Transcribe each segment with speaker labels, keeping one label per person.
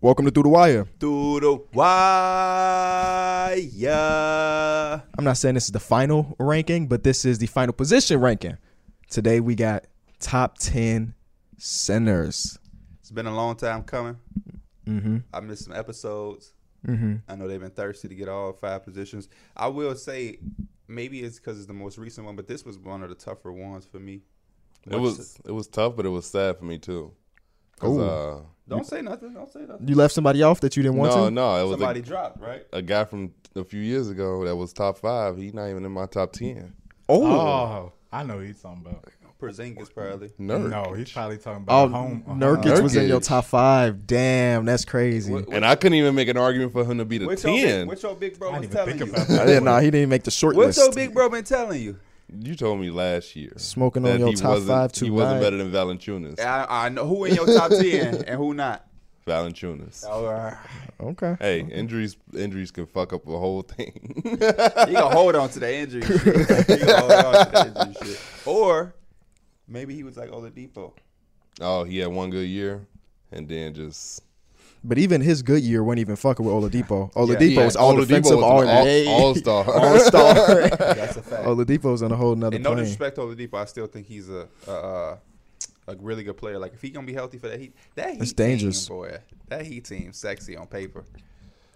Speaker 1: Welcome to Through the Wire.
Speaker 2: Through the wire.
Speaker 1: I'm not saying this is the final ranking, but this is the final position ranking. Today we got top 10 centers.
Speaker 2: It's been a long time coming.
Speaker 1: Mm-hmm.
Speaker 2: I missed some episodes.
Speaker 1: Mm-hmm.
Speaker 2: I know they've been thirsty to get all five positions. I will say, maybe it's because it's the most recent one, but this was one of the tougher ones for me.
Speaker 3: It was it was tough, but it was sad for me too. 'Cause,
Speaker 1: Ooh.
Speaker 3: uh,
Speaker 2: Don't say nothing. Don't say nothing.
Speaker 1: You left somebody off that you didn't want
Speaker 3: no,
Speaker 1: to?
Speaker 3: no, it was
Speaker 2: Somebody
Speaker 3: a,
Speaker 2: dropped, right?
Speaker 3: a guy from a few years ago that was top five. He's not even in my top ten.
Speaker 1: Oh,
Speaker 4: Oh, I know who he's talking about.
Speaker 2: Porzingis probably.
Speaker 3: Nerd.
Speaker 4: No, he's probably talking about
Speaker 1: oh
Speaker 4: home.
Speaker 1: Nurkic was in your top five. Damn, that's crazy.
Speaker 2: What-
Speaker 3: And I couldn't even make an argument for him to be the
Speaker 2: What your,
Speaker 3: ten.
Speaker 2: big, what your big bro
Speaker 4: I
Speaker 2: was
Speaker 4: didn't even
Speaker 2: telling
Speaker 4: think
Speaker 2: you?
Speaker 4: about
Speaker 1: I
Speaker 4: that.
Speaker 1: didn't know he didn't make the short
Speaker 2: What's
Speaker 1: list.
Speaker 2: your big bro been telling you?
Speaker 3: you told me last year
Speaker 1: Smoking
Speaker 3: that
Speaker 1: on your
Speaker 3: he
Speaker 1: top
Speaker 3: wasn't
Speaker 1: five
Speaker 3: he
Speaker 1: too
Speaker 3: wasn't
Speaker 1: wide.
Speaker 3: better than Valanciunas.
Speaker 2: I, I know who in your top ten and who not.
Speaker 3: Valanciunas.
Speaker 2: Oh, uh,
Speaker 1: Okay.
Speaker 3: Hey, injuries injuries can fuck up a whole thing.
Speaker 2: He gonna hold on to the injury. Shit. He gonna hold on to the injury shit. Or maybe he was like Oladipo.
Speaker 3: oh, he had one good year, and then just
Speaker 1: But even his good year wasn't even fucking with Oladipo. Oladipo
Speaker 3: Yeah,
Speaker 1: was all
Speaker 3: Oladipo
Speaker 1: defensive,
Speaker 3: was
Speaker 1: all
Speaker 3: an all-
Speaker 1: NBA,
Speaker 3: all-star.
Speaker 1: all star.
Speaker 2: That's a fact.
Speaker 1: Oladipo's on a whole nother
Speaker 2: and no
Speaker 1: Oh, plane.
Speaker 2: disrespect to Oladipo, I still think he's a a, a a really good player. Like if he gonna be healthy for that heat, that heat
Speaker 1: It's dangerous.
Speaker 2: team, boy. That heat team, sexy on paper.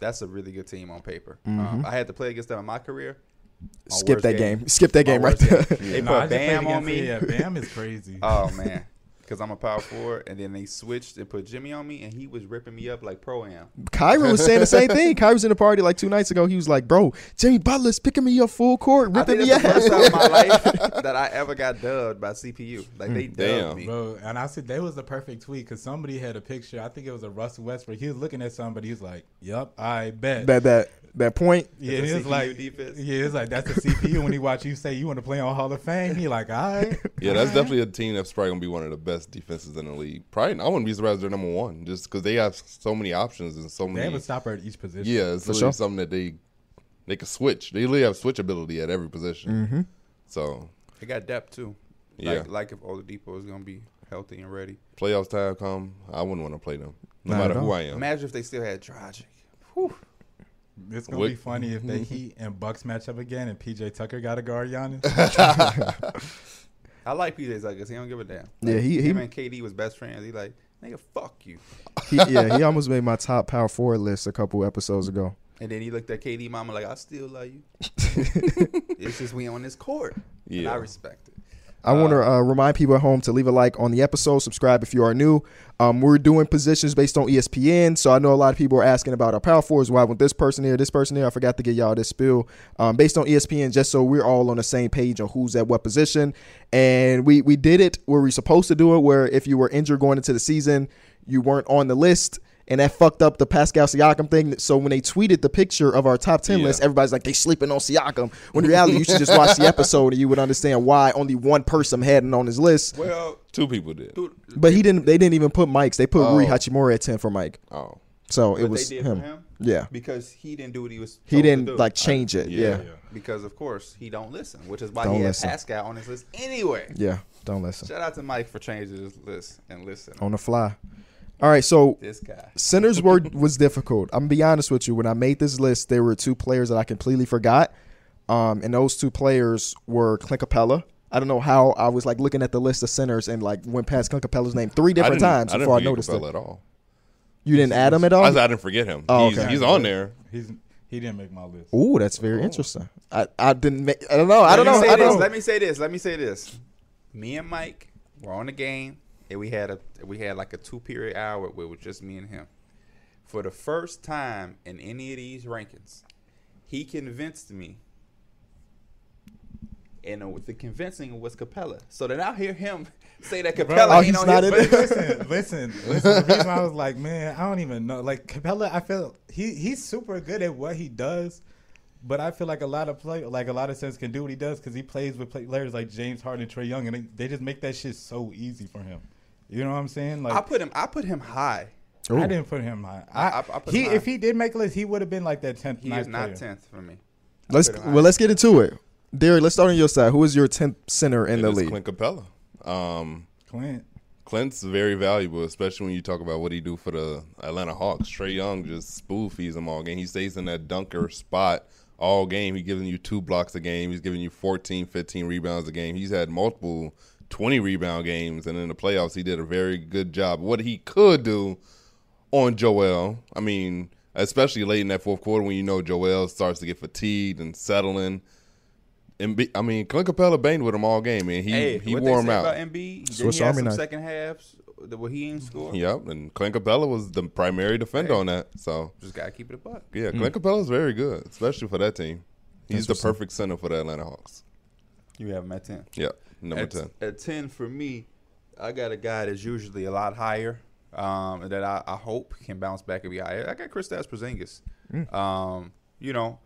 Speaker 2: That's a really good team on paper. Um, I had to play against them in my career. My
Speaker 1: Mm-hmm. Skip
Speaker 2: worst
Speaker 1: that game. Skip that
Speaker 2: My
Speaker 1: game right there.
Speaker 2: worst game. They
Speaker 4: Nah,
Speaker 2: put
Speaker 4: I just played
Speaker 2: Bam on
Speaker 4: against-
Speaker 2: me.
Speaker 4: Yeah, Bam is crazy.
Speaker 2: Oh man, because I'm a power forward, and then they switched and put Jimmy on me, and he was ripping me up like pro am.
Speaker 1: Kyron was saying the same thing. Kyron was in the party like two nights ago. He was like, "Bro, Jimmy Butler's picking me up full court,
Speaker 2: I
Speaker 1: ripping
Speaker 2: think
Speaker 1: me
Speaker 2: that's the first
Speaker 1: out."
Speaker 2: time in my life that I ever got dubbed by CPU. Like they dubbed
Speaker 3: Damn.
Speaker 2: me.
Speaker 4: Bro, and I said that was the perfect tweet because somebody had a picture. I think it was a Russell Westbrook. He was looking at somebody. He's like, "Yep, I bet."
Speaker 1: That that that point.
Speaker 4: yeah,
Speaker 2: That's a
Speaker 4: he was
Speaker 2: CPU
Speaker 4: like,
Speaker 2: defense.
Speaker 4: yeah, it's like that's the CPU. when he watch you say you want to play on Hall of Fame, he like, all right.
Speaker 3: yeah, that's definitely a team that's probably gonna be one of the best defenses in the league. Probably, I wouldn't be surprised if they're number one just because they have so many options and so
Speaker 4: They have
Speaker 3: many.
Speaker 4: a stopper at each position.
Speaker 3: Yeah, it's literally
Speaker 1: sure.
Speaker 3: something that they they could switch. They literally have switchability at every position.
Speaker 1: Mm-hmm.
Speaker 3: So
Speaker 2: They got depth too.
Speaker 3: yeah,
Speaker 2: Like, like if Oladipo is gonna be healthy and ready.
Speaker 3: playoffs time come, I wouldn't want to play them, no
Speaker 1: Not
Speaker 3: matter
Speaker 1: at
Speaker 3: who
Speaker 1: all.
Speaker 3: I am.
Speaker 2: Imagine if they still had Dragic.
Speaker 4: It's gonna
Speaker 3: What-
Speaker 4: be funny if the Heat and Bucks match up again and PJ Tucker got a guard Giannis.
Speaker 2: I like PJ Tucker 'cause he don't give a damn.
Speaker 1: Yeah, he- he-
Speaker 2: him and KD was best friends. He like nigga, fuck you.
Speaker 1: He, yeah, he almost made my top power forward list a couple episodes ago.
Speaker 2: And then he looked at KD mama like I still love you. it's just we on this court. Yeah,
Speaker 3: Yeah.
Speaker 2: I respect it.
Speaker 1: I want to uh, remind people at home to leave a like on the episode, subscribe if you are new. Um, we're doing positions based on E ESPN, so I know a lot of people are asking about our power forwards. Why I want this person here, this person here? I forgot to get y'all this spill um, based on ESPN, just so we're all on the same page on who's at what position. And we we did it where we supposed to do it, where if you were injured going into the season, you weren't on the list. And that fucked up the Pascal Siakam thing. So when they tweeted the picture of our top ten
Speaker 3: Yeah.
Speaker 1: list, everybody's like, they sleeping on Siakam. When in reality, you should just watch the episode and you would understand why only one person had it on his list.
Speaker 2: Well,
Speaker 3: Two people did.
Speaker 2: dude,
Speaker 1: But he didn't. They didn't even put Mike's. They put Rui
Speaker 3: Oh.
Speaker 1: Hachimura at ten for Mike.
Speaker 3: Oh,
Speaker 1: So
Speaker 2: what
Speaker 1: it was
Speaker 2: they did
Speaker 1: him.
Speaker 2: for him
Speaker 1: Yeah,
Speaker 2: because he didn't do what he was.
Speaker 1: he
Speaker 2: told to
Speaker 1: didn't
Speaker 2: do.
Speaker 1: like change it.
Speaker 3: yeah.
Speaker 1: Yeah, yeah.
Speaker 2: because of course he don't listen, which is why
Speaker 1: Don't
Speaker 2: he had
Speaker 1: listen.
Speaker 2: Pascal on his list anyway.
Speaker 1: Don't listen
Speaker 2: Shout out to Mike for changing his list and listen.
Speaker 1: on the fly. All right. So
Speaker 2: This guy.
Speaker 1: centers were was difficult. I'm gonna be honest with you. When I made this list, there were two players that I completely forgot, um, and those two players were Clint Capella. I don't know how I was like looking at the list of centers and like went past Clint Capella's name three different
Speaker 3: I didn't-
Speaker 1: times before I,
Speaker 3: forget
Speaker 1: noticed it.
Speaker 3: Capella at all.
Speaker 1: You didn't add him at all.
Speaker 3: I, said I didn't forget him.
Speaker 1: Oh,
Speaker 3: he's,
Speaker 1: okay.
Speaker 3: he's on there.
Speaker 4: He's he didn't make my list.
Speaker 1: Ooh, that's very interesting. I, I didn't make. I don't know. I don't
Speaker 2: Let me
Speaker 1: know.
Speaker 2: say
Speaker 1: I
Speaker 2: this.
Speaker 1: don't.
Speaker 2: Let me say this. Let me say this. Me and Mike were on the game, and we had a we had like a two period hour where it was just me and him. For the first time in any of these rankings, he convinced me. And uh, the convincing was Capella. So then I hear him say that Capella
Speaker 1: Oh,
Speaker 2: ain't
Speaker 1: he's
Speaker 2: on
Speaker 1: not
Speaker 2: his
Speaker 1: in
Speaker 2: list.
Speaker 1: there?
Speaker 4: listen, listen, listen. The reason I was like, man, I don't even know. Like Capella, I feel he he's super good at what he does, but I feel like a lot of play, like a lot of sense can do what he does because he plays with play- players like James Harden and Trey Young, and they, they just make that shit so easy for him. You know what I'm saying? Like
Speaker 2: I put him. I put him high.
Speaker 4: I didn't put him high. I,
Speaker 2: I- I put
Speaker 4: he
Speaker 2: him high.
Speaker 4: if he did make a list, he would have been like that tenth.
Speaker 2: He
Speaker 4: ninth
Speaker 2: is not
Speaker 4: player.
Speaker 2: tenth for me.
Speaker 1: Let's well, let's get into it. Derek, let's start on your side. Who is your tenth center in
Speaker 3: It
Speaker 1: the
Speaker 3: was
Speaker 1: league?
Speaker 3: Clint Capella. Um,
Speaker 4: Clint.
Speaker 3: Clint's very valuable, especially when you talk about what he do for the Atlanta Hawks. Trey Young just spool feeds him all game. He stays in that dunker spot all game. He's giving you two blocks a game. He's giving you 14, 15 rebounds a game. He's had multiple 20 rebound games, and in the playoffs, he did a very good job. What he could do on Joel, I mean, especially late in that fourth quarter when you know Joel starts to get fatigued and settling. And be, I mean, Clint Capella banged with him all game, and he
Speaker 2: hey,
Speaker 3: he
Speaker 2: what
Speaker 3: wore
Speaker 2: they
Speaker 3: him
Speaker 2: say
Speaker 3: out.
Speaker 2: About Embiid, Swiss
Speaker 1: Swiss
Speaker 2: he had
Speaker 1: Army
Speaker 2: some
Speaker 1: knife.
Speaker 2: second halves that where he ain't scored.
Speaker 3: Yep, and Clint Capella was the primary defender on that. So
Speaker 2: Just gotta keep it a buck.
Speaker 3: yeah, Clint Capella's very good, especially for that team. He's
Speaker 1: That's what's
Speaker 3: the
Speaker 1: up.
Speaker 3: perfect center for the Atlanta Hawks.
Speaker 2: You have him at ten.
Speaker 3: Yep, number
Speaker 2: at,
Speaker 3: ten.
Speaker 2: At ten for me, I got a guy that's usually a lot higher. Um, that I, I hope can bounce back and be higher. I got Kristaps Porzingis.
Speaker 3: Mm.
Speaker 2: Um, you know,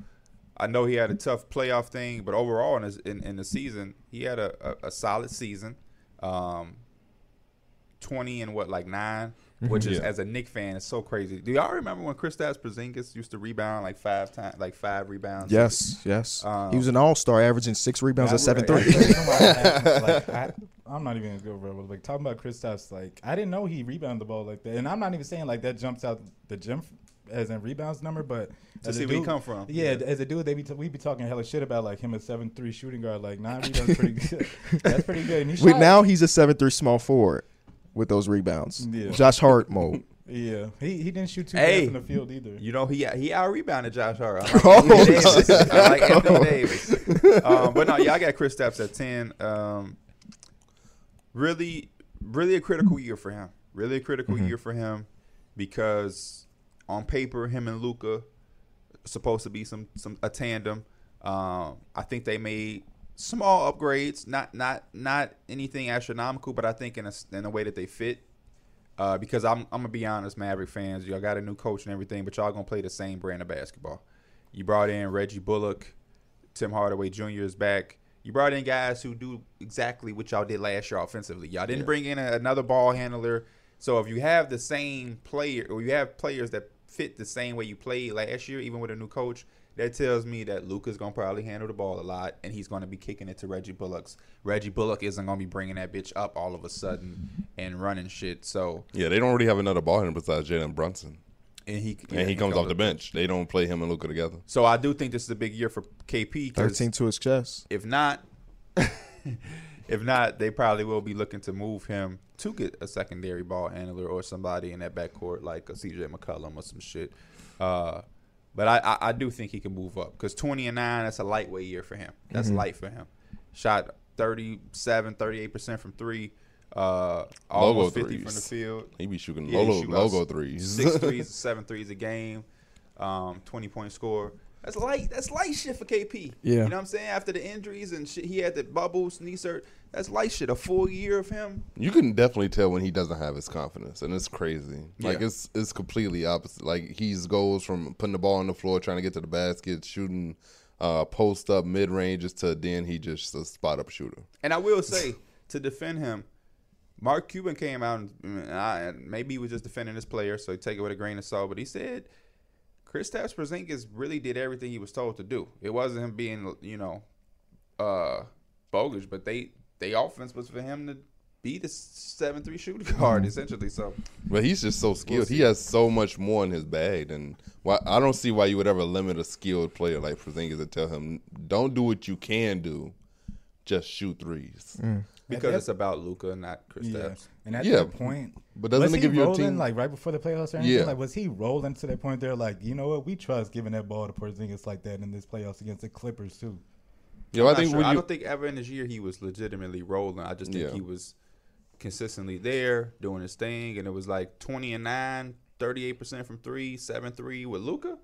Speaker 2: I know he had a tough playoff thing, but overall in his, in, in the season, he had a, a, a solid season. Um, twenty and what like 9 which is
Speaker 3: Mm-hmm. Yeah.
Speaker 2: as a Nick fan is so crazy. Do y'all remember when Kristaps Porzingis used to rebound like five times, like five rebounds?
Speaker 1: Yes, yes.
Speaker 2: Um,
Speaker 1: he was an all star, averaging six rebounds at seven three.
Speaker 4: like, I, I'm not even gonna go over it, but like talking about Kristaps, like I didn't know he rebounded the ball like that, and I'm not even saying like that jumps out the gym as in rebounds number, but as
Speaker 2: see
Speaker 4: a
Speaker 2: where he
Speaker 4: dude-
Speaker 2: come from.
Speaker 4: Yeah, as a dude, they be t- we be talking hella shit about like him at seven three shooting guard, like nine rebounds, pretty good. That's pretty good. And he
Speaker 1: Wait,
Speaker 4: shot-
Speaker 1: now he's a seven three small forward with those rebounds.
Speaker 4: Yeah.
Speaker 1: Josh Hart mode.
Speaker 4: yeah, he, he didn't shoot too
Speaker 2: Hey.
Speaker 4: bad from the field either.
Speaker 2: You know, he he out rebounded Josh Hart. I like
Speaker 1: Oh,
Speaker 2: Anthony Davis.
Speaker 1: shit.
Speaker 2: I like Anthony Davis. Um, but no, yeah, I got Chris Stapps at ten. Um, really, really a critical year for him. Really a critical year for him because on paper, him and Luca supposed to be some some a tandem. Um, I think they made small upgrades, not not not anything astronomical, but I think in a s- in a way that they fit. Uh, because I'm I'm gonna be honest, Maverick fans, y'all got a new coach and everything, but y'all gonna play the same brand of basketball. You brought in Reggie Bullock, Tim Hardaway Jr. is back. You brought in guys who do exactly what y'all did last year offensively. Y'all didn't bring in a, another ball handler. So if you have the same player, or you have players that fit the same way you played last year, even with a new coach, that tells me that Luca's gonna probably handle the ball a lot, and he's gonna be kicking it to Reggie Bullock's. Reggie Bullock isn't gonna be bringing that bitch up all of a sudden and running shit. So
Speaker 3: Yeah, they don't really have another ball handler besides Jalen Brunson,
Speaker 2: and he
Speaker 3: and he comes off the bench. They don't play him and Luca together.
Speaker 2: So I do think this is a big year for KP. 'cause
Speaker 1: Thirteen to his chest.
Speaker 2: If not, if not, they probably will be looking to move him to get a secondary ball handler or somebody in that backcourt like a CJ McCollum or some shit. Uh, but I, I, I do think he can move up because 20 and 9, that's a lightweight year for him. That's
Speaker 3: Mm-hmm.
Speaker 2: light for him. Shot 37, 38% from three, uh, almost 50 from the
Speaker 3: threes.
Speaker 2: field
Speaker 3: He be shooting
Speaker 2: Yeah, he
Speaker 3: logo,
Speaker 2: shoot about
Speaker 3: logo
Speaker 2: s-
Speaker 3: threes.
Speaker 2: six threes, seven threes a game, um, twenty point score. That's light. That's light shit for KP.
Speaker 1: Yeah.
Speaker 2: you know what I'm saying. After the injuries and shit, he had the bubbles, knee surgery. That's light shit. A full year of him.
Speaker 3: you can definitely tell when he doesn't have his confidence, and it's crazy. Like
Speaker 2: Yeah.
Speaker 3: it's it's completely opposite. Like he's goes from putting the ball on the floor, trying to get to the basket, shooting uh, post up mid ranges, to then he just a spot up shooter.
Speaker 2: And I will say to defend him, Mark Cuban came out and, mm, and I, and maybe he was just defending his player, so take it with a grain of salt. But he said Kristaps Porzingis really did everything he was told to do. It wasn't him being you know uh bogus, but they they offense was for him to be the seven three shooting guard
Speaker 4: Mm-hmm.
Speaker 2: essentially. So
Speaker 3: But he's just so skilled. he has so much more in his bag than why I don't see why you would ever limit a skilled player like Porzingis and tell him, Don't do what you can do, just shoot threes.
Speaker 1: Mm.
Speaker 2: because
Speaker 4: that-
Speaker 2: it's about Luca, not Kristaps.
Speaker 4: Yeah, and at
Speaker 3: Yeah,
Speaker 4: that point,
Speaker 3: but doesn't
Speaker 4: was
Speaker 3: it
Speaker 4: he
Speaker 3: give you a
Speaker 4: rolling,
Speaker 3: team-
Speaker 4: like right before the playoffs or anything?
Speaker 3: Yeah.
Speaker 4: Like, was he rolling to that point? They're like, you know what? We trust giving that ball to Porzingis like that in this playoffs against the Clippers too.
Speaker 3: Yo, I
Speaker 2: I'm not
Speaker 3: think
Speaker 2: sure.
Speaker 3: when
Speaker 2: I
Speaker 3: you
Speaker 2: don't think ever in this year he was legitimately rolling. I just think
Speaker 3: Yeah.
Speaker 2: he was consistently there doing his thing, and it was like 20 and 9, 38 percent from three, seven three with Luca.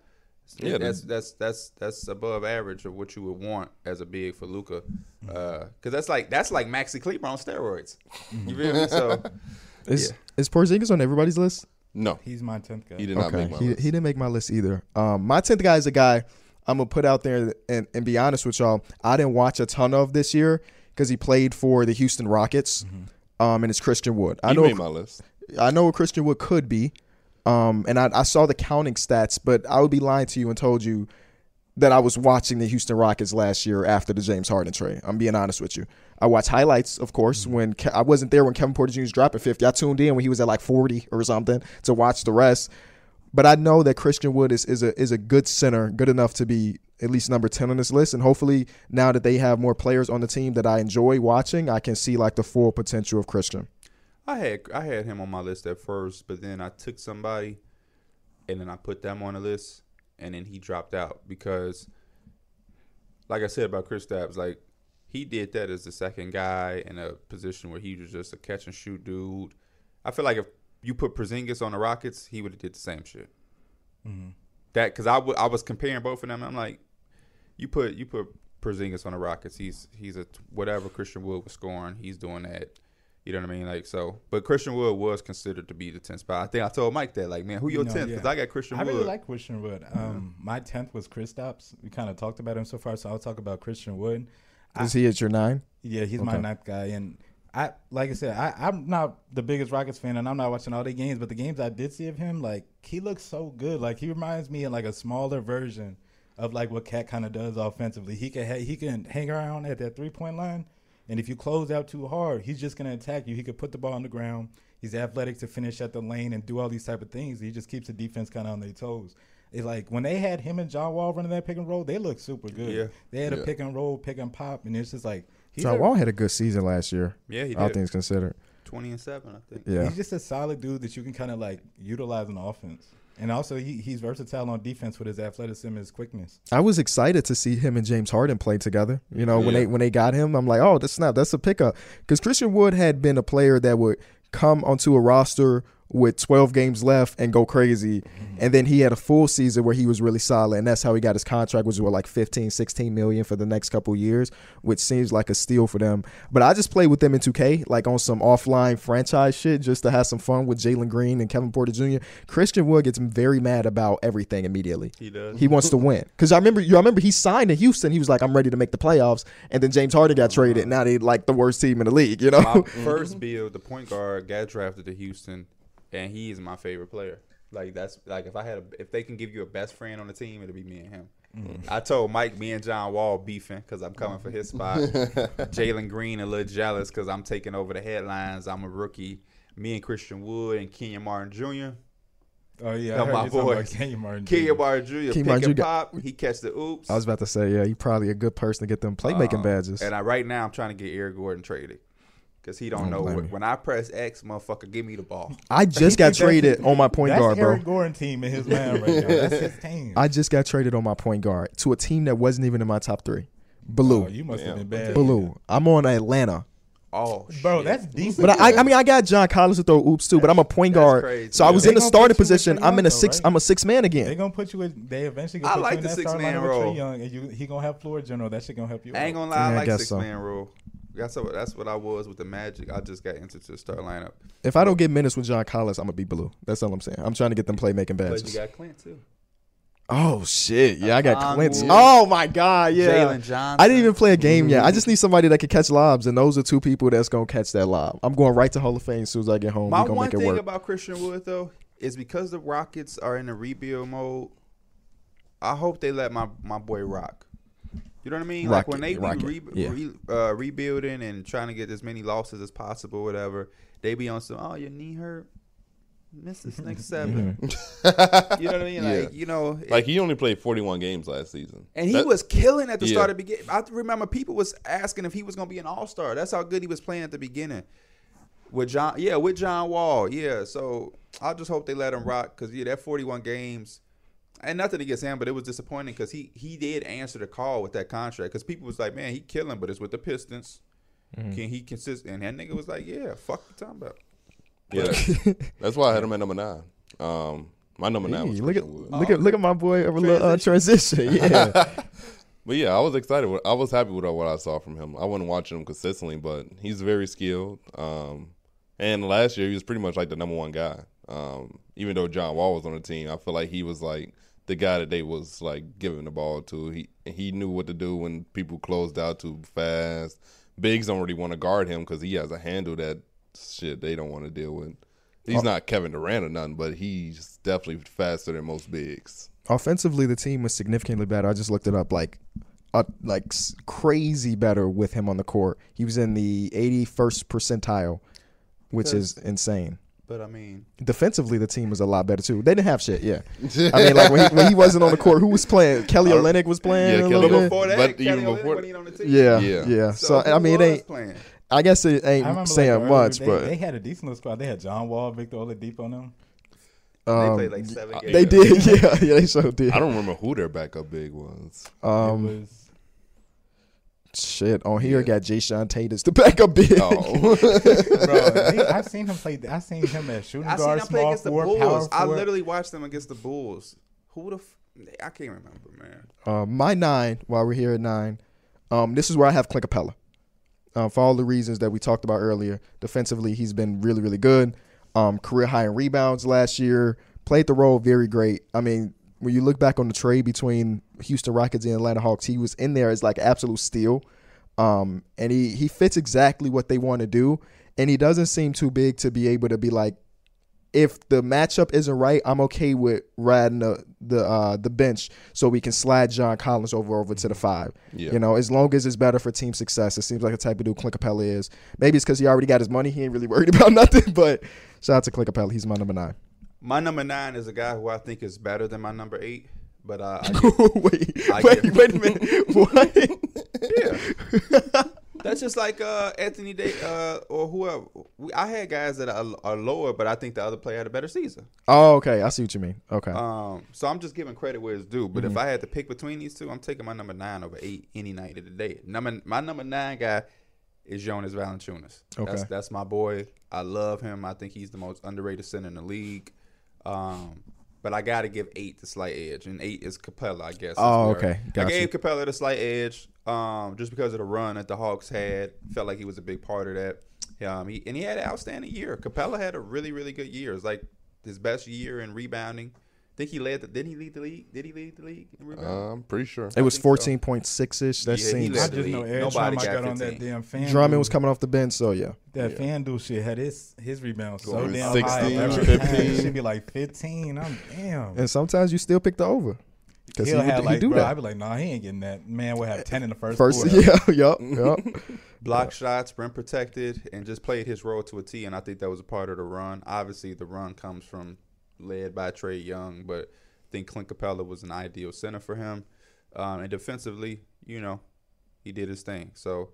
Speaker 3: Yeah,
Speaker 2: Yeah, that's that's that's that's above average of what you would want as a big for Luca, because that's like that's like Maxi Kleber on steroids. You feel me? So
Speaker 1: Is
Speaker 2: Yeah.
Speaker 1: is Porzingis on everybody's list?
Speaker 3: No.
Speaker 4: He's my tenth guy.
Speaker 3: He did not make my
Speaker 1: he,
Speaker 3: list.
Speaker 1: he didn't make my list either. Um, my tenth guy is a guy I'm gonna put out there and, and be honest with y'all. I didn't watch a ton of this year because he played for the Houston Rockets. Um, and it's Christian Wood. I
Speaker 3: He
Speaker 1: know
Speaker 3: Mm-hmm. made my list.
Speaker 1: I know what Christian Wood could be. Um, and I, I saw the counting stats, but I would be lying to you and told you that I was watching the Houston Rockets last year after the James Harden trade. I'm being honest with you. I watched highlights, of course, when Ke- I wasn't there when Kevin Porter Jr. was dropping 50. I tuned in when he was at like 40 or something to watch the rest. But I know that Christian Wood is, is a is a good center, good enough to be at least number 10 on this list. And hopefully now that they have more players on the team that I enjoy watching, I can see like the full potential of Christian.
Speaker 2: I had I had him on my list at first, but then I took somebody, and then I put them on the list, and then he dropped out because, like I said about Chris Stapps, like he did that as the second guy in a position where he was just a catch and shoot dude. I feel like if you put Porzingis on the Rockets, he would have did the same shit. That because I wa- I was comparing both of them. I'm like, you put you put Porzingis on the Rockets. He's he's a t- whatever Christian Wood was scoring. He's doing that. You know what I mean? Like so, but Christian Wood was considered to be the tenth spot. I think I told Mike that. Like, man, who your
Speaker 4: No,
Speaker 2: tenth?
Speaker 4: yeah.
Speaker 2: Because I got Christian
Speaker 4: I
Speaker 2: Wood.
Speaker 4: really like Christian Wood. Um, My 10th was Chris Stops. We kind of talked about him so far, so I'll talk about Christian Wood.
Speaker 1: Is he at your nine?
Speaker 4: Yeah, he's my
Speaker 1: Okay.
Speaker 4: ninth guy, and I like I said, I, I'm not the biggest Rockets fan, and I'm not watching all the games, but the games I did see of him, like he looks so good. Like he reminds me of like a smaller version of like what Cat kind of does offensively. He can ha- he can hang around at that three point line, and if you close out too hard, he's just gonna attack you. He could put the ball on the ground. He's athletic to finish at the lane and do all these type of things. He just keeps the defense kind of on their toes. It's like when they had him and John Wall running that pick and roll, they looked super good.
Speaker 2: Yeah.
Speaker 4: They had a
Speaker 3: Yeah.
Speaker 4: pick and roll, pick and pop, and it's just like he's
Speaker 1: John
Speaker 4: a-
Speaker 1: Wall had a good season last year.
Speaker 2: Yeah, he
Speaker 1: All
Speaker 2: did.
Speaker 1: things considered.
Speaker 2: Twenty and seven, I think.
Speaker 1: Yeah.
Speaker 4: He's just a solid dude that you can kind of like utilize on offense. And also, he, he's versatile on defense with his athleticism and his quickness.
Speaker 1: I was excited to see him and James Harden play together. You know, when
Speaker 3: Yeah.
Speaker 1: they when they got him, I'm like, oh, that's not that's a pickup because Christian Wood had been a player that would come onto a roster with 12 games left and go crazy,
Speaker 2: Mm-hmm.
Speaker 1: and then he had a full season where he was really solid, and that's how he got his contract, which was like 15, 16 million for the next couple years, which seems like a steal for them. But I just played with them in 2K, like on some offline franchise shit, just to have some fun with Jalen Green and Kevin Porter Jr. Christian Wood gets very mad about everything immediately.
Speaker 2: He does.
Speaker 1: He wants to win because I remember you. I remember he signed in Houston. He was like, "I'm ready to make the playoffs," and then James Harden got traded. and Now they like the worst team in the league. You know,
Speaker 2: my
Speaker 4: Mm-hmm.
Speaker 2: first build, the point guard, got drafted to Houston, and he is my favorite player. Like that's like if I had a, if they can give you a best friend on the team, it'll be me and him.
Speaker 1: Mm.
Speaker 2: I told Mike, me and John Wall beefing because I'm coming for his spot. Jalen Green a little jealous because I'm taking over the headlines. I'm a rookie. Me and Christian Wood and Kenya Martin Jr.
Speaker 1: Mm-hmm.
Speaker 4: Oh, yeah.
Speaker 2: No,
Speaker 4: I heard
Speaker 2: my
Speaker 4: you talking about
Speaker 2: boys.
Speaker 4: Kenyon Martin.
Speaker 2: Kenya
Speaker 4: Jr.
Speaker 2: Martin Jr.
Speaker 1: Kenya
Speaker 2: pick
Speaker 1: Martin
Speaker 2: and
Speaker 1: Jr.
Speaker 2: pop. He catch the oops.
Speaker 1: I was about to say, yeah, you probably a good person to get them playmaking
Speaker 2: Um,
Speaker 1: badges.
Speaker 2: And I right now I'm trying to get Eric Gordon traded because he don't,
Speaker 1: Don't
Speaker 2: know
Speaker 1: blame
Speaker 2: what,
Speaker 1: me.
Speaker 2: when I press X, motherfucker, give me the ball.
Speaker 1: I just got
Speaker 4: That's-
Speaker 1: traded on my point
Speaker 4: that's
Speaker 1: guard, bro.
Speaker 4: Eric Gordon team and his man right now. That's his team.
Speaker 1: I just got traded on my point guard to a team that wasn't even in my top three. Blue,
Speaker 4: oh, you must have
Speaker 3: Yeah.
Speaker 4: been bad.
Speaker 1: blue. I'm on Atlanta,
Speaker 2: Oh,
Speaker 4: Bro,
Speaker 2: shit.
Speaker 4: that's decent.
Speaker 1: but I, I, I mean, I got John Collins to throw oops too. But I'm a point
Speaker 2: that's
Speaker 1: guard,
Speaker 2: crazy.
Speaker 1: so I was
Speaker 2: They
Speaker 1: in the
Speaker 4: gonna
Speaker 1: starting
Speaker 4: put you with
Speaker 1: position.
Speaker 4: Trae
Speaker 1: I'm in a
Speaker 4: Young, though,
Speaker 1: six.
Speaker 4: right?
Speaker 1: I'm a six man
Speaker 4: They're
Speaker 1: again.
Speaker 4: going to put you in. They eventually
Speaker 2: I
Speaker 4: going to put
Speaker 2: like
Speaker 4: you in
Speaker 2: the
Speaker 4: that
Speaker 2: six-man
Speaker 4: starting lineup
Speaker 2: role.
Speaker 4: with Trae Young, and you, he going to have floor general. That shit going to help you
Speaker 2: I ain't
Speaker 4: out.
Speaker 2: gonna lie, I
Speaker 1: Yeah, I
Speaker 2: like
Speaker 1: guess
Speaker 2: six
Speaker 1: so.
Speaker 2: man rule. That's what that's what I was with the Magic. I just got into the start lineup.
Speaker 1: If I don't get minutes with John Collins, I'm gonna be blue. That's all I'm saying. I'm trying to get them playmaking badges.
Speaker 2: But you got Clint too.
Speaker 1: Oh shit! Yeah, I got
Speaker 2: Akon
Speaker 1: Clint.
Speaker 2: Wood.
Speaker 1: Oh my god! Yeah,
Speaker 2: Jalen Johnson.
Speaker 1: I didn't even play a game yet. I just need somebody that can catch lobs, and those are two people that's gonna catch that lob. I'm going right to Hall of Fame as soon as I get home.
Speaker 2: My
Speaker 1: we gonna
Speaker 2: one
Speaker 1: make it
Speaker 2: thing
Speaker 1: work.
Speaker 2: about Christian Wood though is because the Rockets are in a rebuild mode. I hope they let my my boy rock. You know what I mean? like
Speaker 1: Rocket,
Speaker 2: when they be
Speaker 1: Rocket,
Speaker 2: re,
Speaker 1: yeah.
Speaker 2: re, uh, rebuilding and trying to get as many losses as possible, whatever. They be on some. Oh, your knee hurt. Miss this next seven.
Speaker 1: Mm-hmm.
Speaker 2: you know what I mean? Like
Speaker 3: Yeah.
Speaker 2: you know,
Speaker 3: Like he only played 41 games last season,
Speaker 2: And he
Speaker 3: That-
Speaker 2: was killing at the
Speaker 3: Yeah.
Speaker 2: start of the beginning. I remember people was asking if he was going to be an all star. That's how good he was playing at the beginning. With John, yeah, with John Wall, yeah. So I just hope they let him rock because yeah, that forty-one games, and nothing against him, but it was disappointing because he he did answer the call with that contract because people was like, man, he killing, but it's with the Pistons.
Speaker 3: Mm-hmm.
Speaker 2: Can he consist? And that nigga was like, yeah, fuck you talking about.
Speaker 3: Yeah, that's- that's why I had him at number nine. Um, my number nine was
Speaker 1: Hey, look at
Speaker 3: Christian Wood.
Speaker 1: look at look at my boy over little uh, transition. Yeah,
Speaker 3: But yeah, I was excited. with- I was happy with what I saw from him. I wasn't watching him consistently, but he's very skilled. Um, and last year he was pretty much like the number one guy. Um, even though John Wall was on the team, I feel like he was like the guy that they was like giving the ball to. He he knew what to do when people closed out too fast. Bigs don't really want to guard him because he has a handle that shit they don't want to deal with. He's not Kevin Durant or nothing, but he's definitely faster than most bigs.
Speaker 1: offensively, the team was significantly better. I just looked it up, like, uh, like s- crazy better with him on the court. He was in the 81st percentile, which is insane.
Speaker 2: But I mean,
Speaker 1: Defensively, the team was a lot better too. They didn't have shit. Yeah, I mean, like when he, when he wasn't on the court, who was playing? Kelly
Speaker 3: I-
Speaker 1: Olynyk was playing.
Speaker 3: Uh, Yeah,
Speaker 1: a
Speaker 3: Kelly-
Speaker 1: little
Speaker 2: but
Speaker 1: bit.
Speaker 2: before that,
Speaker 3: But
Speaker 2: Kelly
Speaker 3: even
Speaker 2: Olynyk
Speaker 3: before-
Speaker 2: wasn't even on the team.
Speaker 1: Yeah, yeah.
Speaker 3: Yeah.
Speaker 1: So,
Speaker 2: who
Speaker 1: I mean, it
Speaker 2: was
Speaker 1: ain't.
Speaker 2: playing.
Speaker 1: I guess it
Speaker 4: I
Speaker 1: ain't
Speaker 4: remember,
Speaker 1: saying
Speaker 4: like, the early-
Speaker 1: much,
Speaker 4: they,
Speaker 1: but
Speaker 4: they had a decent little squad. They had John Wall, Victor Oladipo on them.
Speaker 2: They
Speaker 1: um,
Speaker 2: played like seven games.
Speaker 1: they did. Yeah, yeah, they so did.
Speaker 3: I don't remember who their backup big was.
Speaker 1: Um,
Speaker 4: it was,
Speaker 1: shit on here got Jay Sean Tatum to back up big.
Speaker 3: Oh,
Speaker 4: bro, they, I've seen him play. I've seen him as shooting
Speaker 2: I seen
Speaker 4: guard,
Speaker 2: them play
Speaker 4: small
Speaker 2: against the
Speaker 4: forward, power
Speaker 2: Bulls. I
Speaker 4: forward.
Speaker 2: literally watched them against the Bulls. Who the f- I can't remember, man.
Speaker 1: Uh, my nine, while we're here at nine, um, this is where I have Clint Capella. Uh, for all the reasons that we talked about earlier, defensively, he's been really, really good. Um, career high in rebounds last year, played the role very great. I mean, when you look back on the trade between Houston Rockets and Atlanta Hawks, he was in there as like absolute steal. Um, and he, he fits exactly what they want to do. And he doesn't seem too big to be able to be like, if the matchup isn't right, I'm okay with riding the the uh, the bench so we can slide John Collins over over to the five.
Speaker 3: Yeah.
Speaker 1: You know, as long as it's better for team success, it seems like the type of dude Clint Capella is. Maybe it's because he already got his money; he ain't really worried about nothing. But shout out to Clint Capella, he's my number nine.
Speaker 2: My number nine is a guy who I think is better than my number eight, but uh, I
Speaker 1: wait,
Speaker 2: I
Speaker 1: wait,
Speaker 2: get-
Speaker 1: wait a minute. What?
Speaker 2: Yeah. That's just like uh, Anthony Day uh, or whoever. We, I had guys that are, are lower, but I think the other player had a better season.
Speaker 1: Oh, okay. I see what you mean. Okay. Mm-hmm.
Speaker 2: Um, so I'm just giving credit where it's due. But if I had to pick between these two, I'm taking my number nine over eight any night of the day. Number my number nine guy is Jonas Valanciunas. That's
Speaker 1: Okay.
Speaker 2: that's my boy. I love him. I think he's the most underrated center in the league. Um, but I got to give eight the slight edge, and eight is Capella, I guess. is
Speaker 1: Oh,
Speaker 2: where-
Speaker 1: okay. Got
Speaker 2: I
Speaker 1: you.
Speaker 2: gave Capella the slight edge, um, just because of the run that the Hawks had. Felt like he was a big part of that. Um, he, and he had an outstanding year. Capella had a really, really good year. It's like his best year in rebounding. think he led. The, did he lead the league? Did he lead the league in rebounding?
Speaker 3: Uh, I'm pretty sure.
Speaker 1: it was
Speaker 2: think so.
Speaker 1: fourteen point six ish. That
Speaker 2: Yeah, he
Speaker 1: seems.
Speaker 4: I
Speaker 2: led-
Speaker 4: just know every
Speaker 2: Nobody
Speaker 4: time I
Speaker 2: got
Speaker 4: got on that
Speaker 2: 15.
Speaker 4: damn fan.
Speaker 1: Drummond was coming off the bench, so yeah.
Speaker 4: That FanDuel shit had his his rebound so
Speaker 3: Going
Speaker 4: damn
Speaker 3: 16,
Speaker 4: high. every time.
Speaker 3: 15.
Speaker 4: It should be like 15. I'm damn.
Speaker 1: And sometimes you still pick the over because he,
Speaker 4: He'll
Speaker 1: would-
Speaker 4: have
Speaker 1: he
Speaker 4: like,
Speaker 1: do
Speaker 4: bro,
Speaker 1: that.
Speaker 4: I'd be like, nah, he ain't getting that. Man, we'll have 10 in the first,
Speaker 1: First,
Speaker 4: quarter.
Speaker 1: yeah, yup, yup.
Speaker 2: block shots, rim protected, and just played his role to a T. And I think that was a part of the run. Obviously, the run comes from led by Trey Young, but I think Clint Capella was an ideal center for him. Um, and defensively, you know, he did his thing. So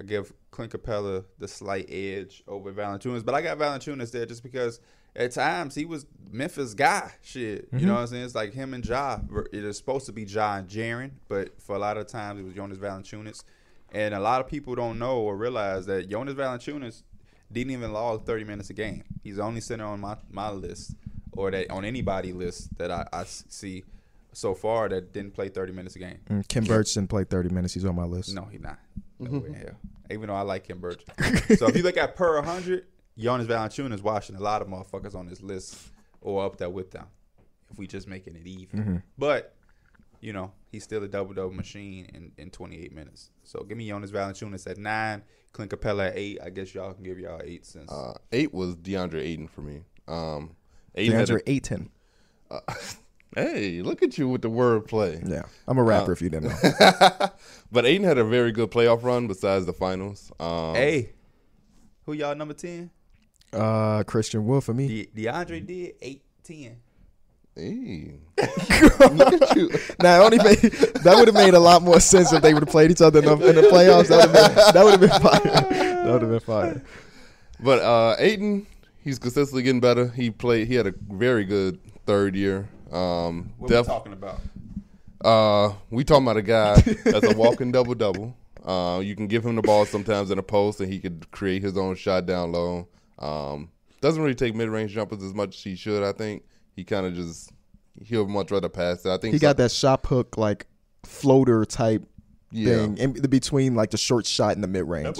Speaker 2: I give Clint Capella the slight edge over Valanciunas, but I got Valanciunas there just because at times he was Memphis guy. Shit, you know what I'm saying? It's like him and Ja. It is supposed to be Ja and Jaren, but for a lot of times it was Jonas Valanciunas, and a lot of people don't know or realize that Jonas Valanciunas didn't even log 30 minutes a game. He's the only center on my my list or that on anybody list that I, I s- see so far that didn't play 30 minutes a game.
Speaker 1: Mm, Kim Birch didn't play 30 minutes. He's on my list.
Speaker 2: No, he not. No
Speaker 3: Mm-hmm.
Speaker 2: way in hell. Even though I like Kim Birch. so if you look at per 100, Jonas Valanciunas watching a lot of motherfuckers on this list or up there with them. If we just making it even.
Speaker 3: Mm-hmm.
Speaker 2: But, you know, he's still a double-double machine in, in 28 minutes. So give me Jonas Valanciunas at 9, Clint Capella at 8. I guess y'all can give y'all 8 since.
Speaker 3: Uh, eight was DeAndre Ayton for me. Um, Ayton had
Speaker 1: DeAndre Ayton.
Speaker 3: a- hey, look at you with the word play.
Speaker 1: Yeah. I'm a rapper if you didn't know.
Speaker 3: But Aiden had a very good playoff run besides the finals. Um,
Speaker 2: hey, who y'all number 10?
Speaker 1: Uh, Christian Wood for me.
Speaker 2: De-
Speaker 3: Mm-hmm.
Speaker 2: DeAndre did 8, 10.
Speaker 3: hey. Look at you.
Speaker 1: Now, it only made, that would have made a lot more sense if they would have played each other in the, in the playoffs. That would have been, that would've been fire. That would have been fire.
Speaker 3: But uh, Aiden, he's consistently getting better. He played. He had a very good third year. Um,
Speaker 2: What
Speaker 3: def-
Speaker 2: we talking about?
Speaker 3: Uh, we talking about a guy that's a walking double double. Uh, you can give him the ball sometimes in a post, and he could create his own shot down low. Um, doesn't really take mid range jumpers as much as he should. I think he kind of just he'll much rather pass it. I think
Speaker 1: He got that shot hook, like floater type
Speaker 3: Yeah.
Speaker 1: thing in between like the short shot and the mid range.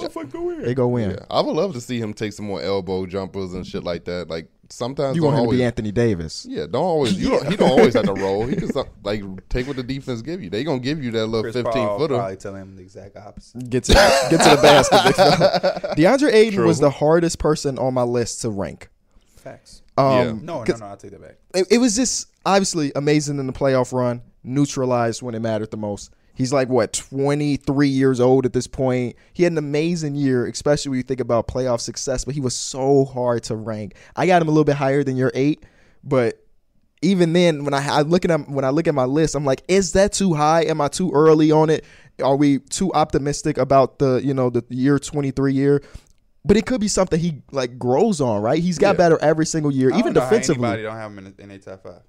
Speaker 1: They go in.
Speaker 3: Yeah, I would love to see him take some more elbow jumpers and shit like that. Like sometimes
Speaker 1: You want
Speaker 3: don't
Speaker 1: him to
Speaker 3: always,
Speaker 1: be Anthony Davis.
Speaker 3: Yeah, don't always. You don't, he don't always have to roll. He can some- like take what the defense give you. They gonna give you that little
Speaker 2: Chris
Speaker 3: fifteen
Speaker 2: Paul
Speaker 3: footer.
Speaker 2: probably telling him the exact opposite.
Speaker 1: Get to get to the basket. big fella. DeAndre Aiden was the hardest person on my list to rank.
Speaker 2: Facts.
Speaker 1: Um,
Speaker 3: Yeah.
Speaker 2: No, no,
Speaker 1: Cause-
Speaker 2: no. I'll take that back.
Speaker 1: it, it was just obviously amazing in the playoff run, neutralized when it mattered the most. He's like what 23 years old at this point. He had an amazing year, especially when you think about playoff success. But he was so hard to rank. I got him a little bit higher than your eight, but even then, when I, I look at when I look at my list, I'm like, is that too high? Am I too early on it? Are we too optimistic about the you know the year 23 year? But it could be something he like grows on, right? He's got
Speaker 3: Yeah.
Speaker 1: better every single year,
Speaker 2: I
Speaker 1: even
Speaker 2: don't know how
Speaker 1: defensively.
Speaker 2: Anybody don't have him in, the- in a top five.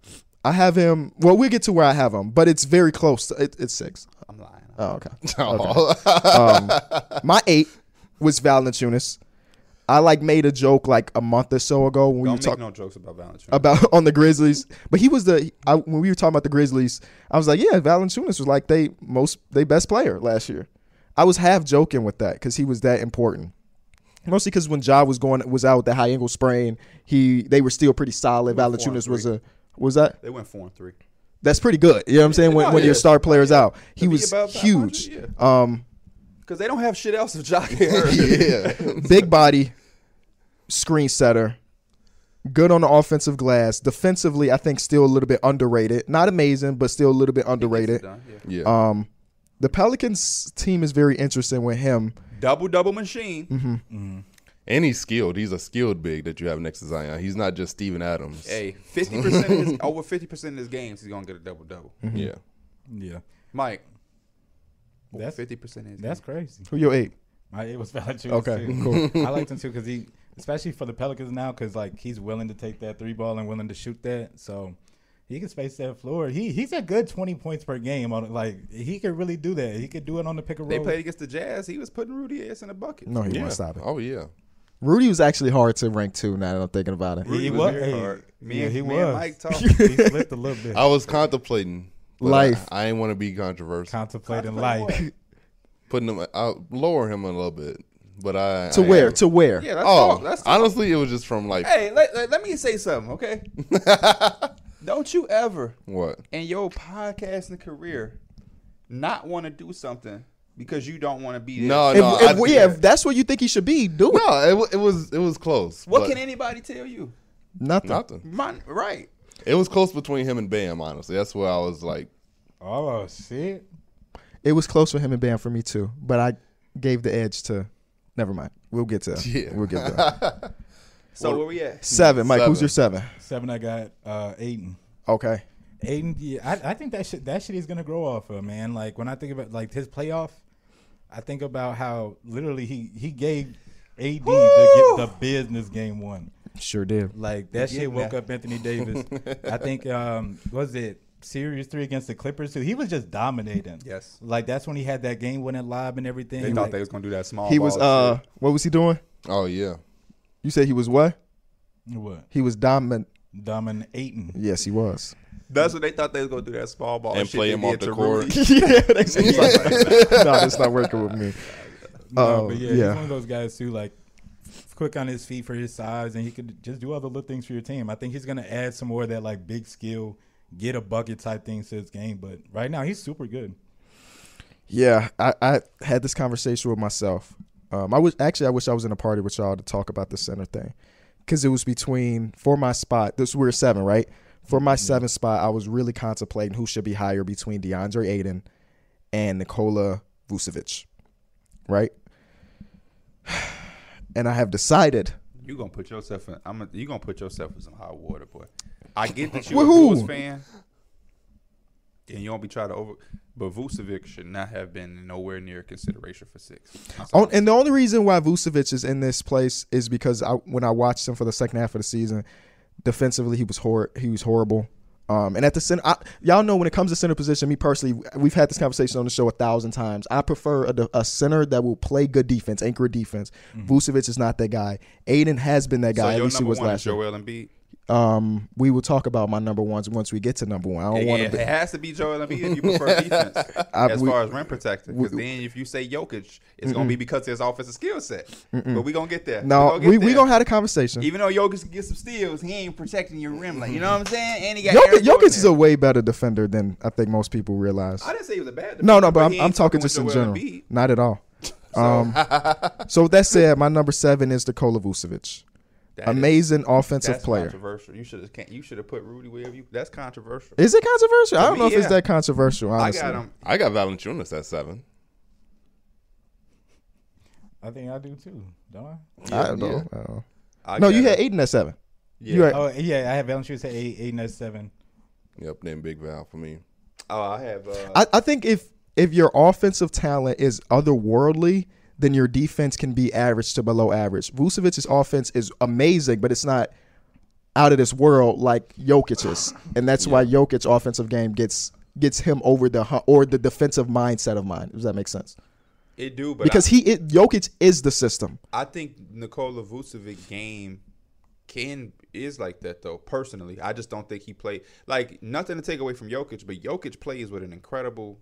Speaker 1: I have him. Well, we'll get to where I have him, but it's very close. To, it, it's six.
Speaker 2: I'm lying.
Speaker 1: Oh, okay.
Speaker 3: Oh.
Speaker 1: Um, my eight was Valanciunas. I like made a joke like a month or so ago when we were
Speaker 2: don't make
Speaker 1: talking
Speaker 2: no jokes about Valanciunas.
Speaker 1: about on the Grizzlies, but he was the I, when we were talking about the Grizzlies. I was like, yeah, Valanciunas was like they most they best player last year. I was half joking with that because he was that important. Mostly because when Ja was going was out with the high ankle sprain, he they were still pretty solid.
Speaker 2: They were four and
Speaker 1: Valanciunas was
Speaker 2: three.
Speaker 1: a was that
Speaker 2: they went four and three.
Speaker 1: that's pretty good. You know what I'm saying? When,
Speaker 2: No,
Speaker 1: when
Speaker 2: yeah.
Speaker 1: your star player's out, he
Speaker 2: To be
Speaker 1: was
Speaker 2: above 500,
Speaker 1: huge.
Speaker 2: yeah.
Speaker 1: Um,
Speaker 2: Because they don't have shit else of Jock.
Speaker 3: yeah.
Speaker 1: big body, screen setter, good on the offensive glass. Defensively, I think still a little bit underrated. Not amazing, but still a little bit underrated.
Speaker 3: Yeah.
Speaker 1: Um, the Pelicans team is very interesting with him.
Speaker 2: Double double machine.
Speaker 3: and he's skilled. He's a skilled big that you have next to Zion. He's not just Steven Adams.
Speaker 2: Hey, fifty percent of his over fifty percent of his games, he's gonna get a double double.
Speaker 1: Mm-hmm.
Speaker 3: Yeah.
Speaker 4: Yeah,
Speaker 2: Mike,
Speaker 4: That's-
Speaker 2: fifty percent of his
Speaker 4: that's
Speaker 2: games.
Speaker 4: crazy.
Speaker 1: Who your eight?
Speaker 4: I, it was Valanciunas.
Speaker 1: Okay,
Speaker 4: too.
Speaker 1: cool.
Speaker 4: I liked him too because he, especially for the Pelicans now, because like he's willing to take that three ball and willing to shoot that, so he can space that floor. He he's a good twenty points per game on it. Like he could really do that. He could do it on the pick and
Speaker 2: They
Speaker 4: roll.
Speaker 2: played against the Jazz. He was putting Rudy ass in a bucket.
Speaker 1: No, he
Speaker 3: yeah.
Speaker 1: won't stop it.
Speaker 3: Oh yeah.
Speaker 1: Rudy was actually hard to rank two. Now that I'm thinking about it,
Speaker 4: Rudy
Speaker 2: Rudy
Speaker 4: He
Speaker 2: was,
Speaker 4: was-
Speaker 2: very
Speaker 4: hey,
Speaker 2: hard. Me,
Speaker 4: yeah,
Speaker 2: and,
Speaker 4: he
Speaker 2: me and
Speaker 4: was.
Speaker 2: Mike talked.
Speaker 4: he slipped a little bit.
Speaker 3: I was contemplating but
Speaker 1: Life.
Speaker 3: I, I ain't want to be controversial.
Speaker 4: Contemplating life.
Speaker 3: Putting him, I'll lower him a little bit, but I
Speaker 1: to
Speaker 3: I
Speaker 1: where?
Speaker 3: am-
Speaker 1: To where?
Speaker 2: Oh, yeah, that's all.
Speaker 3: oh,
Speaker 2: That's
Speaker 3: honestly, it was just from like
Speaker 2: Hey, let, let, let me say something, okay? Don't you ever
Speaker 3: what?
Speaker 2: in your podcasting career not want to do something because you don't want to be there.
Speaker 3: No,
Speaker 1: If,
Speaker 3: no,
Speaker 1: if-
Speaker 3: I-
Speaker 1: yeah, if that's what you think he should be, do it.
Speaker 3: no. It, wa- it was it was close.
Speaker 2: What
Speaker 3: but
Speaker 2: can anybody tell you?
Speaker 1: Nothing.
Speaker 3: Nothing.
Speaker 2: My, right.
Speaker 3: It was close between him and Bam. Honestly, that's where I was like,
Speaker 4: oh shit.
Speaker 1: It was close for him and Bam for me too, but I gave the edge to. Never mind. We'll get to.
Speaker 3: Yeah.
Speaker 1: We'll get to
Speaker 2: So where we at?
Speaker 1: seven. Mike, who's
Speaker 3: Seven.
Speaker 1: your seven?
Speaker 4: Seven. I got uh Aiden.
Speaker 1: Okay.
Speaker 4: Aiden, yeah, I, I think that shit that shit is gonna grow off of man. Like when I think about like his playoff, I think about how literally he he gave AD the,
Speaker 2: Woo!
Speaker 4: the business game one.
Speaker 1: Sure did.
Speaker 4: Like that shit woke
Speaker 2: that.
Speaker 4: up Anthony Davis. I think um was it series three against the Clippers too. He was just dominating.
Speaker 2: Yes.
Speaker 4: Like that's when he had that game winning lob and everything.
Speaker 2: They thought
Speaker 4: Like,
Speaker 2: they was gonna do that small.
Speaker 1: He was.
Speaker 2: ball
Speaker 1: Uh, what was he doing?
Speaker 3: oh yeah,
Speaker 1: You said he was what?
Speaker 4: what
Speaker 1: He was dominant.
Speaker 4: dominating.
Speaker 1: Yes, he was.
Speaker 2: shit. That's what they thought they was gonna do that small ball
Speaker 3: And
Speaker 2: Oh, shit
Speaker 3: play
Speaker 2: they
Speaker 3: him
Speaker 2: did
Speaker 3: off the
Speaker 2: to
Speaker 3: court.
Speaker 2: Rudy.
Speaker 1: yeah. They said he was like- no, that's not working with me.
Speaker 4: No,
Speaker 1: Oh,
Speaker 4: but yeah,
Speaker 1: yeah.
Speaker 4: he's one of those guys too. Like quick on his feet for his size, and he could just do other little things for your team. I think he's gonna add some more of that like big skill, get a bucket type things to his game. But right now, he's super good.
Speaker 1: Yeah, I, I had this conversation with myself. Um, I was actually I wish I was in a party with y'all to talk about the center thing, because it was between for my spot. This we're seven, right? For my seven spot, I was really contemplating who should be higher between DeAndre Aiden and Nikola Vucevic, right? And I have decided.
Speaker 2: You gonna put yourself in? I'm. A, you gonna put yourself in some hot water, boy. I get that you
Speaker 1: With
Speaker 2: a
Speaker 1: who?
Speaker 2: Bulls fan, and you don't be trying to over. But Vucevic should not have been nowhere near consideration for six. I'm
Speaker 3: Oh,
Speaker 2: sorry.
Speaker 1: On, and the only reason why Vucevic is in this place is because I, when I watched him for the second half of the season, defensively he was hor- he was horrible. Um, and at the center, I, y'all know when it comes to center position, me personally, we've had this conversation on the show a thousand times. I prefer a, de- a center that will play good defense, anchor defense. Vucevic is not that guy. Aiden has been that
Speaker 2: Mm-hmm. so
Speaker 1: guy. at
Speaker 2: your
Speaker 1: least he
Speaker 2: number
Speaker 1: was
Speaker 2: one is
Speaker 1: last year.
Speaker 2: Joel Embiid.
Speaker 1: Um, we will talk about my number ones once we get to number one. I don't
Speaker 2: It,
Speaker 1: want
Speaker 2: it,
Speaker 1: to.
Speaker 2: it has to be Joel Embiid if you prefer defense
Speaker 1: I-
Speaker 2: as
Speaker 1: we-
Speaker 2: far as rim protector. Because
Speaker 1: we-
Speaker 2: then if you say Jokic, it's gonna be because his offensive skill set. But we gonna get there.
Speaker 1: No,
Speaker 2: we
Speaker 1: we
Speaker 2: gonna, get
Speaker 1: we
Speaker 2: there.
Speaker 1: gonna have a conversation.
Speaker 2: Even though Jokic can get some steals, he ain't protecting your rim. Like you know what I'm saying? And he got
Speaker 1: Jokic,
Speaker 2: Aaron Gordon
Speaker 1: Jokic is
Speaker 2: there.
Speaker 1: a way better defender than I think most people realize.
Speaker 2: I didn't say he was a bad.
Speaker 1: No,
Speaker 2: defender,
Speaker 1: no, but
Speaker 2: he
Speaker 1: I'm, I'm
Speaker 2: ain't
Speaker 1: talking
Speaker 2: with
Speaker 1: just in
Speaker 2: Joel
Speaker 1: general.
Speaker 2: Embiid.
Speaker 1: Not at all. Um, so with that said, my number seven is Nikola Vucevic.
Speaker 2: That is-
Speaker 1: Amazing offensive
Speaker 2: that's
Speaker 1: player.
Speaker 2: Controversial. You should have can't. You should have put Rudy wherever you. That's controversial.
Speaker 1: Is it controversial? I don't
Speaker 2: me,
Speaker 1: know if it's
Speaker 2: yeah.
Speaker 1: that controversial.
Speaker 2: I
Speaker 1: Honestly,
Speaker 2: got him.
Speaker 3: I got Valanciunas at seven.
Speaker 4: I think I do too. Don't I?
Speaker 1: I don't know. I don't know.
Speaker 2: I
Speaker 1: No,
Speaker 2: got
Speaker 1: you had
Speaker 2: him.
Speaker 1: Aiden at seven.
Speaker 2: Yeah.
Speaker 1: You had,
Speaker 4: Oh yeah, I have Valanciunas at eight, eight and seven.
Speaker 3: Yep, then Big Val for me.
Speaker 2: Oh, I have. Uh,
Speaker 1: I, I think if if your offensive talent is otherworldly, then your defense can be average to below average. Vucevic's offense is amazing, but it's not out of this world like Jokic's, and that's why Jokic's offensive game gets gets him over the hu- or the defensive mindset of mine. Does that make sense?
Speaker 2: it do, but
Speaker 1: Because
Speaker 2: I,
Speaker 1: he it, Jokic is the system.
Speaker 2: I think Nikola Vucevic game can is like that though. Personally, I just don't think he played like nothing to take away from Jokic, but Jokic plays with an incredible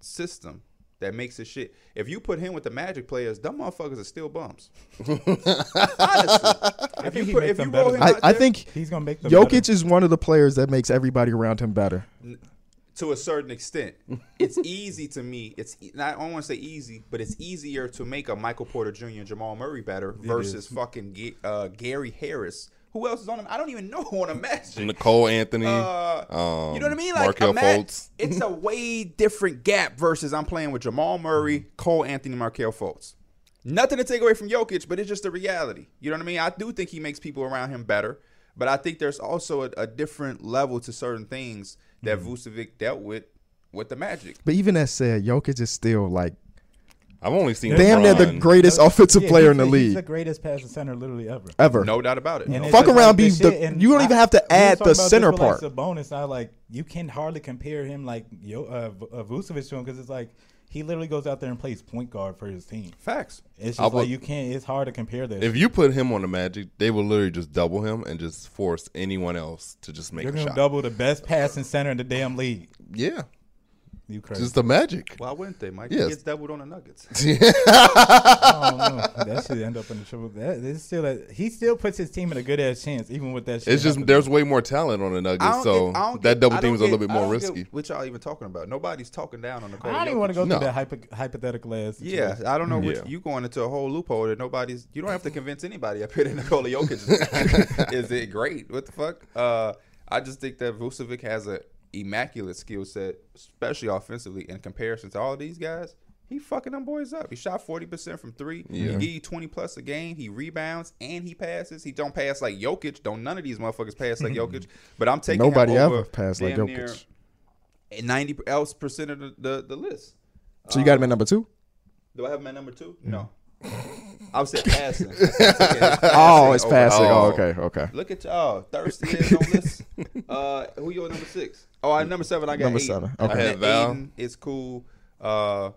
Speaker 2: system that makes his shit. If you put him with the Magic players, them motherfuckers are still bums. Honestly, if
Speaker 4: think
Speaker 2: you
Speaker 4: he
Speaker 2: put, if
Speaker 4: makes
Speaker 2: you
Speaker 4: them
Speaker 2: roll
Speaker 4: better.
Speaker 2: him
Speaker 1: I,
Speaker 2: out
Speaker 1: I
Speaker 2: there-
Speaker 1: think
Speaker 4: He's gonna make them
Speaker 1: Jokic
Speaker 4: better.
Speaker 1: is one of the players that makes everybody around him better.
Speaker 2: to a certain extent. It's easy to me. It's e- not, I don't want to say easy, but it's easier to make a Michael Porter Jr. and Jamal Murray better versus fucking Ga- uh, Gary Harris. Who else is on him? I don't even know who on a match.
Speaker 3: Nicole Anthony.
Speaker 2: Uh,
Speaker 3: um,
Speaker 2: you know what I mean? Like
Speaker 3: Markelle
Speaker 2: ima-
Speaker 3: Fultz.
Speaker 2: it's a way different gap versus I'm playing with Jamal Murray,
Speaker 3: Mm-hmm.
Speaker 2: Cole Anthony, Markel Fultz. Nothing to take away from Jokic, but it's just the reality. You know what I mean? I do think he makes people around him better, but I think there's also a, a different level to certain things that
Speaker 3: Mm-hmm.
Speaker 2: Vucevic dealt with with the Magic.
Speaker 1: But even that said, Jokic is still like
Speaker 3: I've only seen
Speaker 1: damn near the
Speaker 3: LeBron.
Speaker 1: greatest offensive
Speaker 4: Yeah,
Speaker 1: player
Speaker 4: he's
Speaker 1: in the
Speaker 4: he's
Speaker 1: league
Speaker 4: the greatest passing center literally ever.
Speaker 1: ever.
Speaker 2: No doubt about it.
Speaker 4: And it's
Speaker 1: Fuck
Speaker 4: just
Speaker 1: around, be
Speaker 4: this
Speaker 1: the-
Speaker 4: shit, and
Speaker 1: you don't even have to
Speaker 4: we was
Speaker 1: add
Speaker 4: talking
Speaker 1: the
Speaker 4: about this
Speaker 1: center
Speaker 4: with,
Speaker 1: part.
Speaker 4: Like Sabonis, I like you can hardly compare him like yo, uh, V- uh, Vucevic to him because it's like he literally goes out there and plays point guard for his team.
Speaker 2: Facts.
Speaker 4: It's just
Speaker 3: I would-
Speaker 4: like you can't. It's hard to compare this.
Speaker 3: If you put him on the Magic, they will literally just double him and just force anyone else to just make
Speaker 4: You're
Speaker 3: a
Speaker 4: gonna
Speaker 3: shot.
Speaker 4: double the best passing center in the damn league.
Speaker 3: Yeah,
Speaker 4: You crazy?
Speaker 3: just the Magic.
Speaker 2: Why wouldn't they, Mike?
Speaker 3: Yes.
Speaker 2: He gets doubled on the Nuggets.
Speaker 4: I don't know. That should end up in the triple. That it's still a, he still puts his team in a good ass chance even with that. Shit
Speaker 3: It's just
Speaker 4: happening.
Speaker 3: there's way more talent on the
Speaker 2: I
Speaker 3: Nuggets,
Speaker 2: don't
Speaker 3: so
Speaker 2: get- I don't
Speaker 3: that
Speaker 2: get-
Speaker 3: double
Speaker 2: I
Speaker 3: team
Speaker 2: don't
Speaker 3: is a little
Speaker 2: get-
Speaker 3: bit
Speaker 2: I
Speaker 3: more
Speaker 2: don't get
Speaker 3: risky.
Speaker 2: What y'all even talking about? Nobody's talking down on the.
Speaker 4: I don't even want to go
Speaker 3: No.
Speaker 4: through that hypo- hypothetical ass.
Speaker 2: Yeah,
Speaker 4: situation.
Speaker 2: I don't know. Which,
Speaker 3: Yeah.
Speaker 2: You going into a whole loophole that nobody's. You don't have to convince anybody up here that Nikola Jokic is, is it great. What the fuck? Uh, I just think that Vucevic has a immaculate skill set, especially offensively, in comparison to all these guys. He fucking them boys up. He shot forty percent from three. He
Speaker 3: Yeah.
Speaker 2: give you twenty plus a game. He rebounds and he passes. He don't pass like Jokic. Don't none of these motherfuckers pass like Jokic. But I'm taking him
Speaker 1: Nobody
Speaker 2: over
Speaker 1: ever passed like
Speaker 2: damn near
Speaker 1: Jokic.
Speaker 2: Ninety else percent of the, the, the list.
Speaker 1: So you got him at number two?
Speaker 2: Do I have my number two? No. I was saying passing.
Speaker 1: Oh, it's
Speaker 2: over.
Speaker 1: passing. Oh,
Speaker 3: Oh.
Speaker 1: okay, okay.
Speaker 2: Look at y'all. Thirsty is on this. Uh, who your number six? Oh, I number seven. I got
Speaker 1: Number
Speaker 2: Aiden.
Speaker 1: seven.
Speaker 2: I
Speaker 1: Okay.
Speaker 3: I
Speaker 2: had
Speaker 3: had Val.
Speaker 2: Aiden. It's cool. Uh,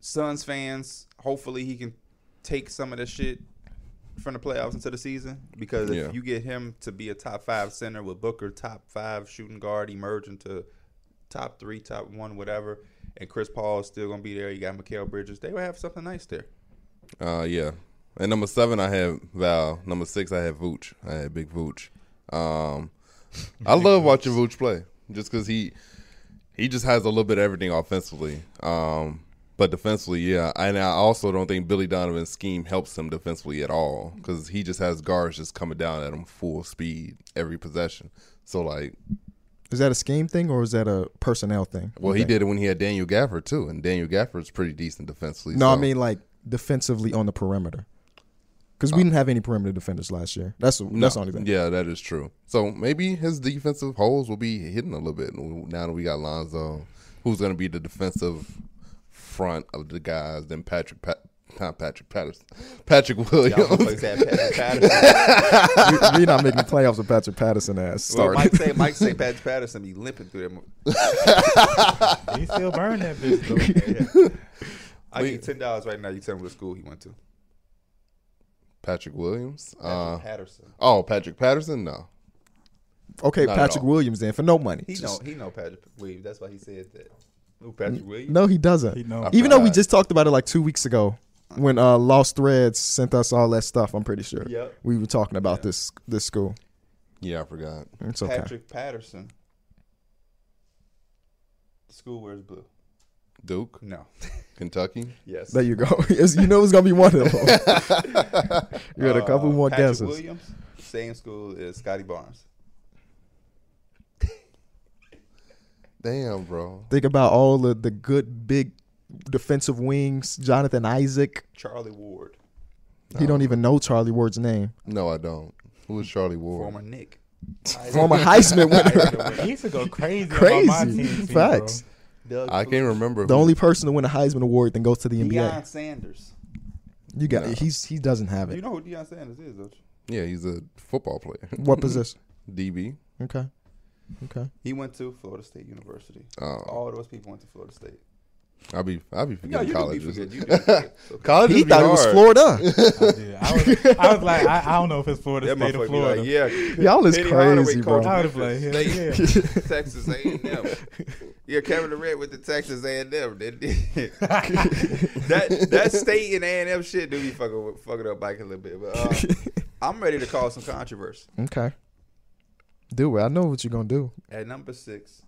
Speaker 2: Suns fans. Hopefully he can take some of this shit from the playoffs into the season because if
Speaker 3: Yeah.
Speaker 2: you get him to be a top five center with Booker, top five shooting guard, emerging to top three, top one, whatever, and Chris Paul is still gonna be there. You got Mikael Bridges. They will have something nice there.
Speaker 3: Uh, yeah. And number seven, I have Val. Number six, I have Vooch. I had Big Vooch. Um, I love watching Vooch play just because he he just has a little bit of everything offensively. Um, but defensively, yeah. And I also don't think Billy Donovan's scheme helps him defensively at all because he just has guards just coming down at him full speed every possession. So like,
Speaker 1: Is that a scheme thing or is that a personnel thing?
Speaker 3: well,
Speaker 1: Okay.
Speaker 3: he did it when he had Daniel Gafford too, and Daniel Gafford's pretty decent defensively.
Speaker 1: No, I
Speaker 3: so-
Speaker 1: mean like defensively on the perimeter. Because we didn't have any perimeter defenders last year. That's that's the only thing.
Speaker 3: Yeah, that is true. So maybe his defensive holes will be hidden a little bit now that we got Lonzo, who's going to be the defensive front of the guys. Then Patrick, Pat, not Patrick Patterson, Patrick
Speaker 2: Y'all
Speaker 3: Williams.
Speaker 2: motherfuckers had Patrick Patterson.
Speaker 1: we, we're not making the playoffs with Patrick Patterson ass.
Speaker 2: Well,
Speaker 1: Start.
Speaker 2: Mike say Mike say Patrick Patterson be limping through that. mo-
Speaker 4: he still burned that bitch though.
Speaker 2: I need ten dollars right now. You tell me what school he went to.
Speaker 3: Patrick Williams. Uh,
Speaker 2: Patrick Patterson.
Speaker 3: oh, Patrick Patterson. No,
Speaker 1: okay,
Speaker 3: not at
Speaker 1: Patrick
Speaker 3: all.
Speaker 1: Williams then for no money.
Speaker 2: He know
Speaker 1: Just-
Speaker 2: he know Patrick Williams. That's why he said that. Who Patrick Williams?
Speaker 1: no, he doesn't.
Speaker 4: He know.
Speaker 1: Even though we
Speaker 3: Alright.
Speaker 1: just talked about it like two weeks ago when uh, Lost Threads sent us all that stuff, I'm pretty sure.
Speaker 2: Yep.
Speaker 1: We were talking about this this school.
Speaker 3: yeah, I forgot.
Speaker 1: It's okay.
Speaker 2: Patrick Patterson. The school wears blue.
Speaker 3: Duke,
Speaker 2: No.
Speaker 3: Kentucky.
Speaker 2: yes.
Speaker 1: There you go. It's- you know it's gonna be one of them. you had a couple
Speaker 2: Uh,
Speaker 1: more
Speaker 2: Patrick
Speaker 1: guesses.
Speaker 2: Williams, same school as Scotty Barnes.
Speaker 3: Damn, bro.
Speaker 1: Think about all the, the good big defensive wings. Jonathan Isaac.
Speaker 2: Charlie Ward,
Speaker 1: He don't even know Charlie Ward's name.
Speaker 3: No, I don't. Who is Charlie Ward?
Speaker 2: former Nick.
Speaker 1: Former Heisman winner.
Speaker 4: I used to go crazy. Crazy. my
Speaker 1: Crazy
Speaker 4: team, team, bro.
Speaker 1: facts.
Speaker 2: Doug
Speaker 3: I can't remember.
Speaker 1: The
Speaker 3: who-
Speaker 1: only person to win a Heisman award then goes to the NBA.
Speaker 2: Deion Sanders.
Speaker 1: You got
Speaker 3: No.
Speaker 1: he's he doesn't have it.
Speaker 2: You know who Deion Sanders is, don't you?
Speaker 3: Yeah, he's a football player.
Speaker 1: what position?
Speaker 3: DB.
Speaker 1: Okay. Okay.
Speaker 2: He went to Florida State University.
Speaker 3: Oh,
Speaker 2: All those people went to Florida State.
Speaker 3: I'll be I'll be
Speaker 2: No, you
Speaker 3: forgetting
Speaker 2: do be
Speaker 3: colleges.
Speaker 2: forgetting. You do be forgetting. So,
Speaker 3: Colleges
Speaker 1: He
Speaker 3: be
Speaker 1: thought it was
Speaker 3: hard.
Speaker 1: Florida.
Speaker 4: I did. I was, I was like, I, I don't know if it's Florida
Speaker 2: that
Speaker 4: State
Speaker 2: motherfucker
Speaker 4: or
Speaker 2: be
Speaker 4: Florida.
Speaker 2: like, yeah.
Speaker 1: Y'all is
Speaker 2: Penny Hardaway
Speaker 1: crazy,
Speaker 2: coached
Speaker 1: bro.
Speaker 4: I would've like, yeah,
Speaker 2: Memphis
Speaker 4: yeah.
Speaker 2: State, Texas A&M. Yeah, Kevin Durant with the Texas A&M. that that state and A&M shit do be fucking fucking up Mike a little bit. But uh, I'm ready to cause some controversy.
Speaker 1: okay. Do it. I know what you're gonna do.
Speaker 2: At number six,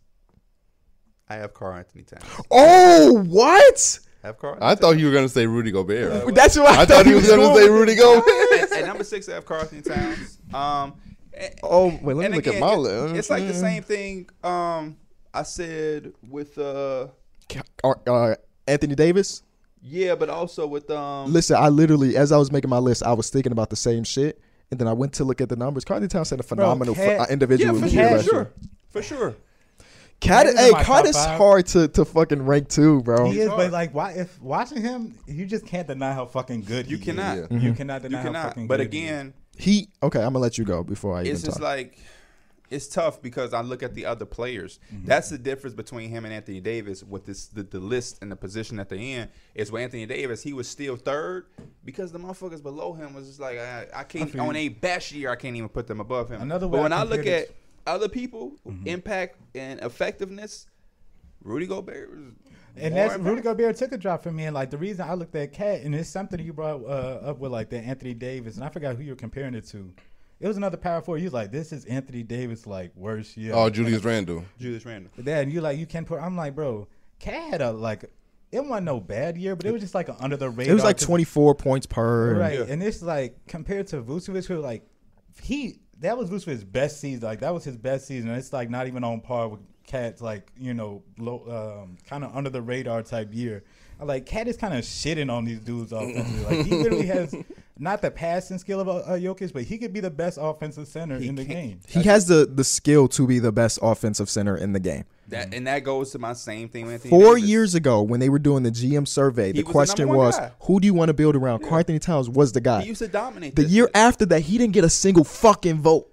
Speaker 2: I have Carl Anthony Towns.
Speaker 1: Oh, what?
Speaker 2: I have Carl.
Speaker 3: I thought you were gonna say Rudy Gobert.
Speaker 1: That's what
Speaker 3: I thought he was gonna say Rudy Gobert.
Speaker 2: at, at number six, I have Carl Anthony Towns. Um, and,
Speaker 1: Oh, wait. Let
Speaker 2: and
Speaker 1: me look
Speaker 2: again,
Speaker 1: at my
Speaker 2: it-
Speaker 1: list.
Speaker 2: It's like the same thing. Um, I said with uh,
Speaker 1: Or, uh, Anthony Davis.
Speaker 2: yeah, but also with um,
Speaker 1: Listen, I literally, as I was making my list, I was thinking about the same shit, and then I went to look at the numbers. Carney Towns had a phenomenal
Speaker 4: Cat-
Speaker 1: f- uh, individual
Speaker 2: yeah, for
Speaker 1: year
Speaker 2: sure,
Speaker 1: last
Speaker 2: sure,
Speaker 1: year.
Speaker 2: for sure.
Speaker 1: Cat,
Speaker 4: He's in
Speaker 1: hey,
Speaker 4: my top
Speaker 1: Cat is
Speaker 4: five.
Speaker 1: hard to, to fucking rank too, bro.
Speaker 4: He is,
Speaker 2: hard.
Speaker 4: but like, why? If watching him, you just can't deny how fucking good
Speaker 2: You
Speaker 4: he
Speaker 2: cannot.
Speaker 4: Is.
Speaker 1: Mm-hmm.
Speaker 4: You cannot
Speaker 2: You
Speaker 4: deny how
Speaker 2: cannot.
Speaker 4: fucking
Speaker 2: But
Speaker 4: good he is.
Speaker 2: again,
Speaker 1: He okay. I'm gonna let you go before I even
Speaker 2: it's just
Speaker 1: talk.
Speaker 2: like it's tough because I look at the other players.
Speaker 1: Mm-hmm.
Speaker 2: That's the difference between him and Anthony Davis with this the, the list and the position at the end is with Anthony Davis he was still third because the motherfuckers below him was just like I, I can't
Speaker 4: feel
Speaker 2: on
Speaker 4: you.
Speaker 2: a best year I can't even put them above him.
Speaker 4: Another way
Speaker 2: but
Speaker 4: I
Speaker 2: when I, look
Speaker 4: compare
Speaker 2: at
Speaker 4: this-
Speaker 2: other people
Speaker 1: Mm-hmm.
Speaker 2: impact and effectiveness, Rudy Gobert was
Speaker 4: And
Speaker 2: more
Speaker 4: that's
Speaker 2: impactful.
Speaker 4: Rudy Gobert took a drop from me, and like the reason I looked at Cat, and it's something you brought uh, up with like the Anthony Davis, and I forgot who you were comparing it to. It was another power four. You was like, this is Anthony Davis like worst year.
Speaker 3: Oh, Julius Randle.
Speaker 2: Julius Randle.
Speaker 4: Then you like you can put. I'm like, bro, Cat had a like. It wasn't no bad year, but it was just like an under the radar.
Speaker 1: it was like
Speaker 4: to-
Speaker 1: 24 points per.
Speaker 4: right?
Speaker 2: Yeah.
Speaker 4: And it's like compared to Vucevic, who like he that was Vucevic's best season. Like that was his best season. And it's like not even on par with Cat's like you know low, um, kind of under the radar type year. I'm Like Cat is kind of shitting on these dudes offensively. like he literally has not the passing skill of uh, Jokic, but he could be the best offensive center in the game.
Speaker 1: He has the the skill to be the best offensive center in the game.
Speaker 2: That and that goes to my same thing with Anthony
Speaker 1: Four
Speaker 2: Davis.
Speaker 1: years ago, when they were doing the GM survey, the
Speaker 2: was the
Speaker 1: question
Speaker 2: number one
Speaker 1: was,
Speaker 2: guy.
Speaker 1: "Who do you want to build around?" Carl Anthony Towns was the guy.
Speaker 2: He used to dominate
Speaker 1: the
Speaker 2: this
Speaker 1: year
Speaker 2: shit.
Speaker 1: after that, he didn't get a single fucking vote.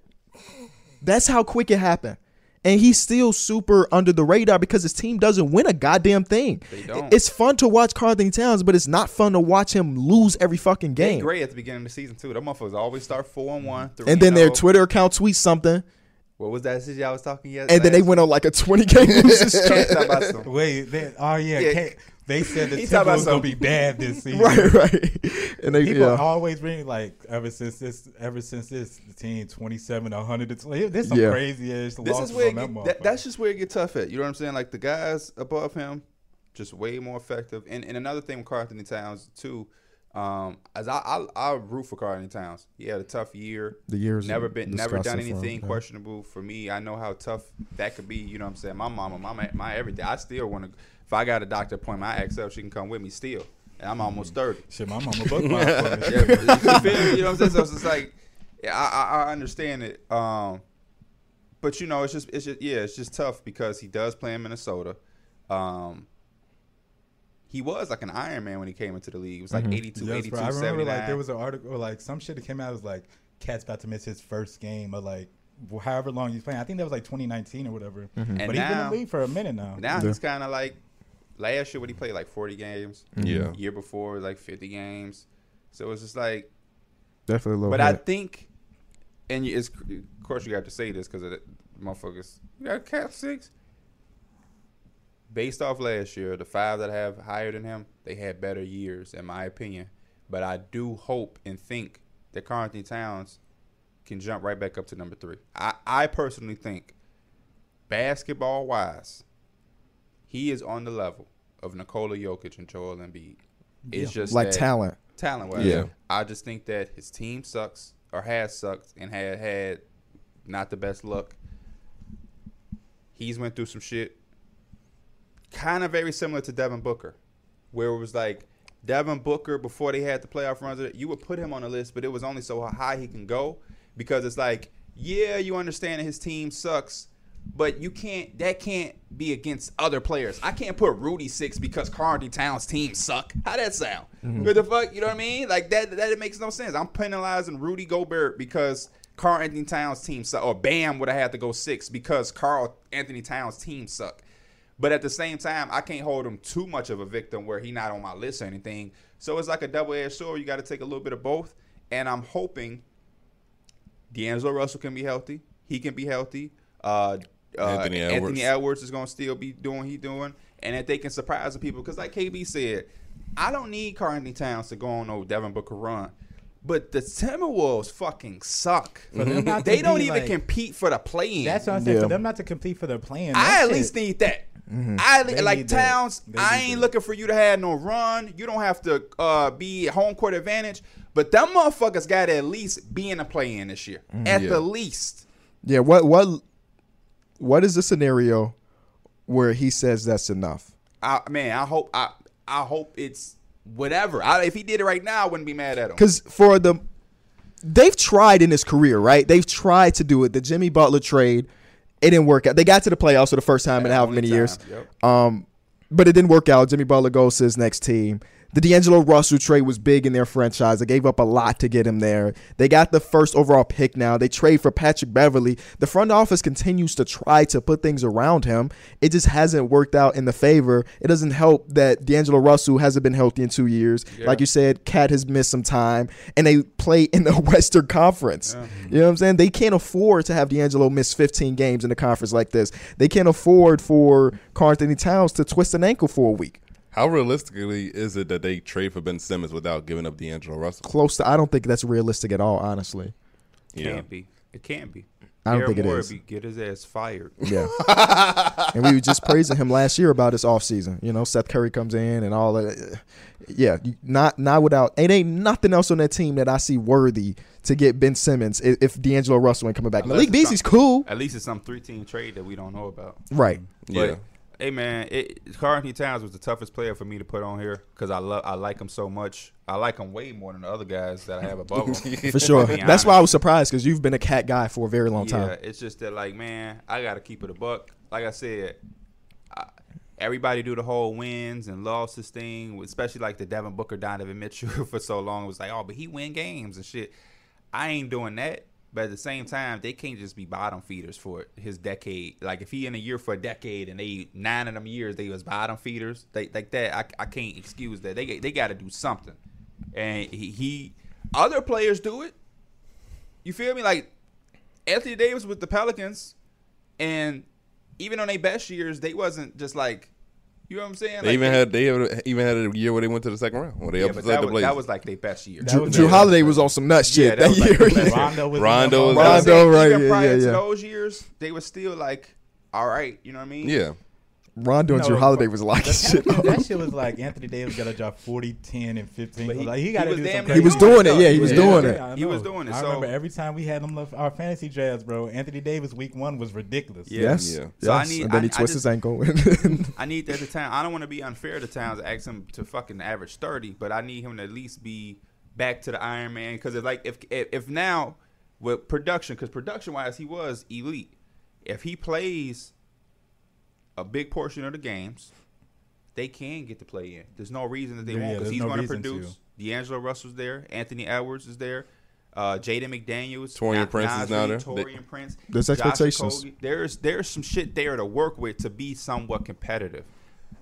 Speaker 1: That's how quick it happened. And he's still super under the radar because his team doesn't win a goddamn thing.
Speaker 2: They don't.
Speaker 1: It's fun to watch Carl Anthony Towns, but it's not fun to watch him lose every fucking
Speaker 2: They
Speaker 1: game.
Speaker 2: great at the beginning of the season too. Them motherfuckers always start four and one. Three
Speaker 1: And then their
Speaker 2: oh.
Speaker 1: Twitter account tweets something,
Speaker 2: What was that city I was talking yesterday?
Speaker 1: and then they went on like a 20 game losing streak.
Speaker 2: talking about some.
Speaker 4: Wait, they, oh yeah,
Speaker 2: Yeah.
Speaker 4: Cat, they said the
Speaker 2: He talking about
Speaker 4: Timberwolves gonna
Speaker 2: some-
Speaker 4: be bad this season.
Speaker 1: right, right. And they,
Speaker 4: People
Speaker 1: yeah.
Speaker 4: always bring like ever since this, ever since this team twenty seven hundred. This some
Speaker 1: Yeah.
Speaker 4: crazy ass
Speaker 2: This
Speaker 4: losses
Speaker 2: is where
Speaker 4: on
Speaker 2: it
Speaker 4: that
Speaker 2: get, that,
Speaker 4: motherfucker.
Speaker 2: that's just where it get tough at. You know what I'm saying? Like the guys above him, just way more effective. And and another thing with Carl Anthony Towns too, um, as I I, I root for Carl Anthony Towns. He had a tough year.
Speaker 1: The years
Speaker 2: never
Speaker 1: are
Speaker 2: been never done
Speaker 1: disgusting for him,
Speaker 2: anything
Speaker 1: yeah.
Speaker 2: questionable for me. I know how tough that could be. You know what I'm saying? My mama, my ma- my everything. I still want to. If I got a doctor appointment, I ask her if she can come with me still. And I'm almost thirty.
Speaker 4: Shit, my mama booked my appointment.
Speaker 2: yeah, you feel me? You know what I'm saying? So it's just like, yeah, I, I, I understand it. Um, but you know, it's just, it's just, yeah, it's just tough because he does play in Minnesota. Um, he was like an Iron Man when he came into the league. It was like 82,
Speaker 4: Mm-hmm. Yes,
Speaker 2: 82,
Speaker 4: bro. I remember
Speaker 2: 79.
Speaker 4: like there was an article, like some shit that came out it was like Cat's about to miss his first game or like however long he's playing. I think that was like twenty nineteen or whatever.
Speaker 1: Mm-hmm.
Speaker 2: And
Speaker 4: But he's been in
Speaker 2: now-
Speaker 4: the league for a minute now.
Speaker 2: now he's kind of like last year when he played like 40 games.
Speaker 3: Yeah.
Speaker 2: Year before, like 50 games. So it's just like,
Speaker 1: Definitely a little
Speaker 2: But I
Speaker 1: hit.
Speaker 2: think, and you- it's of course you have to say this because of the motherfuckers. You got cap six. Based off last year, the five that I have higher than him, they had better years, in my opinion. But I do hope and think that Carl Anthony Towns can jump right back up to number three. I, I personally think, basketball wise, he is on the level of Nikola Jokic and Joel Embiid. It's just
Speaker 1: like
Speaker 2: that-
Speaker 1: talent.
Speaker 2: talent wise.
Speaker 3: Yeah.
Speaker 2: I just think that his team sucks or has sucked and had had not the best luck. He's went through some shit, kind of very similar to Devin Booker, where it was like Devin Booker before they had the playoff runs. You would put him on the list, but it was only so high he can go because it's like, yeah, you understand that his team sucks. But you can't. That can't be against other players. I can't put Rudy six because Carnegie Towns team suck. How that sound? What the fuck? You know what I mean? Like that. That it makes no sense. I'm penalizing Rudy Gobert because Carl Anthony Towns team suck, or Bam would have had to go six because Carl Anthony Towns team suck. But at the same time, I can't hold him too much of a victim where he not on my list or anything. So it's like a double edged sword. You got to take a little bit of both. And I'm hoping D'Angelo Russell can be healthy. He can be healthy. Uh, uh, Anthony,
Speaker 3: Anthony
Speaker 2: Edwards.
Speaker 3: Edwards.
Speaker 2: is going to still be doing what he doing, and that they can surprise the people. Because like KB said, I don't need Carl Anthony Towns to go on no Devin Booker run. But the Timberwolves fucking suck.
Speaker 4: them not to
Speaker 2: They don't
Speaker 4: be,
Speaker 2: even
Speaker 4: like-
Speaker 2: compete for the play-in.
Speaker 4: That's what I'm saying.
Speaker 1: Yeah.
Speaker 4: For them not to complete for their plan.
Speaker 2: I
Speaker 4: that
Speaker 2: at least
Speaker 4: shit-
Speaker 2: need that.
Speaker 1: mm-hmm.
Speaker 2: I li-
Speaker 4: They
Speaker 2: like
Speaker 4: need that.
Speaker 2: Towns.
Speaker 4: They
Speaker 2: I
Speaker 4: need
Speaker 2: ain't
Speaker 4: that.
Speaker 2: looking for you to have no run. You don't have to uh, be at home court advantage. But them motherfuckers got to at least be in a play in this year.
Speaker 1: Mm-hmm.
Speaker 2: At
Speaker 3: Yeah.
Speaker 2: the least,
Speaker 1: Yeah. What what what is the scenario where he says that's enough?
Speaker 2: I, man. I hope. I I hope it's whatever. I, if he did it right now, I wouldn't be mad at him.
Speaker 1: Because for the they've tried in his career, right? They've tried to do it. The Jimmy Butler trade, it didn't work out. They got to the playoffs for the first time in
Speaker 2: That
Speaker 1: how
Speaker 2: only
Speaker 1: many
Speaker 2: time,
Speaker 1: years?
Speaker 2: yep.
Speaker 1: Um, but it didn't work out. Jimmy Butler goes to his next team. The D'Angelo Russell trade was big in their franchise. They gave up a lot to get him there. They got the first overall pick now. They trade for Patrick Beverly. The front office continues to try to put things around him. It just hasn't worked out in the favor. It doesn't help that D'Angelo Russell hasn't been healthy in two years. Like you said, Cat has missed some time, and they play in the Western Conference. You know what I'm saying? They can't afford to have D'Angelo miss 15 games in the conference like this. They can't afford for Carl Anthony Towns to twist an ankle for a week.
Speaker 3: How realistically is it that they trade for Ben Simmons without giving up D'Angelo Russell?
Speaker 1: Close to, I don't think that's realistic at all, honestly.
Speaker 3: Yeah.
Speaker 2: Can't be. It can't be.
Speaker 1: I don't
Speaker 2: Daryl
Speaker 1: think it
Speaker 2: Morey
Speaker 1: is.
Speaker 2: be- Get his ass fired.
Speaker 1: Yeah. and we were just praising him last year about his offseason. You know, Seth Curry comes in and all that. Yeah, you- not not without. It ain't nothing else on that team that I see worthy to get Ben Simmons if, if D'Angelo Russell ain't coming back.
Speaker 2: Unless
Speaker 1: Malik
Speaker 2: it's
Speaker 1: Beasley's
Speaker 2: some-
Speaker 1: cool.
Speaker 2: At least it's some three team trade that we don't know about.
Speaker 1: Right.
Speaker 3: Yeah.
Speaker 2: But, hey man, it, Carl Anthony Towns was the toughest player for me to put on here because I love I like him so much. I like him way more than the other guys that I have above him.
Speaker 1: For sure.
Speaker 2: To be
Speaker 1: That's why I
Speaker 2: honest.
Speaker 1: was surprised because you've been a cat guy for a very long
Speaker 2: Yeah,
Speaker 1: time.
Speaker 2: it's just that like man, I gotta keep it a buck. Like I said, I, everybody do the whole wins and losses thing, especially like the Devin Booker, Donovan Mitchell for so long. It was like, oh, but he win games and shit. I ain't doing that. But at the same time, they can't just be bottom feeders for his decade. Like if he in a year for a decade and they nine of them years they was bottom feeders, they like that. I, I can't excuse that. They they got to do something. And he, he other players do it. You feel me? Like Anthony Davis with the Pelicans, and even on their best years, they wasn't just like, you know what I'm saying?
Speaker 3: They
Speaker 2: Like,
Speaker 3: even had they ever- even had a year where they went to the second round where they
Speaker 2: yeah, but
Speaker 3: upset
Speaker 2: that,
Speaker 3: the
Speaker 2: was,
Speaker 3: Blazers.
Speaker 2: that was like their best year.
Speaker 4: That
Speaker 1: Drew,
Speaker 4: was
Speaker 1: Drew
Speaker 4: it.
Speaker 1: Holiday was on some nut shit that,
Speaker 2: that was like
Speaker 1: year.
Speaker 2: the best year.
Speaker 4: Rondo was
Speaker 3: Rondo was-
Speaker 4: in the
Speaker 2: But I'm saying,
Speaker 1: Rondo, right,
Speaker 2: Even
Speaker 1: yeah,
Speaker 2: prior
Speaker 1: yeah,
Speaker 2: to
Speaker 1: yeah.
Speaker 2: those years, they were still like, all right, you know what I mean?
Speaker 3: yeah.
Speaker 1: Rondo and
Speaker 4: No,
Speaker 1: Drew
Speaker 4: but-
Speaker 1: Holiday was locking shit
Speaker 4: that,
Speaker 1: up.
Speaker 4: that shit was like Anthony Davis got to drop 40, 10, and 15.
Speaker 2: But he-
Speaker 4: like, he
Speaker 2: he
Speaker 4: got to
Speaker 2: was
Speaker 4: do
Speaker 2: damn
Speaker 4: something.
Speaker 2: near
Speaker 1: He was doing it. Yeah, he was
Speaker 3: Yeah.
Speaker 1: doing
Speaker 2: Yeah.
Speaker 1: it.
Speaker 4: I
Speaker 2: He was
Speaker 4: know.
Speaker 2: doing it,
Speaker 4: I
Speaker 2: so-
Speaker 4: remember every time we had him left our fantasy drafts, bro. Anthony Davis week one was ridiculous.
Speaker 1: Yes.
Speaker 3: Yeah.
Speaker 2: So I
Speaker 1: yes.
Speaker 2: need-
Speaker 1: and then
Speaker 2: I-
Speaker 1: he
Speaker 2: I
Speaker 1: twists his
Speaker 2: just-
Speaker 1: ankle.
Speaker 2: I need that to Towns. I don't want to be unfair to Towns. Ask him to fucking average thirty, but I need him to at least be back to the Iron Man. Because if like if if, if now with production, because production wise he was elite. If he plays a big portion of the games, they can get to play in. There's no reason that they
Speaker 4: Yeah,
Speaker 2: won't because
Speaker 4: there's
Speaker 2: he's
Speaker 4: no
Speaker 2: going to
Speaker 4: reason to.
Speaker 2: produce. D'Angelo Russell's there. Anthony Edwards is there. Uh, Jaden McDaniels,
Speaker 3: Torian
Speaker 2: Na-
Speaker 3: Prince is
Speaker 2: Nas
Speaker 3: now
Speaker 2: Reed,
Speaker 3: there. They-
Speaker 2: Torian Prince.
Speaker 1: There's
Speaker 2: Josh
Speaker 1: expectations.
Speaker 2: Okogie. There's there's some shit there to work with to be somewhat competitive.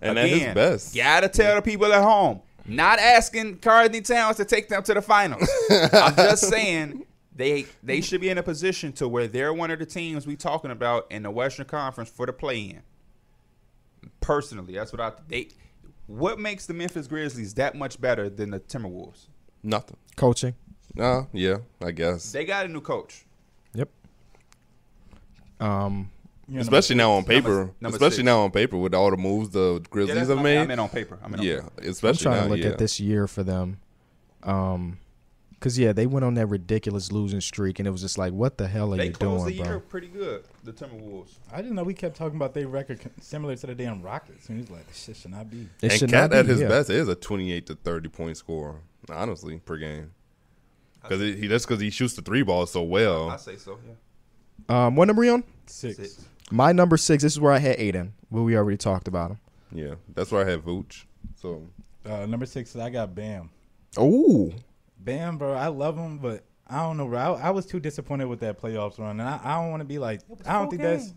Speaker 3: And at his best.
Speaker 2: Gotta tell the people at home, not asking Cardi Towns to take them to the finals. I'm just saying they they should be in a position to where they're one of the teams we talking about in the Western Conference for the play in. Personally, that's what I they what makes the Memphis Grizzlies that much better than the Timberwolves?
Speaker 3: Nothing.
Speaker 1: Coaching.
Speaker 3: Nah, yeah, I guess.
Speaker 2: They got a new coach.
Speaker 1: Yep. Um,
Speaker 4: You know,
Speaker 3: especially now on paper.
Speaker 2: number
Speaker 3: especially
Speaker 2: six.
Speaker 3: now on paper with all the moves the
Speaker 2: Yeah,
Speaker 3: Grizzlies
Speaker 2: that's
Speaker 3: have
Speaker 2: my-
Speaker 3: made.
Speaker 2: I'm in on paper. I'm in on
Speaker 3: yeah,
Speaker 2: paper.
Speaker 1: I'm
Speaker 3: especially
Speaker 1: trying
Speaker 3: now.
Speaker 1: to look
Speaker 3: yeah.
Speaker 1: at this year for them. Um, cause yeah, they went on that ridiculous losing streak, and it was just like, what the hell are
Speaker 2: They
Speaker 1: you
Speaker 2: closed
Speaker 1: doing,
Speaker 2: the year
Speaker 1: bro?
Speaker 2: pretty good. The Timberwolves.
Speaker 4: I didn't know we kept talking about their record con- similar to the damn Rockets. And he's like, this shit should not be.
Speaker 1: It
Speaker 3: and
Speaker 1: should not
Speaker 3: Cat
Speaker 1: be,
Speaker 3: at his
Speaker 1: yeah.
Speaker 3: best is a twenty-eight to thirty point scorer, honestly, per game. Because he that's because he shoots the three ball so well.
Speaker 2: I say so. Yeah.
Speaker 1: Um, what number you on?
Speaker 4: Oh. Six.
Speaker 2: Six.
Speaker 1: My number six. This is where I had Aiden, but we already talked about him.
Speaker 3: Yeah, that's where I have Vooch. So
Speaker 4: Uh, number six, I got Bam.
Speaker 1: Oh,
Speaker 4: Bam, bro, I love him, but I don't know, bro. I, I was too disappointed with that playoffs run, and I, I don't want to be like, I don't think that's,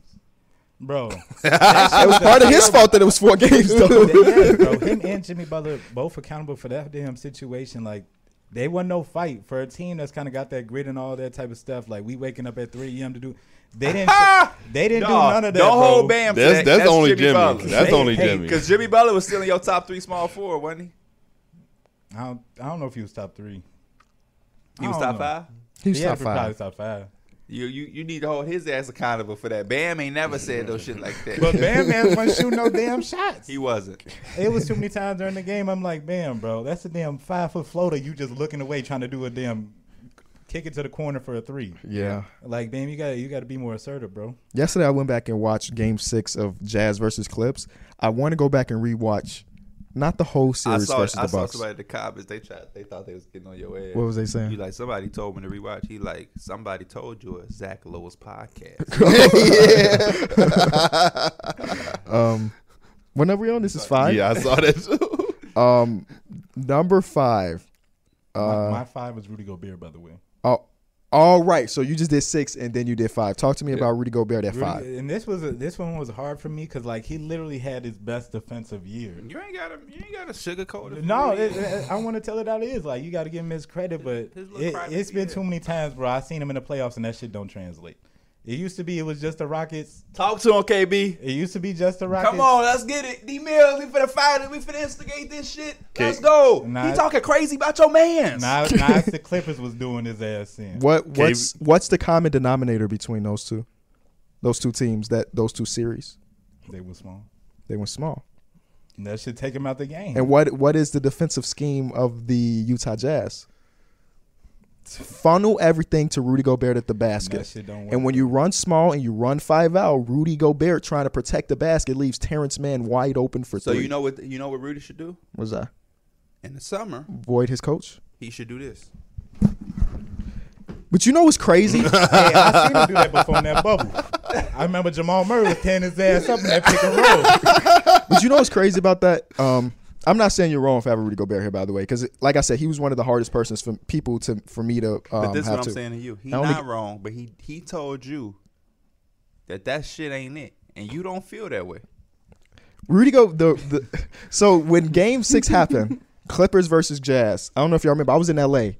Speaker 4: bro.
Speaker 1: it was part of his fault that it was four games though.
Speaker 4: yeah, bro. Him and Jimmy Butler both accountable for that damn situation. Like, they won no fight for a team that's kind of got that grit and all that type of stuff. Like, we waking up at 3 a.m. to do. They didn't. they didn't do
Speaker 2: Dog,
Speaker 4: none of that.
Speaker 2: Don't
Speaker 4: bro.
Speaker 2: hold Bam. to
Speaker 3: Ah! that's
Speaker 2: that.
Speaker 3: that's, only Jimmy.
Speaker 2: Butler.
Speaker 3: That's
Speaker 4: Hey,
Speaker 3: only
Speaker 4: hey,
Speaker 3: Jimmy.
Speaker 2: Because Jimmy Butler was still in your top three small four, wasn't he?
Speaker 4: I don't, I don't know if he was top three.
Speaker 2: He
Speaker 4: I
Speaker 2: was
Speaker 4: don't
Speaker 2: top
Speaker 4: know.
Speaker 2: five.
Speaker 1: He was
Speaker 4: yeah,
Speaker 1: top
Speaker 4: probably
Speaker 1: five.
Speaker 4: top five.
Speaker 2: You you you need to hold his ass accountable for that. Bam ain't never said no shit like that.
Speaker 4: But Bam man wasn't shooting no damn shots.
Speaker 2: he wasn't.
Speaker 4: It was too many times during the game. I'm like, Bam, bro, that's a damn five foot floater. You just looking away, trying to do a damn kick it to the corner for a three.
Speaker 1: Yeah.
Speaker 4: Like, Bam, you got to you got to be more assertive, bro.
Speaker 1: Yesterday, I went back and watched Game Six of Jazz versus Clips. I want to go back and rewatch, not the whole
Speaker 2: I
Speaker 1: series
Speaker 2: saw
Speaker 1: versus
Speaker 2: I
Speaker 1: the
Speaker 2: saw
Speaker 1: Bucks.
Speaker 2: somebody in the comments. They tried. They thought they was getting on your ass.
Speaker 1: What was they saying?
Speaker 2: You like somebody told me to rewatch. He like somebody told you a Zach Lowe's podcast.
Speaker 1: um, what number you on? This is five.
Speaker 3: yeah, I saw that too.
Speaker 1: Um, number five.
Speaker 4: my,
Speaker 1: Uh,
Speaker 4: my five was Rudy Gobert, by the way.
Speaker 1: oh, all right. So you just did six, and then you did five. Talk to me about Rudy Gobert at
Speaker 4: Rudy-
Speaker 1: five.
Speaker 4: and this was a, this one was hard for me because like he literally had his best defensive year.
Speaker 2: you ain't got a you ain't got a sugarcoat. it.
Speaker 4: No, it, it, I want to tell it out it is. Like you got to give him his credit, but
Speaker 2: His little
Speaker 4: it,
Speaker 2: pride
Speaker 4: it's
Speaker 2: is
Speaker 4: been
Speaker 2: here.
Speaker 4: too many times, bro. I seen him in the playoffs, and that shit don't translate. It used to be it was just the Rockets.
Speaker 2: Talk to him, KB.
Speaker 4: It used to be just the Rockets.
Speaker 2: Come on, let's get it. D Mills, we finna fight it. We finna instigate this shit. Let's
Speaker 3: Okay.
Speaker 2: go.
Speaker 4: Nah.
Speaker 2: he talking crazy about your mans.
Speaker 4: Now, now it's the Clippers was doing his ass in.
Speaker 1: What what's what's the common denominator between those two, those two teams that those two series?
Speaker 4: They was small.
Speaker 1: They went small.
Speaker 4: And that should take him out the game.
Speaker 1: And what what is the defensive scheme of the Utah Jazz? Funnel everything to Rudy Gobert at the
Speaker 4: that
Speaker 1: basket.
Speaker 4: shit don't work.
Speaker 1: And when you run small and you run five out, Rudy Gobert trying to protect the basket leaves Terrence Mann wide open for
Speaker 2: So
Speaker 1: three.
Speaker 2: you know what you know what Rudy should do
Speaker 1: was that
Speaker 2: in the summer?
Speaker 1: void his coach?
Speaker 2: He should do this.
Speaker 1: But you know what's crazy?
Speaker 4: Hey, I seen him do that before in that bubble. I remember Jamal Murray was tearing his ass up in that pick and roll.
Speaker 1: but you know what's crazy about that? Um, I'm not saying you're wrong for having Rudy Gobert here, by the way, because like I said, he was one of the hardest persons for people to for me to um,
Speaker 2: But this is
Speaker 1: have
Speaker 2: what I'm
Speaker 1: to.
Speaker 2: saying to you. He
Speaker 1: I don't
Speaker 2: not
Speaker 1: think-
Speaker 2: wrong, but he he told you that that shit ain't it, and you don't feel that way.
Speaker 1: Rudy Go the, the so when game six happened, Clippers versus Jazz. I don't know if y'all remember, I was in LA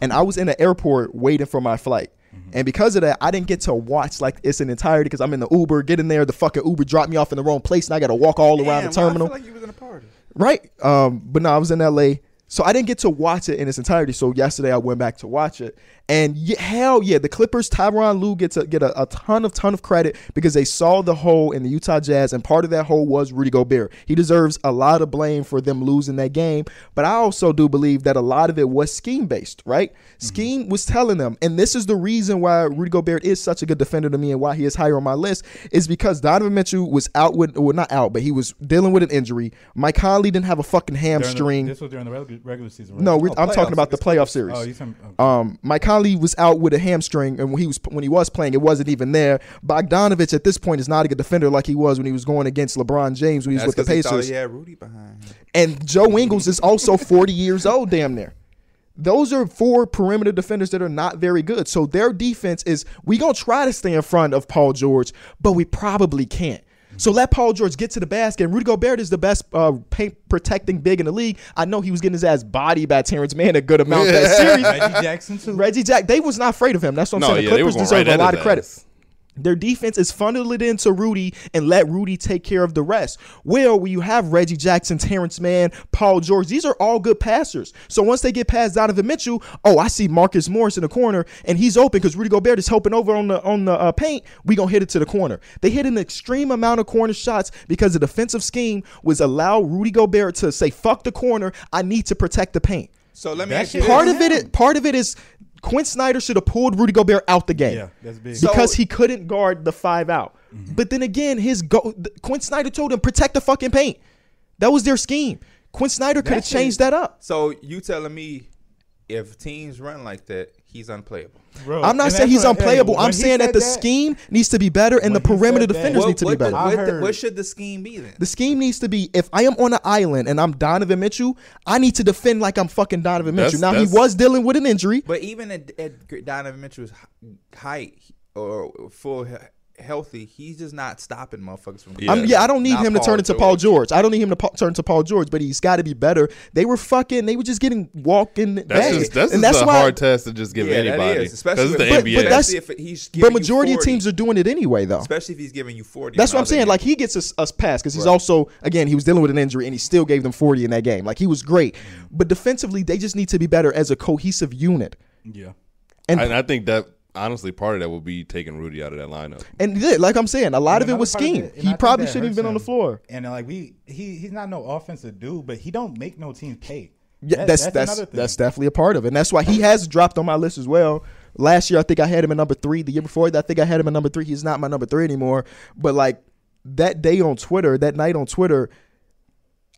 Speaker 1: and I was in the airport waiting for my flight.
Speaker 2: Mm-hmm.
Speaker 1: And because of that, I didn't get to watch like it's an entirety because I'm in the Uber, getting there, the fucking Uber dropped me off in the wrong place and I gotta walk all around
Speaker 2: Damn,
Speaker 1: the
Speaker 2: why I
Speaker 1: terminal.
Speaker 2: feel like you was in a party.
Speaker 1: Right. Um, but no, I was in LA. So I didn't get to watch it in its entirety. So yesterday I went back to watch it, and ye- hell yeah, the Clippers, Tyronn Lue gets a, get a, a ton of ton of credit because they saw the hole in the Utah Jazz, and part of that hole was Rudy Gobert. He deserves a lot of blame for them losing that game, but I also do believe that a lot of it was scheme based. Right,
Speaker 4: Mm-hmm.
Speaker 1: scheme was telling them, and this is the reason why Rudy Gobert is such a good defender to me, and why he is higher on my list is because Donovan Mitchell was out with, well not out, but he was dealing with an injury. Mike Conley didn't have a fucking
Speaker 4: During the-
Speaker 1: hamstring.
Speaker 4: this was during the regular, regular season. Right?
Speaker 1: No, we,
Speaker 4: Oh,
Speaker 1: I'm talking
Speaker 4: playoffs.
Speaker 1: about the playoff series.
Speaker 4: Oh, you talking? Okay.
Speaker 1: um, Mike Conley was out with a hamstring, and when he was when he was playing, it wasn't even there. Bogdanovich at this point is not a good defender like he was when he was going against LeBron James when he was with
Speaker 2: That's
Speaker 1: the
Speaker 2: 'cause he thought
Speaker 1: Pacers.
Speaker 2: He had Rudy behind. him.
Speaker 1: And Joe Ingles is also 40 years old, damn near. Those are four perimeter defenders that are not very good. So their defense is we gonna try to stay in front of Paul George, but we probably can't. So let Paul George get to the basket. And Rudy Gobert is the best uh, paint protecting big in the league. I know he was getting his ass bodied by Terrence Mann a good amount that series.
Speaker 4: Reggie Jackson too.
Speaker 1: Reggie Jack, they was not afraid of him. That's what I'm
Speaker 3: No,
Speaker 1: saying. The
Speaker 3: yeah, they were
Speaker 1: Clippers
Speaker 3: going
Speaker 1: deserve
Speaker 3: right
Speaker 1: a
Speaker 3: at
Speaker 1: lot
Speaker 3: his
Speaker 1: of credit.
Speaker 3: ass.
Speaker 1: Their defense is funneled it into Rudy and let Rudy take care of the rest. Well, when you have Reggie Jackson, Terrence Mann, Paul George, these are all good passers. So once they get past Donovan Mitchell, oh, I see Marcus Morris in the corner and he's open because Rudy Gobert is helping over on the on the uh, paint. We gonna hit it to the corner. They hit an extreme amount of corner shots because the defensive scheme was allow Rudy Gobert to say fuck the corner. I need to protect the paint.
Speaker 2: So let me
Speaker 4: That
Speaker 2: ask you
Speaker 4: shit-
Speaker 2: this.
Speaker 1: Part of it, is- part of it is Quinn Snyder should have pulled Rudy Gobert out the game.
Speaker 4: Yeah, that's big. Mm-hmm.
Speaker 1: Because
Speaker 2: So-
Speaker 1: he couldn't guard the five out. But then again, his go th- Quinn Snyder told him protect the fucking paint. That was their scheme. Quinn Snyder could have
Speaker 2: shit-
Speaker 1: changed that up.
Speaker 2: So you telling me if teams run like that, he's unplayable.
Speaker 4: Bro,
Speaker 1: I'm not
Speaker 4: Oh, and
Speaker 1: saying
Speaker 4: that's
Speaker 1: he's
Speaker 4: what- hey,
Speaker 1: unplayable.
Speaker 4: when
Speaker 1: I'm
Speaker 4: he
Speaker 1: saying that
Speaker 4: said
Speaker 1: the scheme needs to be better and the
Speaker 4: when he
Speaker 1: perimeter
Speaker 4: said that-
Speaker 1: defenders
Speaker 4: What-
Speaker 1: need to be better.
Speaker 4: I
Speaker 2: what, the-
Speaker 4: heard-
Speaker 2: what should the scheme be then?
Speaker 1: The scheme needs to be if I am on an island and I'm Donovan Mitchell, I need to defend like I'm fucking Donovan
Speaker 3: That's-
Speaker 1: Mitchell. Now he
Speaker 3: that's-
Speaker 1: was dealing with an injury.
Speaker 2: But even at, at Donovan Mitchell's h- height or full he- healthy, he's just not stopping motherfuckers from.
Speaker 3: Yeah.
Speaker 1: I'm, yeah, I don't need
Speaker 2: Not
Speaker 1: him to turn
Speaker 2: Paul
Speaker 1: into
Speaker 2: George.
Speaker 1: Paul George. I don't need him to pa- turn to Paul George, but he's got to be better. They were fucking. They were just getting walking.
Speaker 3: That's
Speaker 1: bags.
Speaker 3: just, that's
Speaker 1: and
Speaker 3: just
Speaker 1: that's
Speaker 3: a
Speaker 1: why.
Speaker 3: hard test to just give
Speaker 2: Yeah, that
Speaker 3: anybody.
Speaker 2: is, especially
Speaker 3: Because it's
Speaker 2: with-
Speaker 3: the
Speaker 1: but,
Speaker 3: NBA.
Speaker 1: but that's
Speaker 2: Especially if he's
Speaker 1: but
Speaker 2: giving you
Speaker 1: majority of
Speaker 2: 40.
Speaker 1: teams are doing it anyway though.
Speaker 2: especially if he's giving you forty.
Speaker 1: That's
Speaker 2: on
Speaker 1: what I'm
Speaker 2: the
Speaker 1: saying.
Speaker 2: other
Speaker 1: Like
Speaker 2: end.
Speaker 1: he gets us, us passed because he's also again he was dealing with an injury and he still gave them 40 in that game. Like he was great,
Speaker 3: Mm.
Speaker 1: but defensively they just need to be better as a cohesive unit.
Speaker 4: Yeah.
Speaker 3: I- and I think that honestly, part of that would be taking Rudy out of that lineup.
Speaker 1: And yeah, like I'm saying, a lot
Speaker 4: And
Speaker 1: of it
Speaker 4: another
Speaker 1: was
Speaker 4: part of
Speaker 1: scheme.
Speaker 4: it- and I
Speaker 1: He
Speaker 4: think
Speaker 1: probably
Speaker 4: that
Speaker 1: shouldn't
Speaker 4: hurts
Speaker 1: have been on the
Speaker 4: him.
Speaker 1: floor.
Speaker 4: And like we, he he's not no offensive dude, but he don't make no team pay.
Speaker 1: Yeah,
Speaker 4: That-
Speaker 1: that's that's that's,
Speaker 4: another thing.
Speaker 1: definitely a part of it. And that's why he has dropped on my list as well. Last year I think I had him at number three. The year before that I think I had him at number three. He's not my number three anymore. But like that day on Twitter, that night on Twitter,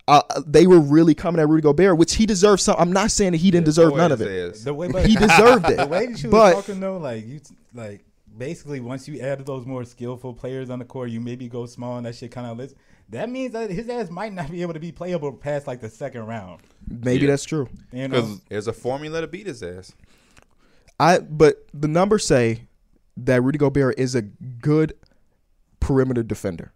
Speaker 1: uh, they were really coming at Rudy Gobert, which he deserved. Some I'm not saying that he didn't deserve
Speaker 2: Boy,
Speaker 1: none of it.
Speaker 2: says,
Speaker 4: the way, but
Speaker 1: He deserved it.
Speaker 4: The way that you
Speaker 1: But-
Speaker 4: were talking though, like you like basically once you add those more skillful players on the court, you maybe go small and that shit kind of list. That means that his ass might not be able to be playable past like the second round.
Speaker 1: Maybe
Speaker 3: Yeah.
Speaker 1: that's true.
Speaker 4: You know,
Speaker 3: Because
Speaker 2: There's a formula to beat his ass.
Speaker 1: I but the numbers say that Rudy Gobert is a good perimeter defender.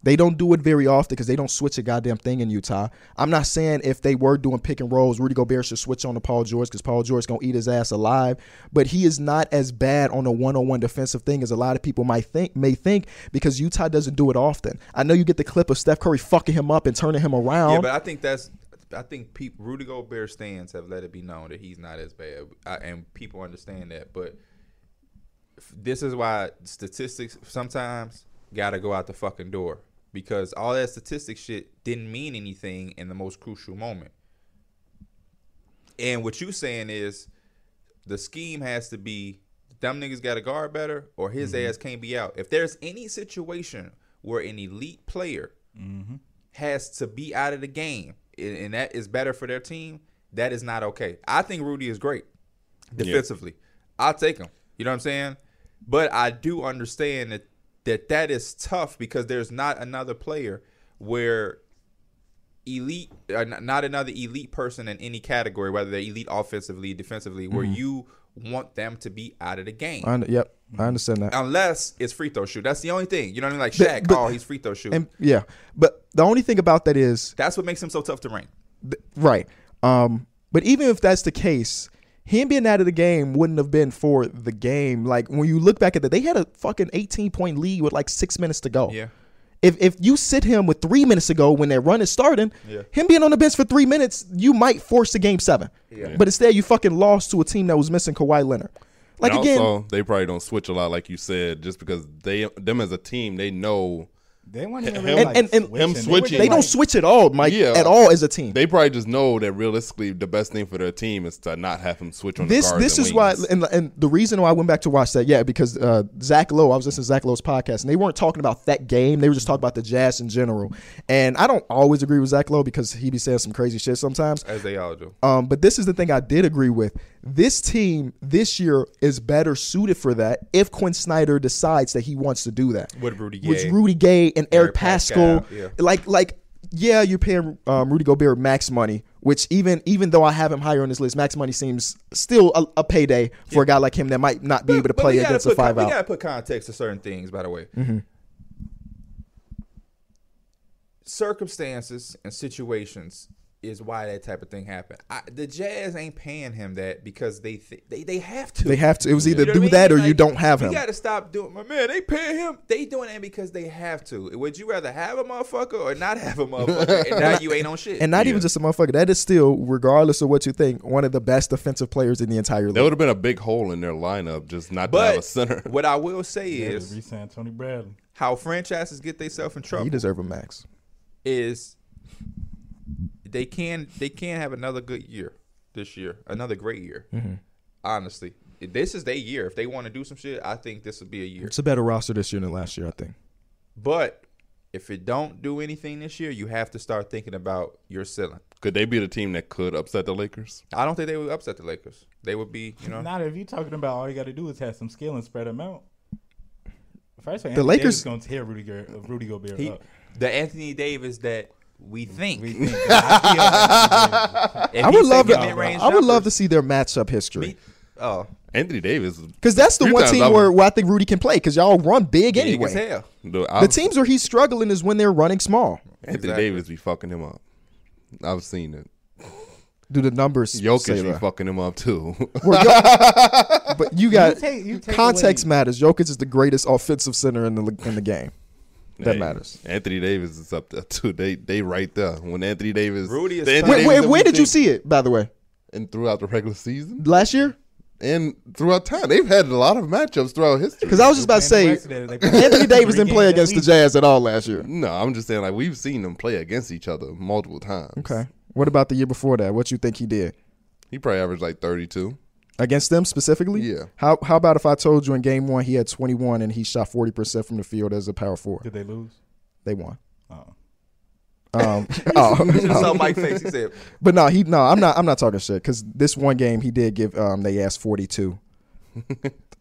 Speaker 1: They don't do it very often because they don't switch a goddamn thing in Utah. I'm not saying if they were doing pick and rolls, Rudy Gobert should switch on to Paul George because Paul George gonna eat his ass alive. But he is not as bad on a one-on-one defensive thing as a lot of people might think may think because Utah doesn't do it often. I know you get the clip of Steph Curry fucking him up and turning him around.
Speaker 2: Yeah, but I think that's. I think peop Rudy Gobert stands have let it be known that he's not as bad, I, and people understand that. But f- this is why statistics sometimes gotta go out the fucking door because all that statistic shit didn't mean anything in the most crucial moment. And what you saying is, the scheme has to be dumb niggas got to guard better, or his ass can't be out. If there's any situation where an elite player has to be out of the game, and, and that is better for their team, that is not okay. I think Rudy is great defensively. I'll take him. You know what I'm saying? But I do understand that that that is tough because there's not another player where elite, uh, n- not another elite person in any category, whether they're elite offensively, defensively, where you want them to be out of the game.
Speaker 1: Mm-hmm. I, under- yep, I understand that.
Speaker 2: Unless it's free throw shoot. That's the only thing. You know what I mean? Like
Speaker 1: But-
Speaker 2: Shaq,
Speaker 1: but-
Speaker 2: oh, he's free throw shoot.
Speaker 1: And yeah, but the only thing about that is
Speaker 2: That's what makes him so tough to rank.
Speaker 1: Th- Right. Um, but even if that's the case, him being out of the game wouldn't have been for the game. Like when you look back at that, they had a fucking 18 point lead with like six minutes to go.
Speaker 2: Yeah.
Speaker 1: If if you sit him with three minutes to go when that run is starting,
Speaker 2: Yeah.
Speaker 1: him being on the bench for three minutes, you might force a game seven.
Speaker 2: Yeah.
Speaker 1: But instead, you fucking lost to a team that was missing Kawhi Leonard. Like
Speaker 3: and
Speaker 1: again,
Speaker 3: also, they probably don't switch a lot, like you said, just because they them as a team they know
Speaker 4: they want him
Speaker 3: him-
Speaker 4: like,
Speaker 1: and- and-
Speaker 4: switching.
Speaker 3: him
Speaker 4: They
Speaker 3: switching.
Speaker 4: were
Speaker 1: they don't
Speaker 4: like-
Speaker 1: switch at all, Mike,
Speaker 3: Yeah.
Speaker 1: at all as a team.
Speaker 3: they probably just know that realistically the best thing for their team is to not have him switch on
Speaker 1: this
Speaker 3: the guards.
Speaker 1: this
Speaker 3: and
Speaker 1: is why
Speaker 3: wings.
Speaker 1: and, and the reason why I went back to watch that yeah because uh, Zach Lowe I was listening to Zach Lowe's podcast and they weren't talking about that game they were just talking about the Jazz in general and I don't always agree with Zach Lowe because he be saying some crazy shit sometimes
Speaker 2: As they all do.
Speaker 1: um, but this is the thing I did agree with this team this year is better suited for that if Quinn Snyder decides that he wants to do that
Speaker 2: With Rudy
Speaker 1: With
Speaker 2: Gay.
Speaker 1: Rudy Gay and Eric
Speaker 2: Eric Pascal,
Speaker 1: Pascal,
Speaker 2: yeah.
Speaker 1: like like yeah, you're paying um, Rudy Gobert max money, which even even though I have him higher on this list, max money seems still a, a payday for a guy like him that might not be able to
Speaker 2: But
Speaker 1: play
Speaker 2: we gotta
Speaker 1: against a
Speaker 2: put con-
Speaker 1: five
Speaker 2: We
Speaker 1: out. Mm-hmm.
Speaker 2: gotta put context to certain things, by the way. Circumstances and situations is why that type of thing happened. I, the Jazz ain't paying him that because they th- they they have to.
Speaker 1: They have to. It was
Speaker 2: You
Speaker 1: either
Speaker 2: know what
Speaker 1: do
Speaker 2: I mean?
Speaker 1: that or you
Speaker 2: Like,
Speaker 1: don't have him.
Speaker 2: You gotta stop doing my man. They paying him. They doing that because they have to. Would you rather have a motherfucker or not have a motherfucker? and now you ain't on shit.
Speaker 1: and not even
Speaker 3: Yeah.
Speaker 1: just a motherfucker. That is still, regardless of what you think, one of the best defensive players in the entire
Speaker 3: That
Speaker 1: league.
Speaker 3: would have been a big hole in their lineup just not to have a
Speaker 2: but
Speaker 3: center.
Speaker 2: what I will say
Speaker 4: Yeah,
Speaker 2: is
Speaker 4: they re-signed Tony Bradley.
Speaker 2: how franchises get themselves in trouble
Speaker 1: He deserve a max.
Speaker 2: is they can they can have another good year this year, another great year.
Speaker 1: Mm-hmm.
Speaker 2: Honestly, this is their year. If they want to do some shit, I think this would be a year.
Speaker 1: It's a better roster this year than last year, I think.
Speaker 2: But if it don't do anything this year, you have to start thinking about your ceiling.
Speaker 3: Could they be the team that could upset the Lakers?
Speaker 2: I don't think they would upset the Lakers. They would be, you
Speaker 3: Uh.
Speaker 2: know.
Speaker 4: Not if you're talking about all you got to do is have some skill and spread them out. First, the
Speaker 1: Lakers-
Speaker 4: Lakers going to tear Rudy, Gar- Rudy Gobert
Speaker 2: He,
Speaker 4: up.
Speaker 2: the Anthony Davis that we think.
Speaker 4: We think I feel like
Speaker 2: If
Speaker 1: I
Speaker 2: he
Speaker 1: would love to.
Speaker 2: taking
Speaker 1: I
Speaker 2: mid-range
Speaker 1: would love to
Speaker 2: jumpers,
Speaker 1: see their matchup history
Speaker 2: me- Oh,
Speaker 3: Anthony Davis.
Speaker 1: because that's the
Speaker 3: Few
Speaker 1: one
Speaker 3: times
Speaker 1: team
Speaker 3: I've-
Speaker 1: where, where I think Rudy can play because y'all run big
Speaker 2: big as
Speaker 1: anyway.
Speaker 2: hell.
Speaker 3: The,
Speaker 1: The
Speaker 3: I've-
Speaker 1: teams where he's struggling is when they're running small.
Speaker 3: Anthony
Speaker 2: Exactly.
Speaker 3: Davis be fucking him up. I've seen it.
Speaker 1: Do the numbers say
Speaker 3: Jokic be
Speaker 1: that?
Speaker 3: fucking him up too.
Speaker 1: Well, Jok- but you got
Speaker 4: take- you take
Speaker 1: context
Speaker 4: away-
Speaker 1: matters. Jokic is the greatest offensive center in the in the game. That
Speaker 3: Hey,
Speaker 1: matters.
Speaker 3: Anthony Davis is up there too. They they right there. When Anthony Davis,
Speaker 2: Rudy is
Speaker 3: the Anthony
Speaker 1: Wait,
Speaker 3: Davis
Speaker 1: wait,
Speaker 3: that
Speaker 1: where
Speaker 3: we
Speaker 1: did you
Speaker 3: think-
Speaker 1: see it? By the way,
Speaker 3: And throughout the regular season
Speaker 1: last year?
Speaker 3: and throughout time, they've had a lot of matchups throughout history.
Speaker 1: Because I was just about to say Anthony Davis didn't play against the Jazz at all last year.
Speaker 3: no, I'm just saying like we've seen them play against each other multiple times.
Speaker 1: Okay. What about the year before that? What you think he did
Speaker 3: he probably averaged like 32.
Speaker 1: against them specifically?
Speaker 3: Yeah.
Speaker 1: How How about if I told you in Game One he had 21 and he shot 40 percent from the field as a power forward?
Speaker 4: Did they lose?
Speaker 1: They won.
Speaker 4: Oh.
Speaker 1: Um, oh,
Speaker 2: Just saw Mike face. He said,
Speaker 1: but no, he no. I'm not. I'm not talking shit because this one game he did give. Um, they asked 42.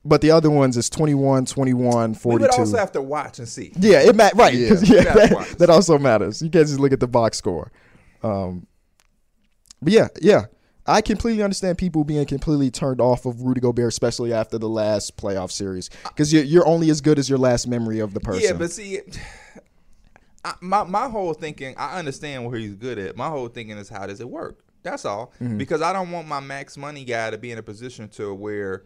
Speaker 1: but the other ones is 21, 21,
Speaker 2: "We
Speaker 1: 42.
Speaker 2: would also have to watch and see."
Speaker 1: Yeah, it matters. Right.
Speaker 3: Yeah.
Speaker 1: 'cause, Yeah,
Speaker 2: That
Speaker 1: that,
Speaker 2: part.
Speaker 1: that also matters. You can't just look at the box score. Um, but yeah, yeah. I completely understand people being completely turned off of Rudy Gobert, especially after the last playoff series, because you're, you're only as good as your last memory of the person.
Speaker 2: Yeah, but see, I, my my whole thinking, I understand what he's good at. My whole thinking is how does it work? That's all.
Speaker 1: Mm-hmm.
Speaker 2: Because I don't want my max money guy to be in a position to where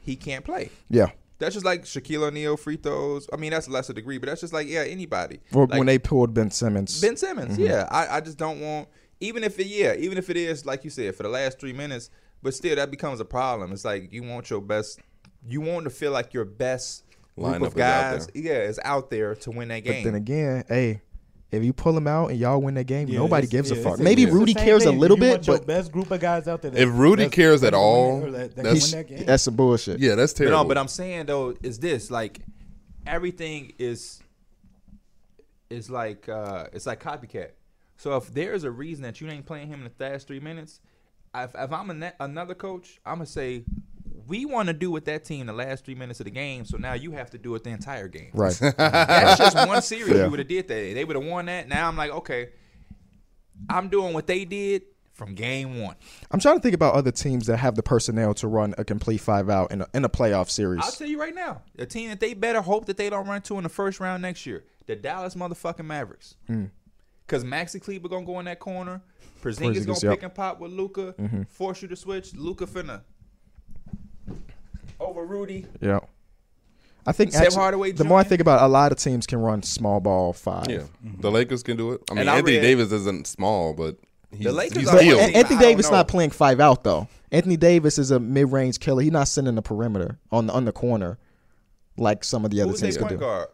Speaker 2: he can't play.
Speaker 1: yeah.
Speaker 2: That's just like Shaquille O'Neal free throws. I mean, that's lesser degree, but that's just like yeah, anybody.
Speaker 1: Or
Speaker 2: Like,
Speaker 1: when they pulled Ben Simmons,
Speaker 2: Ben Simmons, yeah, I, I just don't want even if it yeah, even if it is like you said for the last three minutes, but still that becomes a problem. It's like you want your best, you want to feel like your best
Speaker 3: Lineup
Speaker 2: group of
Speaker 3: is out
Speaker 2: guys, yeah, is out there to win that
Speaker 1: but
Speaker 2: game.
Speaker 1: then again, hey, if you pull him out and y'all win that game,
Speaker 4: Yeah,
Speaker 1: nobody
Speaker 4: it's-
Speaker 1: gives
Speaker 4: yeah,
Speaker 1: a
Speaker 4: it's
Speaker 1: fuck. Maybe
Speaker 4: it's the
Speaker 1: Rudy
Speaker 4: same
Speaker 1: cares a
Speaker 4: thing.
Speaker 1: little
Speaker 4: You want
Speaker 1: bit,
Speaker 4: your
Speaker 1: but
Speaker 4: best group of guys out there. that-
Speaker 3: If Rudy
Speaker 4: that's-
Speaker 3: cares at
Speaker 4: that can win
Speaker 3: all,
Speaker 4: it or that- that
Speaker 3: that's-
Speaker 4: can
Speaker 1: he's,
Speaker 4: win that game.
Speaker 1: that's some bullshit.
Speaker 3: Yeah, that's
Speaker 2: But
Speaker 3: terrible.
Speaker 2: no, but I'm saying though is this like everything is is like uh it's like copycat. So if there's a reason that you ain't playing him in the last three minutes, if, if I'm a ne- another coach, I'm gonna say we want to do with that team the last three minutes of the game. So now you have to do it the entire game.
Speaker 1: Right.
Speaker 2: That's just one series.
Speaker 1: Yeah.
Speaker 2: You would have did that. They would have won that. Now I'm like, okay, I'm doing what they did from game one.
Speaker 1: I'm trying to think about other teams that have the personnel to run a complete five out in a, in a playoff series.
Speaker 2: I'll tell you right now, the team that they better hope that they don't run to in the first round next year, the Dallas motherfucking Mavericks.
Speaker 1: Mm.
Speaker 2: Because Maxi Kleber gonna go in that corner, Porzingis gonna
Speaker 1: Porzingis, yep. Mm-hmm.
Speaker 2: pick and pop with Luca, force you to switch. Luca finna over Rudy.
Speaker 1: yeah. I think
Speaker 2: Tim
Speaker 1: actually-
Speaker 2: Hardaway
Speaker 1: the more I
Speaker 2: Jr.?
Speaker 1: think about it, a lot of teams can run small ball five.
Speaker 3: yeah, the Lakers can do it. I mean,
Speaker 2: And I
Speaker 3: Anthony
Speaker 2: read-
Speaker 3: Davis isn't small, but he's,
Speaker 2: Lakers
Speaker 3: he's
Speaker 2: are-
Speaker 1: But
Speaker 2: Yo.
Speaker 1: An-
Speaker 3: skilled.
Speaker 1: Anthony
Speaker 2: I don't
Speaker 1: Davis
Speaker 2: know.
Speaker 1: not playing five out though. Anthony Davis is a mid range killer. He's not sending the perimeter on the on the corner like some of the other
Speaker 2: Who's their
Speaker 1: teams could do.
Speaker 2: point guard?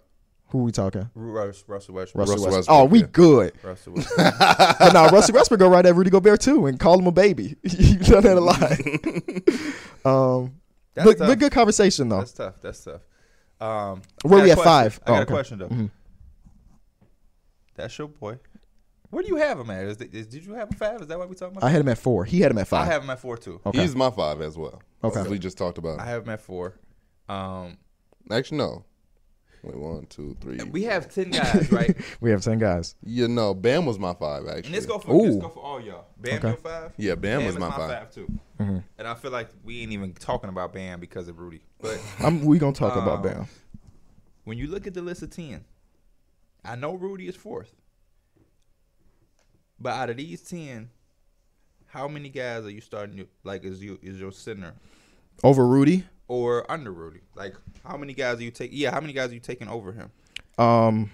Speaker 1: Who we talking?
Speaker 2: Russ, Russell
Speaker 1: Russell,
Speaker 2: Westbrook.
Speaker 3: Russell
Speaker 1: Westbrook.
Speaker 3: Westbrook,
Speaker 1: Oh, we
Speaker 3: yeah.
Speaker 1: good.
Speaker 2: Russell Westbrook.
Speaker 1: but now Russell Westbrook go right at Rudy Gobert too and call him a baby. You've done that a lot. um,
Speaker 2: That's
Speaker 1: but,
Speaker 2: tough.
Speaker 1: but good conversation though.
Speaker 2: That's tough. That's tough. Um, I
Speaker 1: Where
Speaker 2: got
Speaker 1: we
Speaker 2: a
Speaker 1: at
Speaker 2: question.
Speaker 1: five?
Speaker 2: I got
Speaker 1: Oh,
Speaker 2: a
Speaker 1: okay.
Speaker 2: question though. That's your boy. Where do you have him at? Is, th- is- did you have him five? Is that what we talking about?
Speaker 1: I had him at four. He had him at
Speaker 2: I
Speaker 1: five.
Speaker 2: have him at four too.
Speaker 1: Okay.
Speaker 3: He's my five as well.
Speaker 1: Okay.
Speaker 3: as we just talked about.
Speaker 2: I have him at four. Um,
Speaker 3: Actually, no. Wait, one, two, three.
Speaker 2: we have ten guys, right?
Speaker 1: we have ten guys.
Speaker 3: Yeah, no. Bam was my five actually.
Speaker 2: And let's go for let's
Speaker 1: Ooh.
Speaker 2: go for all y'all. Bam
Speaker 1: Okay.
Speaker 2: your five.
Speaker 3: Yeah, Bam was
Speaker 2: is
Speaker 3: my five.
Speaker 2: too. And I feel like we ain't even talking about Bam because of Rudy. But
Speaker 1: I'm, we gonna talk about
Speaker 2: Um,
Speaker 1: Bam.
Speaker 2: when you look at the list of ten, I know Rudy is fourth. But out of these ten, How many guys are you starting? You, like, is you is your center
Speaker 1: Over Rudy,
Speaker 2: or under Rudy? Like, how many guys are you take? Yeah, how many guys are you taking over him?
Speaker 1: um,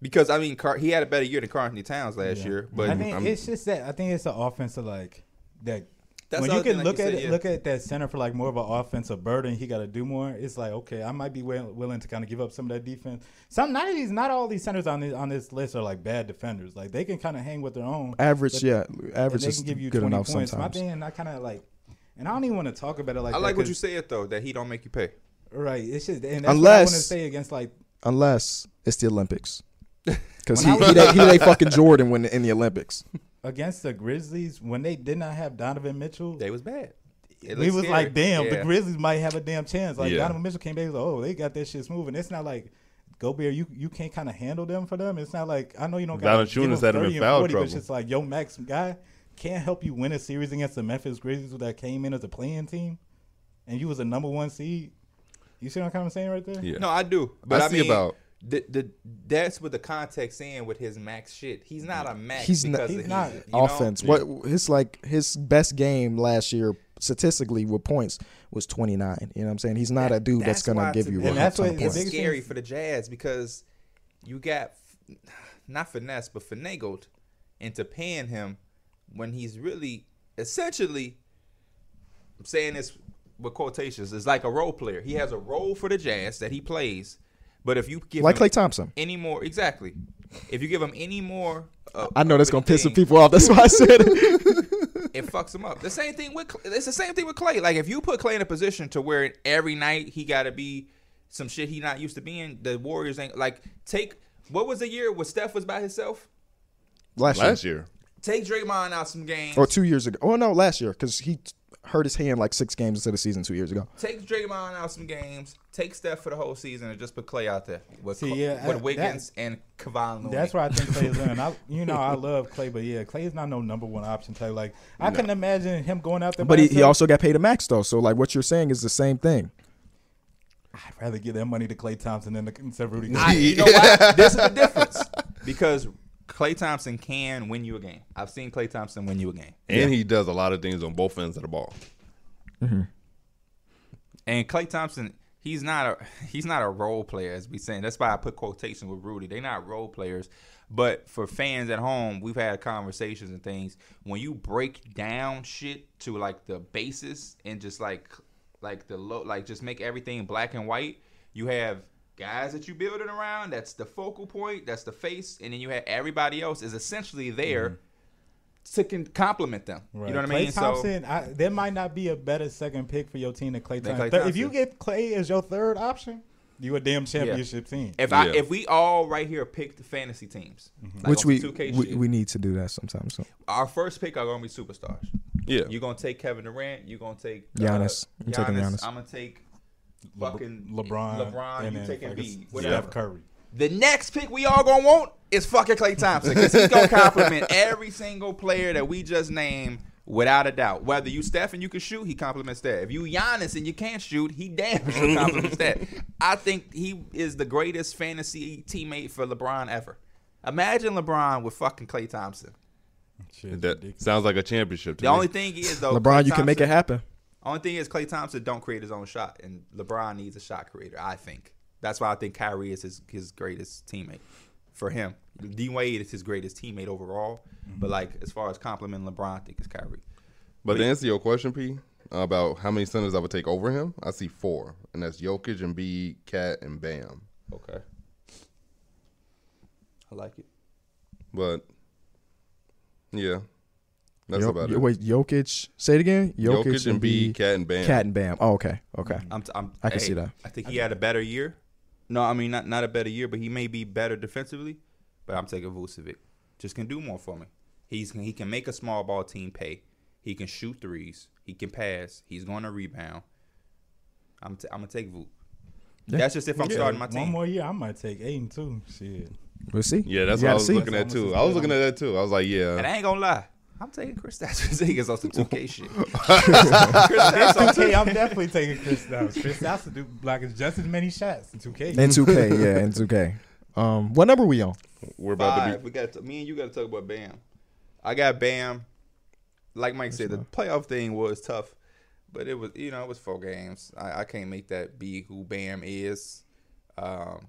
Speaker 2: Because I mean, Car- he had a better year than Carl Anthony Towns last
Speaker 4: Yeah.
Speaker 2: year, but
Speaker 4: I think
Speaker 2: I'm-
Speaker 4: it's just that I think it's the offense of like that.
Speaker 2: That's
Speaker 4: when
Speaker 2: the
Speaker 4: you
Speaker 2: other thing,
Speaker 4: can
Speaker 2: like
Speaker 4: look
Speaker 2: you
Speaker 4: at
Speaker 2: said,
Speaker 4: it,
Speaker 2: yeah.
Speaker 4: look at that center for like more of an offensive burden, he got to do more. It's like okay, I might be will, willing to kind of give up some of that defense. Some not these, not all these centers on this on this list are like bad defenders. Like they can kind of hang with their own.
Speaker 1: average,
Speaker 4: But-
Speaker 1: yeah,
Speaker 4: and
Speaker 1: average
Speaker 4: they
Speaker 1: is
Speaker 4: can give you
Speaker 1: good
Speaker 4: twenty
Speaker 1: enough
Speaker 4: points. My
Speaker 1: sometimes.
Speaker 4: thing, I kind of like, and I don't even want to talk about it like.
Speaker 2: I
Speaker 4: that
Speaker 2: like what
Speaker 4: 'cause-
Speaker 2: you said though that he don't make you pay.
Speaker 4: Right. It's just and that's what I want to
Speaker 1: Unless-
Speaker 4: say against like
Speaker 1: Unless it's the Olympics, because he
Speaker 4: When
Speaker 1: he,
Speaker 4: I was-
Speaker 1: they, he they fucking Jordan when in the Olympics.
Speaker 4: against the Grizzlies when they did not have Donovan Mitchell.
Speaker 2: They was bad. It
Speaker 4: we
Speaker 2: looked
Speaker 4: was
Speaker 2: scary.
Speaker 4: like, damn, the
Speaker 2: Yeah.
Speaker 4: Grizzlies might have a damn chance. Like
Speaker 3: Yeah.
Speaker 4: Donovan Mitchell came back, he was like, oh, they got their shits moving. It's not like Gobert, you you can't kind of handle them for them. It's not like I know you don't got
Speaker 3: Valanciunas had him in foul
Speaker 4: but it's
Speaker 3: trouble.
Speaker 4: just like yo, Max guy can't help you win a series against the Memphis Grizzlies that came in as a playing team, and you was a number one seed. You see what I'm saying right there?
Speaker 3: Yeah.
Speaker 2: No, I do. But I,
Speaker 3: I see
Speaker 2: mean,
Speaker 3: about-
Speaker 2: the, the that's with the context in with his max shit. He's not a max.
Speaker 1: He's not-
Speaker 2: because
Speaker 4: He's
Speaker 2: of-
Speaker 4: not.
Speaker 2: you know?
Speaker 1: offense. What his like his best game last year statistically with points was 29. You know what I'm saying? He's not a dude that's,
Speaker 2: why
Speaker 1: gonna
Speaker 2: to
Speaker 1: give you
Speaker 2: me,
Speaker 1: a
Speaker 4: And
Speaker 1: whole
Speaker 4: that's
Speaker 1: ton
Speaker 4: what
Speaker 1: of
Speaker 4: the
Speaker 1: points.
Speaker 2: it's
Speaker 4: biggest
Speaker 2: scary
Speaker 4: thing-
Speaker 2: for the Jazz because you got f- not finesse but finagled into paying him when he's really essentially. I'm saying this with quotations. It's like a role player. He has a role for the Jazz that he plays. But if you give
Speaker 1: Like
Speaker 2: him
Speaker 1: Clay Thompson.
Speaker 2: any more, exactly. If you give him any more, uh,
Speaker 1: I know that's
Speaker 2: of
Speaker 1: gonna piss some
Speaker 2: anything,
Speaker 1: people off. That's why I said it.
Speaker 2: it fucks him up. The same thing with Cl- it's the same thing with Clay. Like if you put Clay in a position to where every night he got to be some shit he not used to being, the Warriors ain't like take what was the year where Steph was by himself.
Speaker 1: last,
Speaker 3: Last
Speaker 1: year.
Speaker 3: year,
Speaker 2: Take Draymond out some games.
Speaker 1: or two years ago. Oh no, last year because he t- hurt his hand like six games into the season two years ago.
Speaker 2: take Draymond out some games. Take Steph for the whole season and just put Clay out there with,
Speaker 4: See,
Speaker 2: Cl-
Speaker 4: yeah,
Speaker 2: with
Speaker 4: I-
Speaker 2: Wiggins and Kevon Looney.
Speaker 4: That's where I think Clay is in. I, you know, I love Clay, but yeah, Clay is not no number one option type. Like I couldn't imagine him going out there.
Speaker 1: But
Speaker 4: by
Speaker 1: he, he
Speaker 4: himself.
Speaker 1: also got paid a max though. So like what you're saying is the same thing.
Speaker 4: I'd rather give that money to Clay Thompson than to instead of Rudy.
Speaker 2: I,
Speaker 4: Gobert.
Speaker 2: you know what? This is the difference because Clay Thompson can win you a game. I've seen Clay Thompson win you a game,
Speaker 3: and he does a lot of things on both ends of the ball.
Speaker 2: and Clay Thompson. He's not a he's not a role player as we saying. That's why I put quotations with Rudy. They're not role players, but for fans at home, we've had conversations and things. When you break down shit to like the basis and just like like the low like just make everything black and white, you have guys that you building around. That's the focal point. That's the face, and then you have everybody else is essentially there to con- complement them. You know what I
Speaker 4: Clay
Speaker 2: mean?
Speaker 4: Thompson, I, there might not be a better second pick for your team than Clay
Speaker 2: Than
Speaker 4: Thompson.
Speaker 2: Klay
Speaker 4: Thir- If you
Speaker 2: Thompson.
Speaker 4: get Clay as your third option, you a damn championship team.
Speaker 2: If I
Speaker 3: Yeah.
Speaker 2: if we all right here picked fantasy teams,
Speaker 4: Mm-hmm.
Speaker 2: like
Speaker 1: Which
Speaker 2: on
Speaker 1: we,
Speaker 2: 2K
Speaker 1: we
Speaker 2: shit,
Speaker 1: we need to do that sometimes. So
Speaker 2: our first pick are gonna be superstars.
Speaker 3: Yeah.
Speaker 2: You're gonna take Kevin Durant. You're gonna take uh,
Speaker 1: Giannis. I'm
Speaker 2: Giannis.
Speaker 1: taking Giannis.
Speaker 2: I'm gonna take fucking
Speaker 4: LeBron,
Speaker 2: LeBron,
Speaker 4: and
Speaker 2: you
Speaker 4: then
Speaker 2: take
Speaker 4: fucking
Speaker 2: Embiid. Whatever.
Speaker 4: Steph Curry.
Speaker 2: The next pick we all gonna want is fucking Clay Thompson because he's gonna compliment every single player that we just named without a doubt. Whether you Steph and you can shoot, he compliments that. If you Giannis and you can't shoot, he damn sure compliments that. I think he is the greatest fantasy teammate for LeBron ever. Imagine LeBron with fucking Clay Thompson.
Speaker 4: Shit,
Speaker 3: That sounds like a championship. To
Speaker 2: The
Speaker 3: me.
Speaker 2: only thing is though,
Speaker 1: LeBron,
Speaker 2: Klay
Speaker 1: you can make
Speaker 2: Thompson-
Speaker 1: it happen.
Speaker 2: Only thing is Clay Thompson don't create his own shot, and LeBron needs a shot creator. I think that's why I think Kyrie is his, his greatest teammate for him. D Wade is his greatest teammate overall, but like as far as complimenting LeBron, I think it's Kyrie.
Speaker 3: But to answer your question, P, about how many centers I would take over him, I see four, and that's Jokic, Embiid, Cat, and Bam.
Speaker 2: Okay, I like it.
Speaker 3: But yeah, that's
Speaker 1: Yo-
Speaker 3: about
Speaker 1: yo-
Speaker 3: it.
Speaker 1: Wait, Jokic. Say it again.
Speaker 3: Jokic, Embiid, Cat, and Bam.
Speaker 1: Cat and Bam. Oh, okay. Okay.
Speaker 2: I'm, t- I'm
Speaker 1: I can see that.
Speaker 2: I think he had a better year. No, I mean not not a better year, but he may be better defensively. But I'm taking Vucevic. Just can do more for me. He's he can make a small ball team pay. He can shoot threes. He can pass. He's going to rebound. I'm t- I'm gonna take Vu. That's just if I'm starting my
Speaker 4: One
Speaker 2: team.
Speaker 4: more year, I might take Aiden too. Shit.
Speaker 1: We'll see.
Speaker 3: Yeah, that's
Speaker 1: You
Speaker 3: what I
Speaker 1: gotta
Speaker 3: was
Speaker 1: see.
Speaker 3: looking at too. I was looking at that too. I was like,
Speaker 2: And
Speaker 3: yeah,
Speaker 2: I ain't gonna lie. I'm taking Chris Stapps on some 2K shit. Kristaps on
Speaker 4: Okay, I'm definitely taking Chris Downs. Chris Downs to do block just as many shots in 2K.
Speaker 1: In 2K, yeah, in 2K. Um, what number we on?
Speaker 3: we're about to
Speaker 2: five.
Speaker 3: be.
Speaker 2: We got to, me and you got to talk about Bam. I got Bam like Mike said, the playoff thing was tough, but it was you know it was four games. I, I can't make that be who Bam is. Um,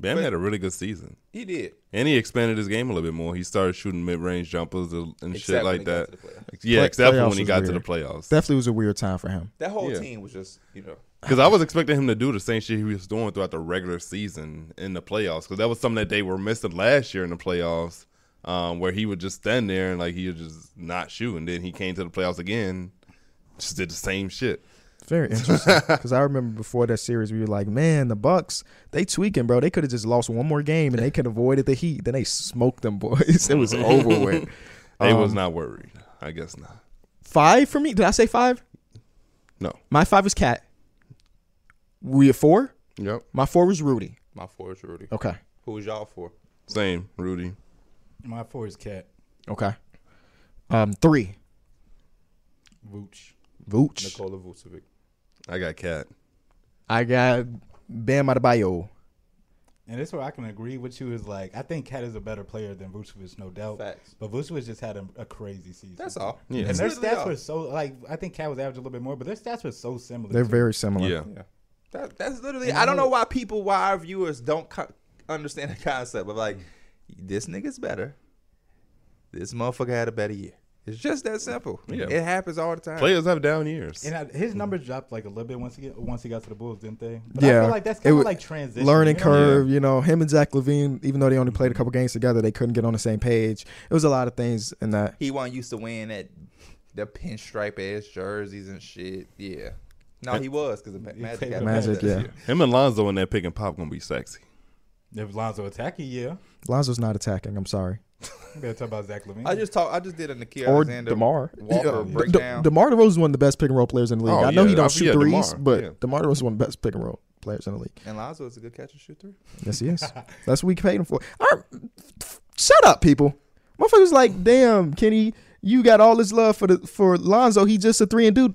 Speaker 3: Bam
Speaker 2: But-
Speaker 3: had a really good season.
Speaker 2: he did.
Speaker 3: And he expanded his game a little bit more. He started shooting mid range jumpers and and
Speaker 2: Except
Speaker 3: shit
Speaker 2: when
Speaker 3: like
Speaker 2: he got to
Speaker 3: that.
Speaker 2: the playoffs.
Speaker 3: Yeah,
Speaker 1: Play-
Speaker 3: except for
Speaker 1: playoffs
Speaker 3: when he
Speaker 1: was
Speaker 3: got to the
Speaker 1: weird.
Speaker 3: playoffs.
Speaker 1: Definitely was a weird time for him.
Speaker 2: That whole
Speaker 3: Yeah.
Speaker 2: team was just you know
Speaker 3: Because I was expecting him to do the same shit he was doing throughout the regular season in the playoffs. Because that was something that they were missing last year in the playoffs, um, where he would just stand there and like he would just not shoot. And then he came to the playoffs again, just did the same shit.
Speaker 1: Very interesting. Because I remember before that series, we were like, man, the Bucks, they tweaking, bro. They could have just lost one more game and they could have avoided the Heat. Then they smoked them boys. It was over with.
Speaker 3: They
Speaker 1: Um,
Speaker 3: was not worried. I guess not.
Speaker 1: Five for me. Did I say five?
Speaker 3: No.
Speaker 1: My five was Cat. We at four.
Speaker 3: Yep.
Speaker 1: My four was Rudy.
Speaker 2: my four is Rudy.
Speaker 1: Okay.
Speaker 2: Who was y'all for?
Speaker 3: Same. Rudy.
Speaker 4: My four is Cat.
Speaker 1: Okay. Um, three.
Speaker 4: Vooch.
Speaker 1: Vooch.
Speaker 2: Nikola Vucevic.
Speaker 3: I got Cat.
Speaker 1: I got Bam Adebayo.
Speaker 4: And this is where I can agree with you is like I think Cat is a better player than Vucevic, no doubt.
Speaker 2: Facts.
Speaker 4: But Vucevic just had a, a crazy season.
Speaker 2: That's all.
Speaker 3: Yeah.
Speaker 4: And
Speaker 2: That's
Speaker 4: their
Speaker 2: literally
Speaker 4: stats
Speaker 2: all.
Speaker 4: were so like I think Cat was average a little bit more, but their stats were so similar.
Speaker 1: They're
Speaker 4: too.
Speaker 1: very similar.
Speaker 3: Yeah.
Speaker 2: Yeah. That, that's literally. I don't know why people, why our viewers don't co- understand the concept of like, this nigga's better. This motherfucker had a better year. It's just that simple.
Speaker 3: Yeah.
Speaker 2: It happens all the time.
Speaker 3: Players have down years.
Speaker 4: And I, his numbers dropped like a little bit once he get, once he got to the Bulls, didn't they? But
Speaker 1: Yeah.
Speaker 4: I feel like that's
Speaker 1: It
Speaker 4: kind of
Speaker 1: was-
Speaker 4: like transition.
Speaker 1: Learning
Speaker 4: you know?
Speaker 1: curve, you know, him and Zach Levine, even though they only played a couple games together, they couldn't get on the same page. It was a lot of things in that.
Speaker 2: He wasn't used to wearing that the pinstripe ass jerseys and shit. Yeah. No, he was because the Ma- Magic
Speaker 4: played
Speaker 2: had
Speaker 4: the
Speaker 1: Magic,
Speaker 2: that
Speaker 1: yeah.
Speaker 2: shit.
Speaker 3: Him and Lonzo in that pick and pop gonna be sexy.
Speaker 4: If Lonzo attacky, yeah.
Speaker 1: Lonzo's not attacking. I'm sorry.
Speaker 4: We better talk about Zach Levine.
Speaker 2: I just talk. I just did a Nikhil
Speaker 1: Or
Speaker 2: Alexander
Speaker 1: DeMar.
Speaker 2: Walker
Speaker 1: Yeah. D-
Speaker 2: breakdown.
Speaker 1: D- DeMar DeRozan is one of the best pick and roll players in the league.
Speaker 3: Oh,
Speaker 1: I know
Speaker 3: yeah.
Speaker 1: he
Speaker 3: I
Speaker 1: don't shoot
Speaker 3: forget
Speaker 1: threes,
Speaker 3: DeMar.
Speaker 1: but
Speaker 3: Yeah.
Speaker 1: DeMar DeRozan is one of the best pick and roll players in the league.
Speaker 2: and Lonzo is a good catch and shoot through.
Speaker 1: Yes, he is. That's what we paid him for. Our, shut up, people. Motherfuckers like, damn, Kenny, you got all this love for the for Lonzo. He just a three and dude,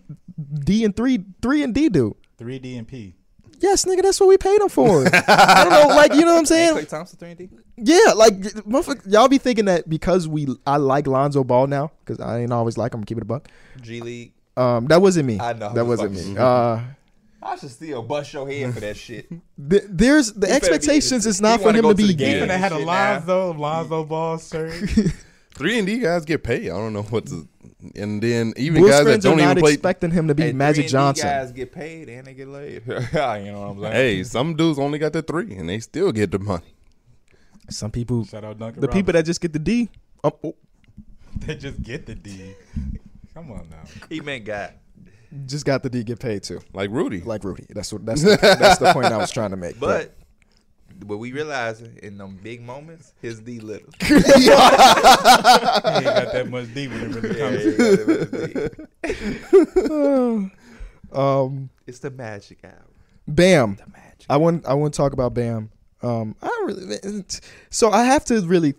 Speaker 1: D and three, three and D dude.
Speaker 4: three D and P.
Speaker 1: Yes, nigga, that's what we paid him for. I don't know, like you know what I'm
Speaker 2: And
Speaker 1: saying?
Speaker 2: Klay Thompson three and D.
Speaker 1: Yeah, like motherfuck- y'all be thinking that because we I like Lonzo Ball now because I ain't always like him. Keep it a buck.
Speaker 2: G League.
Speaker 1: Um, that wasn't me.
Speaker 2: I know.
Speaker 1: that wasn't me. Uh,
Speaker 2: I should still bust your head for that shit.
Speaker 1: th- there's the
Speaker 2: He better be-
Speaker 1: expectations is
Speaker 2: he
Speaker 1: not for
Speaker 2: wanna
Speaker 1: him to
Speaker 2: go to
Speaker 1: be
Speaker 2: the
Speaker 1: gay.
Speaker 2: game.
Speaker 4: Even they had a
Speaker 2: Shit now.
Speaker 4: Lonzo, Lonzo Ball shirt.
Speaker 3: Three and D guys get paid. I don't know what to. And then even
Speaker 1: Bulls
Speaker 3: guys that
Speaker 1: fans are
Speaker 3: don't even
Speaker 1: not
Speaker 3: play.
Speaker 1: expecting him to be
Speaker 2: And
Speaker 1: Magic
Speaker 2: 3D
Speaker 1: Johnson.
Speaker 2: Guys get paid and they get laid. you know what I'm saying?
Speaker 3: hey, some dudes only got the three and they still get the money.
Speaker 1: Some people,
Speaker 4: Shout out Duncan.
Speaker 1: the people
Speaker 4: Robinson.
Speaker 1: that just get the D. Oh, oh,
Speaker 4: they just get the D. Come on now.
Speaker 2: He meant God.
Speaker 1: just got the D get paid too,
Speaker 3: Like Rudy.
Speaker 1: like Rudy. That's what that's the, that's the point I was trying to make.
Speaker 2: But what we realize in them big moments, his D little.
Speaker 4: He ain't got that much D when it really comes.
Speaker 1: um,
Speaker 2: it's the magic hour. Uh,
Speaker 1: Bam.
Speaker 2: The magic.
Speaker 1: I want I want to talk about Bam. Um, I don't really. So I have to really.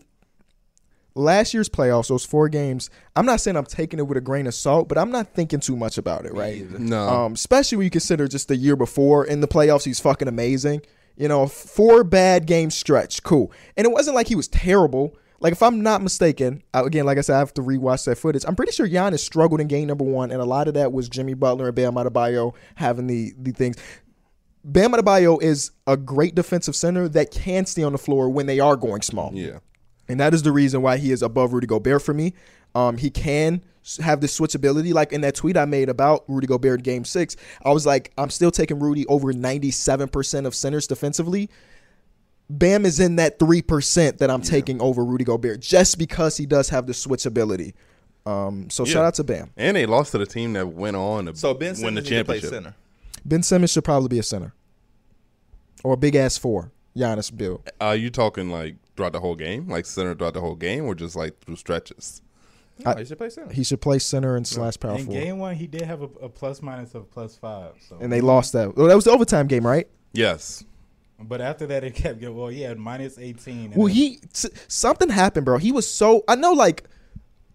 Speaker 1: Last year's playoffs, those four games. I'm not saying I'm taking it with a grain of salt, but I'm not thinking too much about it, right?
Speaker 2: either.
Speaker 3: No.
Speaker 1: Um, especially when you consider just the year before in the playoffs, he's fucking amazing. You know, four bad game stretch, cool. And it wasn't like he was terrible. Like if I'm not mistaken, I- again, like I said, I have to rewatch that footage. I'm pretty sure Giannis struggled in game number one, and a lot of that was Jimmy Butler and Bam Adebayo having the the things. Bam Adebayo is a great defensive center that can stay on the floor when they are going small.
Speaker 3: yeah.
Speaker 1: And that is the reason why he is above Rudy Gobert for me. Um, he can s- have this switchability. Like in that tweet I made about Rudy Gobert game six, I was like, I'm still taking Rudy over 97% of centers defensively. Bam is in that 3% that I'm taking over Rudy Gobert just because he does have the switchability. Um, so shout out to Bam.
Speaker 3: And they lost to the team that went on to
Speaker 2: So Ben
Speaker 3: win the
Speaker 2: Simmons need to play
Speaker 3: championship.
Speaker 2: center.
Speaker 1: Ben Simmons should probably be a center or a big ass four. Giannis, Bill.
Speaker 3: Are Uh, you talking like throughout the whole game, like center throughout the whole game, or just like through stretches?
Speaker 2: No,
Speaker 1: I-
Speaker 2: Oh, he should play center.
Speaker 1: He should play center and slash power
Speaker 4: In
Speaker 1: forward.
Speaker 4: game one, he did have a, a plus minus of plus five. So,
Speaker 1: And they lost that. Well, that was the overtime game, right?
Speaker 3: Yes.
Speaker 4: but after that, it kept getting. Well, he had minus eighteen. and
Speaker 1: Well,
Speaker 4: then-
Speaker 1: he s- something happened, bro. He was so I know like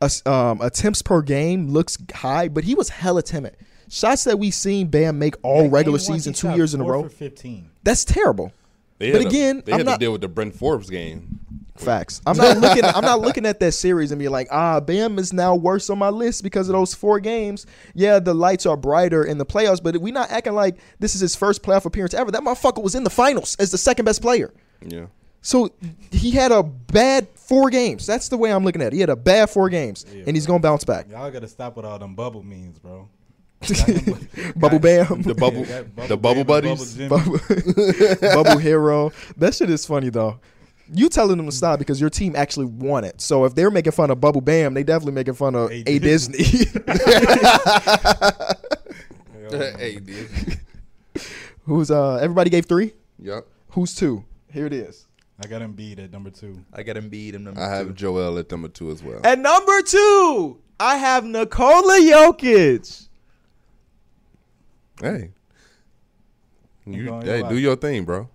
Speaker 1: a s- um, attempts per game looks high, but he was hella timid. Shots that we seen Bam make all
Speaker 4: that
Speaker 1: regular
Speaker 4: game one, he
Speaker 1: season two
Speaker 4: shot
Speaker 1: years in a
Speaker 4: four
Speaker 1: row.
Speaker 4: For Fifteen.
Speaker 1: That's terrible.
Speaker 3: They
Speaker 1: But
Speaker 3: had to-
Speaker 1: again,
Speaker 3: they
Speaker 1: I'm
Speaker 3: had
Speaker 1: not-
Speaker 3: to deal with the Brent Forbes game.
Speaker 1: Facts. I'm not looking. I'm not looking at that series and be like, ah, Bam is now worse on my list because of those four games. Yeah, the lights are brighter in the playoffs, but we not acting like this is his first playoff appearance ever. That motherfucker was in the finals as the second best player.
Speaker 3: Yeah.
Speaker 1: So he had a bad four games. That's the way I'm looking at it. He had a bad four games, and he's gonna bounce back.
Speaker 4: Y'all gotta stop with all them bubble memes, bro.
Speaker 1: Bubble Bam,
Speaker 3: The bubble,
Speaker 4: Yeah, that
Speaker 3: the
Speaker 4: Bam
Speaker 3: bubble
Speaker 4: and
Speaker 3: buddies.
Speaker 4: Jimmy.
Speaker 1: bubble, bubble hero. That shit is funny though. You telling them to stop because your team actually won it. So if they're making fun of Bubble Bam, they definitely making fun of
Speaker 4: Hey,
Speaker 1: a Disney.
Speaker 4: Yeah.
Speaker 2: hey, dude.
Speaker 1: Who's uh? Everybody gave three.
Speaker 3: Yep.
Speaker 1: Who's two? Here it is.
Speaker 4: I got Embiid at number two.
Speaker 2: I got Embiid and number
Speaker 3: I have
Speaker 2: two.
Speaker 3: Joel at number two as well.
Speaker 1: At number two, I have Nikola Jokic.
Speaker 3: Hey. You,
Speaker 4: going
Speaker 3: hey,
Speaker 4: live.
Speaker 3: do your thing, bro.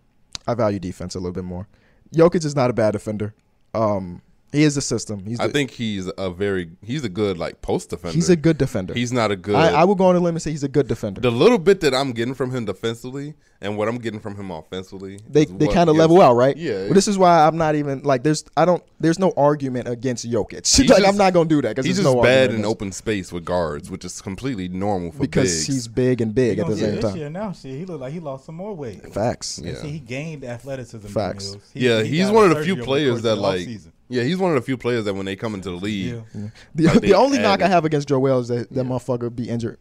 Speaker 1: I value defense a little bit more. Jokic is not a bad defender. Um, he is a system. He's
Speaker 3: I
Speaker 1: the-
Speaker 3: think he's a very he's a good like post defender.
Speaker 1: he's a good defender.
Speaker 3: He's not a good.
Speaker 1: I, I will go on a limb and say he's a good defender.
Speaker 3: the little bit that I'm getting from him defensively and what I'm getting from him offensively,
Speaker 1: they
Speaker 3: is
Speaker 1: they
Speaker 3: what
Speaker 1: kind of
Speaker 3: gives-
Speaker 1: level out, right?
Speaker 3: Yeah.
Speaker 1: Well, this is why I'm not even like there's I don't there's no argument against Jokic. like
Speaker 3: just-
Speaker 1: I'm not gonna do that because
Speaker 3: He's just
Speaker 1: no
Speaker 3: bad
Speaker 1: argument
Speaker 3: in
Speaker 1: against-
Speaker 3: open space with guards, which is completely normal for
Speaker 1: because
Speaker 3: bigs.
Speaker 1: he's big and big
Speaker 4: You
Speaker 1: at
Speaker 4: gonna
Speaker 1: the
Speaker 4: see
Speaker 1: same
Speaker 4: this
Speaker 1: time.
Speaker 4: year now, shit, he looked like he lost some more weight.
Speaker 1: Facts.
Speaker 3: Yeah.
Speaker 4: See, he gained athleticism.
Speaker 1: Facts.
Speaker 4: Mills. He-
Speaker 3: yeah,
Speaker 4: he
Speaker 3: he's
Speaker 4: got
Speaker 3: one of the
Speaker 4: surgery
Speaker 3: few
Speaker 4: over
Speaker 3: players
Speaker 4: course of
Speaker 3: that
Speaker 4: the
Speaker 3: like
Speaker 4: offseason.
Speaker 3: yeah, he's one of the few players that when they come into the league,
Speaker 4: Yeah.
Speaker 1: Yeah. The,
Speaker 3: Like,
Speaker 1: the
Speaker 3: they
Speaker 1: only knock I
Speaker 3: added-
Speaker 1: have against Joel is that that motherfucker be injured.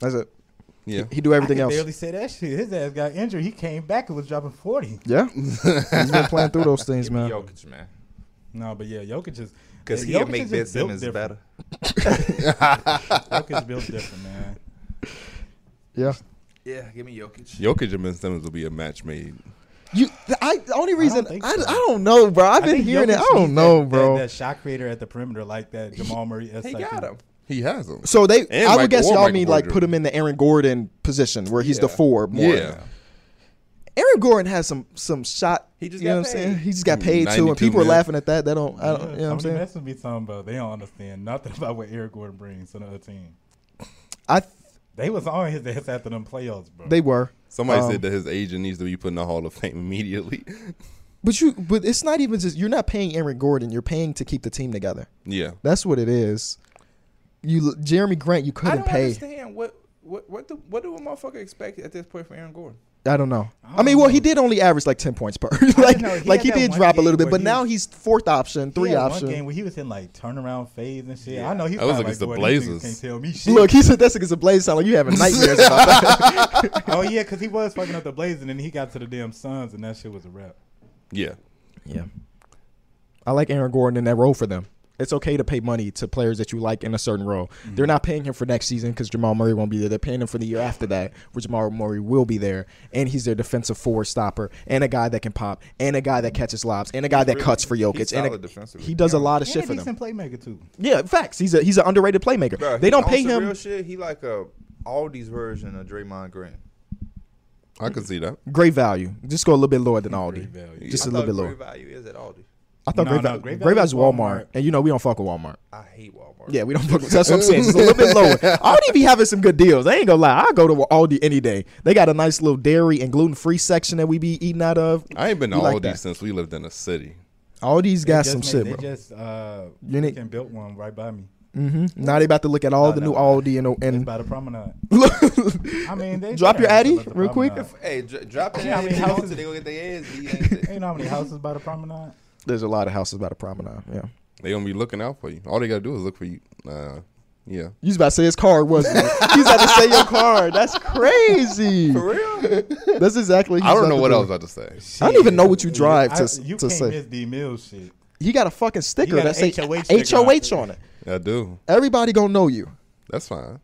Speaker 1: That's it.
Speaker 3: yeah,
Speaker 1: He do everything
Speaker 4: I
Speaker 1: else.
Speaker 4: could barely say that shit. His ass got injured. He came back and was dropping forty.
Speaker 1: Yeah, he's been playing through those things,
Speaker 2: Give me
Speaker 1: man.
Speaker 2: Jokic, man.
Speaker 4: No, but yeah, Jokic is
Speaker 2: Because
Speaker 4: yeah,
Speaker 2: he'll
Speaker 4: Jokic
Speaker 2: make
Speaker 4: is
Speaker 2: Ben
Speaker 4: built
Speaker 2: Simmons
Speaker 4: different.
Speaker 2: better.
Speaker 4: Jokic built different, man.
Speaker 1: Yeah,
Speaker 2: Yeah, give me Jokic.
Speaker 3: Jokic and Ben Simmons will be a match made.
Speaker 1: you. The, I the only reason I
Speaker 4: think
Speaker 1: I,
Speaker 4: so.
Speaker 1: don't know, bro. I've been
Speaker 4: think
Speaker 1: hearing it.
Speaker 4: Jokic
Speaker 1: I don't
Speaker 4: needs
Speaker 1: know,
Speaker 4: that, that-
Speaker 1: bro.
Speaker 4: That, shot creator at the perimeter like that, Jamal Murray. that's
Speaker 2: He
Speaker 4: like
Speaker 2: got
Speaker 4: the-
Speaker 2: him.
Speaker 3: He has them.
Speaker 1: so they,
Speaker 3: And
Speaker 1: I
Speaker 3: Michael-
Speaker 1: would guess
Speaker 3: or
Speaker 1: y'all
Speaker 3: Michael
Speaker 1: mean like
Speaker 3: Porter.
Speaker 1: put him in the Aaron Gordon position where he's the
Speaker 2: Yeah.
Speaker 1: four more.
Speaker 3: Yeah.
Speaker 1: Aaron Gordon has some some shot.
Speaker 2: He just
Speaker 1: you know
Speaker 2: got
Speaker 1: what I'm saying.
Speaker 2: paid.
Speaker 1: He just got paid too, and
Speaker 3: 92
Speaker 1: people are
Speaker 3: mil.
Speaker 1: laughing at that. They don't. I don't.
Speaker 4: Yeah,
Speaker 1: You know what I'm
Speaker 4: somebody
Speaker 1: saying.
Speaker 4: messing with me talking about they don't understand nothing about what Eric Gordon brings to another team.
Speaker 1: I th-
Speaker 4: They was on his ass after them playoffs, bro.
Speaker 1: they were.
Speaker 3: Somebody
Speaker 1: Um,
Speaker 3: said that his agent needs to be put in the Hall of Fame immediately.
Speaker 1: But you. But it's not even just. You're not paying Aaron Gordon. You're paying to keep the team together.
Speaker 3: yeah,
Speaker 1: That's what it is. You Jeremy Grant. You
Speaker 2: I
Speaker 1: couldn't
Speaker 2: don't
Speaker 1: pay.
Speaker 2: understand what what what do what do a motherfucker expect at this point from Aaron Gordon?
Speaker 1: I don't know.
Speaker 4: I
Speaker 1: I,
Speaker 4: don't
Speaker 1: mean, well,
Speaker 4: know.
Speaker 1: he did only average like ten points per. like,
Speaker 4: don't know. He
Speaker 1: like
Speaker 4: had
Speaker 1: he
Speaker 4: that
Speaker 1: did
Speaker 4: one
Speaker 1: drop a
Speaker 4: game
Speaker 1: little bit,
Speaker 4: where
Speaker 1: but
Speaker 4: he-
Speaker 1: now he's fourth option,
Speaker 4: He
Speaker 1: three
Speaker 4: had one game
Speaker 1: option.
Speaker 4: where he was in like turnaround phase and shit.
Speaker 2: Yeah.
Speaker 4: I know he
Speaker 3: That was
Speaker 4: probably
Speaker 3: against
Speaker 4: like,
Speaker 3: the
Speaker 4: "Boy, these
Speaker 3: Blazers.
Speaker 4: niggas Can't tell me shit.
Speaker 1: Look, he said that's against the Blaze. Sound like you having nightmares about that.
Speaker 4: oh yeah, because he was fucking up the Blazers, and then he got to the damn Suns, and that shit was a wrap.
Speaker 3: yeah.
Speaker 1: Yeah, I like Aaron Gordon in that role for them. It's okay to pay money to players that you like in a certain role.
Speaker 2: Mm-hmm.
Speaker 1: They're not paying him for next season because Jamal Murray won't be there. They're paying him for the year after that, where Jamal Murray will be there, and he's their defensive forward stopper, and a guy that can pop, and a guy that catches lobs, and a guy that
Speaker 2: really-
Speaker 1: cuts for
Speaker 2: he's
Speaker 1: Jokic, and
Speaker 2: solid
Speaker 1: a,
Speaker 2: defensively,
Speaker 1: he
Speaker 2: to
Speaker 1: does
Speaker 2: be
Speaker 1: a lot of
Speaker 4: And
Speaker 1: shit
Speaker 4: a
Speaker 1: for them.
Speaker 4: decent playmaker too.
Speaker 1: Yeah, facts. He's a he's an underrated playmaker.
Speaker 2: Bruh,
Speaker 1: they
Speaker 2: he
Speaker 1: don't
Speaker 2: on
Speaker 1: pay
Speaker 2: some
Speaker 1: him.
Speaker 2: Real shit, he like a Aldi's version of Draymond Green.
Speaker 3: I
Speaker 1: Mm-hmm.
Speaker 3: could see that.
Speaker 1: Great value. Just go a little bit lower than Aldi.
Speaker 4: Great value.
Speaker 1: Just
Speaker 2: I
Speaker 1: a little bit
Speaker 2: thought Gray
Speaker 1: lower.
Speaker 2: value is at Aldi.
Speaker 1: I thought
Speaker 4: No,
Speaker 1: great,
Speaker 4: no,
Speaker 1: value,
Speaker 4: Great
Speaker 1: great value
Speaker 4: Value
Speaker 1: is
Speaker 4: is
Speaker 1: Walmart,
Speaker 4: Walmart.
Speaker 1: and you know we don't fuck with Walmart.
Speaker 2: I hate Walmart.
Speaker 1: Yeah, we don't fuck with. That's what I'm saying. It's a little bit lower. Aldi be having some good deals. I ain't gonna lie. I go to Aldi any day. They got a nice little dairy and gluten free section that we be eating out of.
Speaker 3: I ain't been to
Speaker 1: We like
Speaker 3: Aldi
Speaker 1: that.
Speaker 3: since we lived in the city.
Speaker 1: Aldi's
Speaker 4: They
Speaker 1: got
Speaker 4: just
Speaker 1: some
Speaker 4: made-
Speaker 1: shit,
Speaker 4: They
Speaker 1: bro.
Speaker 4: just uh,
Speaker 1: You need-
Speaker 4: fucking built one right by me.
Speaker 1: hmm Now they about to look at all
Speaker 4: No,
Speaker 1: the
Speaker 4: no,
Speaker 1: new
Speaker 4: no.
Speaker 1: Aldi and
Speaker 4: It's
Speaker 1: and
Speaker 4: by the promenade. I
Speaker 1: look.
Speaker 4: mean, they
Speaker 1: Drop
Speaker 4: they
Speaker 1: your
Speaker 4: got
Speaker 1: Addy
Speaker 4: stuff at the
Speaker 1: real quick.
Speaker 4: promenade.
Speaker 2: Hey, dr- drop that
Speaker 4: You know how
Speaker 2: ass
Speaker 4: many
Speaker 2: in Aldi,
Speaker 4: houses-
Speaker 2: they gonna get their ass beat. ain't
Speaker 4: You
Speaker 2: they?
Speaker 4: know how many houses by the promenade?
Speaker 1: There's a lot of houses by the promenade. Yeah,
Speaker 3: They gonna be looking out for you. All they gotta do is look for you. Uh, yeah.
Speaker 1: you was about to say his card wasn't. it? He's about to say your card. That's crazy.
Speaker 2: For real?
Speaker 1: That's exactly.
Speaker 3: I don't
Speaker 1: he's
Speaker 3: know
Speaker 1: about
Speaker 3: what
Speaker 1: to
Speaker 3: I
Speaker 1: do.
Speaker 3: was about to say.
Speaker 1: I don't even know what you
Speaker 4: Shit.
Speaker 1: drive to-
Speaker 4: I- you
Speaker 1: to
Speaker 4: can't
Speaker 1: say.
Speaker 4: miss D Mills shit.
Speaker 1: He got a fucking sticker
Speaker 4: got
Speaker 1: that say
Speaker 4: an HOH sticker on it.
Speaker 1: HOH on it.
Speaker 3: I do.
Speaker 1: Everybody gonna know you.
Speaker 3: That's fine.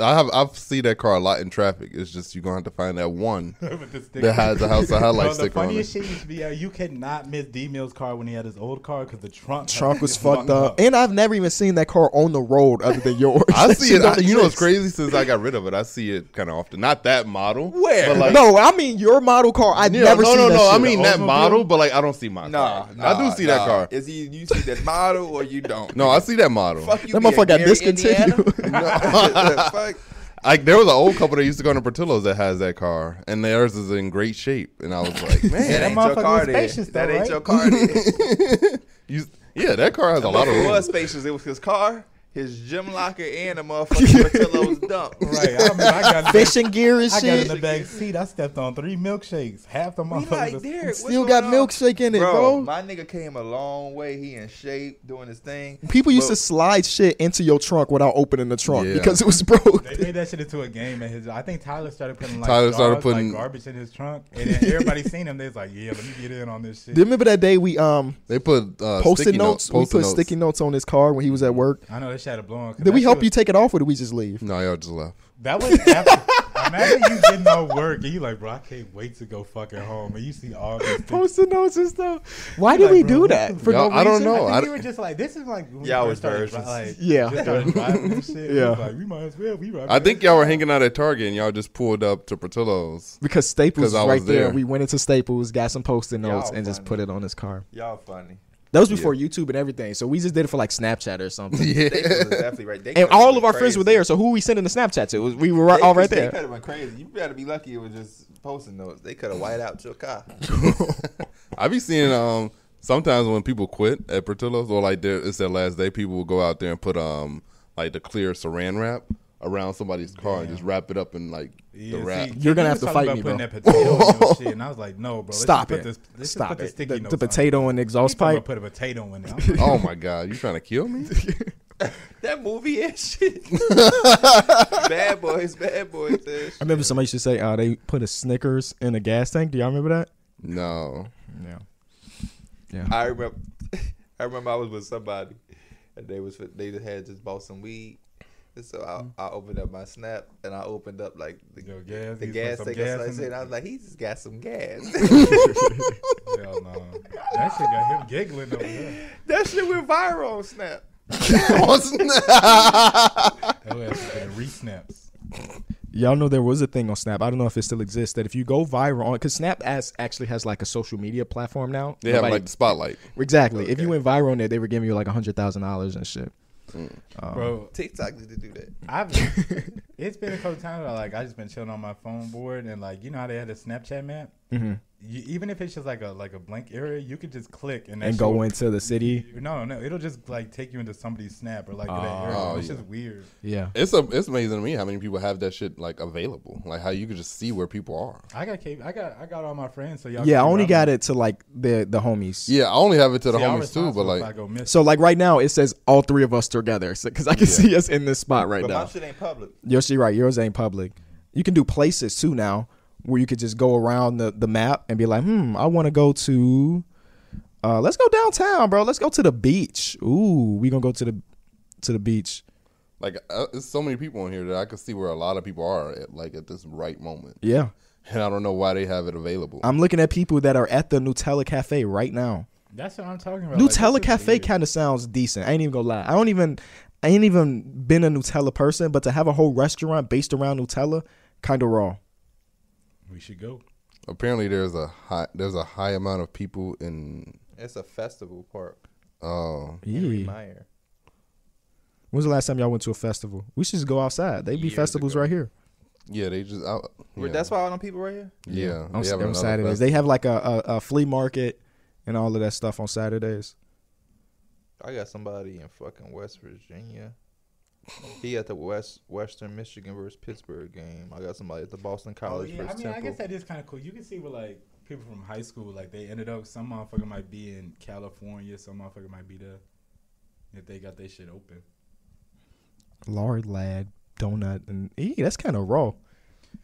Speaker 3: I have I've seen that car a lot in traffic. It's just you're gonna have to find that one
Speaker 4: With the sticker.
Speaker 3: that has a house of
Speaker 4: Bro,
Speaker 1: Oh,
Speaker 3: highlight
Speaker 4: the
Speaker 3: sticker on
Speaker 4: funniest
Speaker 3: it.
Speaker 4: shit used to be uh, you cannot miss D Mills' car when he had his old car because the trunk
Speaker 1: Trunk was
Speaker 4: is
Speaker 1: fucked up, and I've never even seen that car on the road other than yours.
Speaker 3: I
Speaker 1: That
Speaker 3: see
Speaker 1: shit
Speaker 3: it. I,
Speaker 1: don't
Speaker 3: you know, it's
Speaker 1: exist.
Speaker 3: crazy since I got rid of it. I see it kind of often. Not that model.
Speaker 2: Where?
Speaker 3: But like,
Speaker 1: no, I mean your model car. I've
Speaker 3: Yeah,
Speaker 1: never
Speaker 3: no,
Speaker 1: seen
Speaker 3: no,
Speaker 1: that
Speaker 3: no.
Speaker 1: shit.
Speaker 3: I mean
Speaker 4: The
Speaker 3: that
Speaker 4: Oldsmobile?
Speaker 3: model, but like I don't see my
Speaker 2: Nah,
Speaker 3: car.
Speaker 2: nah,
Speaker 3: I do see
Speaker 2: nah.
Speaker 3: that car.
Speaker 2: Is he you see that model or you don't?
Speaker 3: No, I see that model.
Speaker 2: Fuck you.
Speaker 1: That
Speaker 2: being
Speaker 1: motherfucker got
Speaker 2: Gary, Indiana.
Speaker 1: discontinued.
Speaker 2: Fuck.
Speaker 3: Like there was an old couple that used to go to Portillo's that has that car, and theirs is in great shape. And I was like, man,
Speaker 2: that
Speaker 4: that
Speaker 2: ain't your
Speaker 4: motherfucker
Speaker 2: car
Speaker 4: was
Speaker 2: there.
Speaker 4: spacious,
Speaker 2: That
Speaker 4: though,
Speaker 2: ain't
Speaker 4: right?
Speaker 2: your car there.
Speaker 3: you, yeah, that car has a lot of
Speaker 2: it
Speaker 3: room.
Speaker 2: was spacious. It was his car, his gym locker, and a motherfucking Portillo's dump.
Speaker 4: Right. I remember I got
Speaker 1: Fishing gear and
Speaker 4: I got in
Speaker 1: shit.
Speaker 4: the back seat. I stepped on three milkshakes. Half the
Speaker 2: We
Speaker 4: motherfuckers.
Speaker 2: like, Derek, what's
Speaker 1: Still
Speaker 2: going
Speaker 1: got
Speaker 2: on?
Speaker 1: milkshake in it, bro.
Speaker 2: My nigga came a long way. He in shape, doing his thing.
Speaker 1: People used to
Speaker 2: But-
Speaker 1: slide shit into your trunk without opening the trunk
Speaker 3: Yeah.
Speaker 1: because it was broke.
Speaker 4: They made that shit into a game at his. I think Tyler started putting like
Speaker 3: Tyler started
Speaker 4: dogs,
Speaker 3: putting-
Speaker 4: like garbage in his trunk, and then everybody seen him. They was like, "Yeah, let me get in on this
Speaker 1: Do you
Speaker 4: shit."
Speaker 1: remember that day we um
Speaker 3: They put uh,
Speaker 1: posted
Speaker 3: sticky
Speaker 1: notes?
Speaker 3: Post-it
Speaker 1: we put sticky notes on his car when he was at work.
Speaker 4: I know that shit had a blown.
Speaker 1: Did we help you take it off or did we just leave?
Speaker 3: No, y'all just left.
Speaker 4: That was after. Imagine you getting off work and you like, bro, I can't wait to go fucking home, and you see all this. Thing.
Speaker 1: Posted notes and stuff. Why did
Speaker 4: Like,
Speaker 1: we
Speaker 4: bro,
Speaker 1: do
Speaker 4: what
Speaker 1: that?
Speaker 4: the-
Speaker 1: For
Speaker 3: Y'all-
Speaker 1: no
Speaker 3: I don't
Speaker 1: reason?
Speaker 3: know.
Speaker 4: I
Speaker 3: I
Speaker 4: think we
Speaker 3: d-
Speaker 4: were just like, this is like when we
Speaker 2: Y'all
Speaker 4: first
Speaker 2: was
Speaker 4: started dri-
Speaker 2: virgins.
Speaker 4: like,
Speaker 1: Yeah.
Speaker 4: just started driving and shit.
Speaker 1: Yeah.
Speaker 4: Yeah, like we might as well. We right.
Speaker 3: I think y'all were hanging out at Target, and y'all just pulled up to Portillo's.
Speaker 1: Because Staples
Speaker 3: 'Cause I
Speaker 1: was
Speaker 3: was
Speaker 1: right there.
Speaker 3: there.
Speaker 1: We went into Staples, got some post-it notes,
Speaker 2: Y'all
Speaker 1: and just
Speaker 2: funny.
Speaker 1: put it on his car.
Speaker 2: Y'all funny.
Speaker 1: That was before YouTube and everything. So we just did it for like Snapchat or something.
Speaker 2: They
Speaker 3: Yeah,
Speaker 2: could've definitely right. They
Speaker 1: And
Speaker 2: could've
Speaker 1: all
Speaker 2: been
Speaker 1: of our friends were
Speaker 2: crazy.
Speaker 1: there. So who we sending the Snapchat to? It was- we were right,
Speaker 2: They
Speaker 1: all
Speaker 2: could-
Speaker 1: right
Speaker 2: They
Speaker 1: there.
Speaker 2: could have been crazy. You better be lucky it was just posting notes. They could have white out your car.
Speaker 3: I be seeing um sometimes when people quit at Portillo's or like their, it's their last day, people will go out there and put um like the clear Saran wrap around somebody's car and just wrap it up and like the wrap.
Speaker 1: You're gonna have to fight me,
Speaker 4: putting
Speaker 1: bro.
Speaker 4: That potato in your shit, and I was like, no, bro. let's
Speaker 1: Stop
Speaker 4: just
Speaker 1: it.
Speaker 4: put This, let's just
Speaker 1: Stop
Speaker 4: put The,
Speaker 1: it. The,
Speaker 4: sticky
Speaker 1: the
Speaker 4: notes on it.
Speaker 1: potato and the
Speaker 4: He
Speaker 1: exhaust
Speaker 4: talking about
Speaker 1: pipe.
Speaker 4: Put a potato in it. I'm like,
Speaker 3: Oh my god, you trying to kill me?
Speaker 2: That movie and shit. bad boys, bad boys. and
Speaker 1: I
Speaker 2: shit.
Speaker 1: remember somebody used to say, uh, they put a Snickers in a gas tank. Do y'all remember that?
Speaker 3: No.
Speaker 1: Yeah.
Speaker 2: I remember, I remember I was with somebody, and they was they just had just bought some weed, and so
Speaker 1: Mm.
Speaker 2: I, I opened up my snap and I opened up like the,
Speaker 4: Yo, gas,
Speaker 2: the
Speaker 4: he's
Speaker 2: gas
Speaker 4: put some
Speaker 2: thing.
Speaker 4: gas
Speaker 2: Gas
Speaker 4: in
Speaker 2: I,
Speaker 4: it.
Speaker 2: and I was like, he just got some gas.
Speaker 4: Hell no. That shit got him giggling over there.
Speaker 2: that shit went viral on Snap.
Speaker 4: That was been re-snaps.
Speaker 1: Y'all know there was a thing on Snap. I don't know if it still exists that if you go viral on because Snap as, actually has like a social media platform now.
Speaker 3: they have
Speaker 1: Nobody-
Speaker 3: like the spotlight.
Speaker 1: exactly. If you went viral on there, they were giving you like a hundred thousand dollars and shit. Oh.
Speaker 4: Bro,
Speaker 2: TikTok used to do that.
Speaker 4: I've it's been a couple times where, like I just been chilling on my phone board and like you know how they had a Snapchat map. Mm-hmm. You, even if it's just like a like a blank area, you could just click and, that
Speaker 1: And
Speaker 4: shit
Speaker 1: go
Speaker 4: will-
Speaker 1: into the city.
Speaker 4: No, no, it'll just like take you into somebody's snap or like to that
Speaker 3: Oh,
Speaker 4: area. It's
Speaker 3: yeah.
Speaker 4: just weird.
Speaker 1: Yeah.
Speaker 3: It's a, it's amazing to me how many people have that shit like available. Like how you can just see where people are.
Speaker 4: I got cap- I got I got all my friends. So y'all.
Speaker 1: Yeah, I
Speaker 4: can
Speaker 1: only
Speaker 4: run
Speaker 1: got
Speaker 4: me.
Speaker 1: it to like the the homies.
Speaker 3: Yeah, I only have it to the
Speaker 4: See, I'm
Speaker 3: homies too,
Speaker 4: responsible
Speaker 3: but
Speaker 4: if I
Speaker 3: like
Speaker 4: go miss.
Speaker 1: So like right now it says all three of us together because I can see us in this spot right
Speaker 2: But
Speaker 1: now.
Speaker 2: my shit ain't public.
Speaker 1: Yoshi, right? Yours ain't public. You can do places too now where you could just go around the, the map and be like, hmm, I want to go to, uh, let's go downtown, bro. Let's go to the beach. Ooh, we gonna go to the to the beach.
Speaker 3: like uh, there's so many people in here that I can see where a lot of people are at like at this right moment.
Speaker 1: Yeah,
Speaker 3: And I don't know why they have it available.
Speaker 1: I'm looking at people that are at the Nutella Cafe right now.
Speaker 4: That's what I'm talking about. like,
Speaker 1: Nutella
Speaker 4: this is
Speaker 1: Cafe
Speaker 4: weird.
Speaker 1: kind of sounds decent. I ain't even gonna lie. I don't even I ain't even been a Nutella person, but to have a whole restaurant based around Nutella, kind of raw.
Speaker 4: We should go.
Speaker 3: Apparently, there's a high there's a high amount of people in.
Speaker 2: It's a festival park.
Speaker 3: Oh,
Speaker 2: Henry
Speaker 1: Ew.
Speaker 2: Meyer.
Speaker 1: When's the last time y'all went to a festival? We should just go outside. They be
Speaker 2: Years
Speaker 1: festivals
Speaker 2: ago.
Speaker 1: right here.
Speaker 3: yeah, they just out.
Speaker 2: Well,
Speaker 3: yeah.
Speaker 2: That's why all them people right here.
Speaker 3: Yeah,
Speaker 1: on,
Speaker 3: they have
Speaker 1: on
Speaker 3: another
Speaker 1: Saturdays.
Speaker 3: festival.
Speaker 1: They have like a, a, a flea market and all of that stuff on Saturdays.
Speaker 2: I got somebody in fucking West Virginia. He at the West Western Michigan versus Pittsburgh game. I got somebody at the Boston
Speaker 4: Oh,
Speaker 2: College
Speaker 4: yeah, I
Speaker 2: versus
Speaker 4: mean, I
Speaker 2: Temple.
Speaker 4: guess that is kind of cool. You can see where like people from high school, like they ended up. Some motherfucker might be in California. Some motherfucker might be there. If they got their shit open.
Speaker 1: Lard lad donut and ew, that's kind of raw.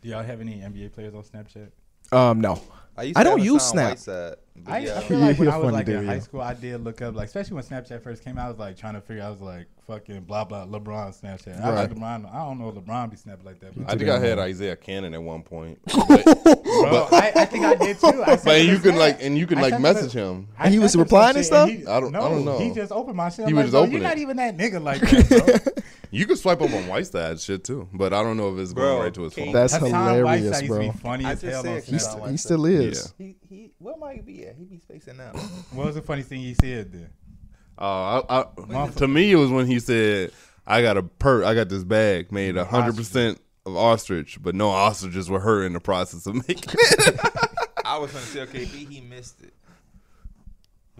Speaker 4: Do y'all have any NBA players on Snapchat?
Speaker 1: Um, no,
Speaker 2: used
Speaker 1: I
Speaker 2: to have
Speaker 1: don't
Speaker 2: a
Speaker 1: use
Speaker 2: son
Speaker 1: Snap.
Speaker 2: on Whiteside, but
Speaker 4: I,
Speaker 2: yeah,
Speaker 4: I feel like when
Speaker 1: Yeah,
Speaker 4: I
Speaker 1: funny
Speaker 4: was like
Speaker 1: dude,
Speaker 4: in
Speaker 1: yeah.
Speaker 4: high school, I did look up like, especially when Snapchat first came out. I was like trying to figure. out, I was like, fucking blah blah LeBron Snapchat. I like
Speaker 3: Right.
Speaker 4: LeBron. I don't know if LeBron be snapping like that. But
Speaker 3: I think I had Isaiah Cannon at one point, but,
Speaker 4: Bro, I, I think I did too. I sent
Speaker 3: but
Speaker 4: him a
Speaker 3: you can
Speaker 4: snap.
Speaker 3: like and you can
Speaker 4: I
Speaker 3: like
Speaker 4: sent him a-
Speaker 3: message him.
Speaker 4: I
Speaker 1: And he
Speaker 4: sent
Speaker 1: was
Speaker 4: him some
Speaker 1: replying and
Speaker 4: shit
Speaker 1: stuff?
Speaker 4: and he-
Speaker 3: I don't- I
Speaker 4: no,
Speaker 3: don't know.
Speaker 4: He just opened my shit.
Speaker 3: He was
Speaker 4: I'm like,
Speaker 3: just
Speaker 4: bro,
Speaker 3: opening
Speaker 4: You're
Speaker 3: it.
Speaker 4: not even that nigga like that, bro.
Speaker 3: You can swipe up on Whiteside shit too, but I don't know if it's
Speaker 2: Bro,
Speaker 3: going right to his
Speaker 2: can
Speaker 3: phone.
Speaker 2: you-
Speaker 1: that's
Speaker 4: Hassan
Speaker 1: hilarious,
Speaker 4: Whiteside used to
Speaker 1: bro.
Speaker 4: be funny
Speaker 2: I
Speaker 4: as
Speaker 2: just
Speaker 4: hell on
Speaker 2: said Hassan
Speaker 4: Snap.
Speaker 2: Whiteside.
Speaker 1: He still is.
Speaker 2: he he where Mike be at? He be spacing out.
Speaker 4: What was the funny thing he said then?
Speaker 3: Uh, I, I, to me, it was when he said, "I got a per, I got this bag made hundred percent of ostrich, but no ostriches were hurt in the process of making it.
Speaker 2: I was gonna tell KB he missed it.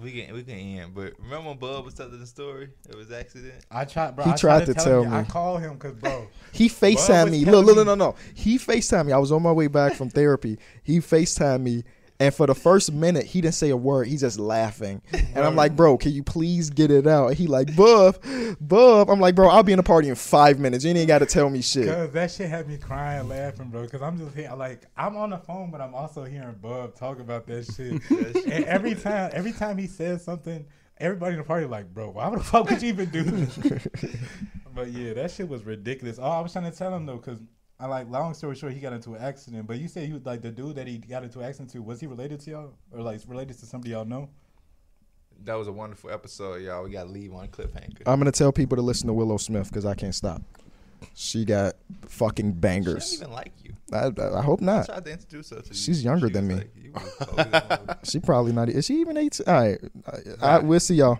Speaker 2: We can we can end, but remember when Bub was telling the story? It was accident.
Speaker 4: I tried, bro.
Speaker 1: He
Speaker 4: I
Speaker 1: tried to tell
Speaker 4: him,
Speaker 1: me.
Speaker 4: I called him because, bro,
Speaker 1: He FaceTime
Speaker 4: was
Speaker 1: me. Look,
Speaker 4: telling
Speaker 1: look, no,
Speaker 4: me-
Speaker 1: no, no. He FaceTime me. I was on my way back from therapy. He FaceTime me. And for the first minute, he didn't say a word. He's just laughing. And I'm like, bro, can you please get it out? And he like, bub, bub. I'm like, bro, I'll be in a party in five minutes. You ain't got to tell me shit.
Speaker 4: because that shit had me crying, laughing, bro. Because I'm just here, like, I'm on the phone, but I'm also hearing Bub talk about that shit. and every time, every time he says something, everybody in the party like, bro, why the fuck would you even do this? but yeah, that shit was ridiculous. Oh, I was trying to tell him though, because I like, long story short, he got into an accident. But you said you like the dude that he got into an accident to. Was he related to y'all, or like related to somebody y'all know?
Speaker 2: That was a wonderful episode, y'all. We gotta leave on a cliffhanger.
Speaker 1: I'm going to tell people to listen to Willow Smith because I can't stop. She got fucking
Speaker 2: She don't
Speaker 1: bangers.
Speaker 2: even like you.
Speaker 1: I, I I hope
Speaker 2: I
Speaker 1: not.
Speaker 2: tried to introduce her to you.
Speaker 1: She's younger
Speaker 2: She
Speaker 1: than
Speaker 2: was
Speaker 1: me.
Speaker 2: like, you was totally wrong.
Speaker 1: e, She probably not. Is she even 18? All right. I, I, we'll see y'all.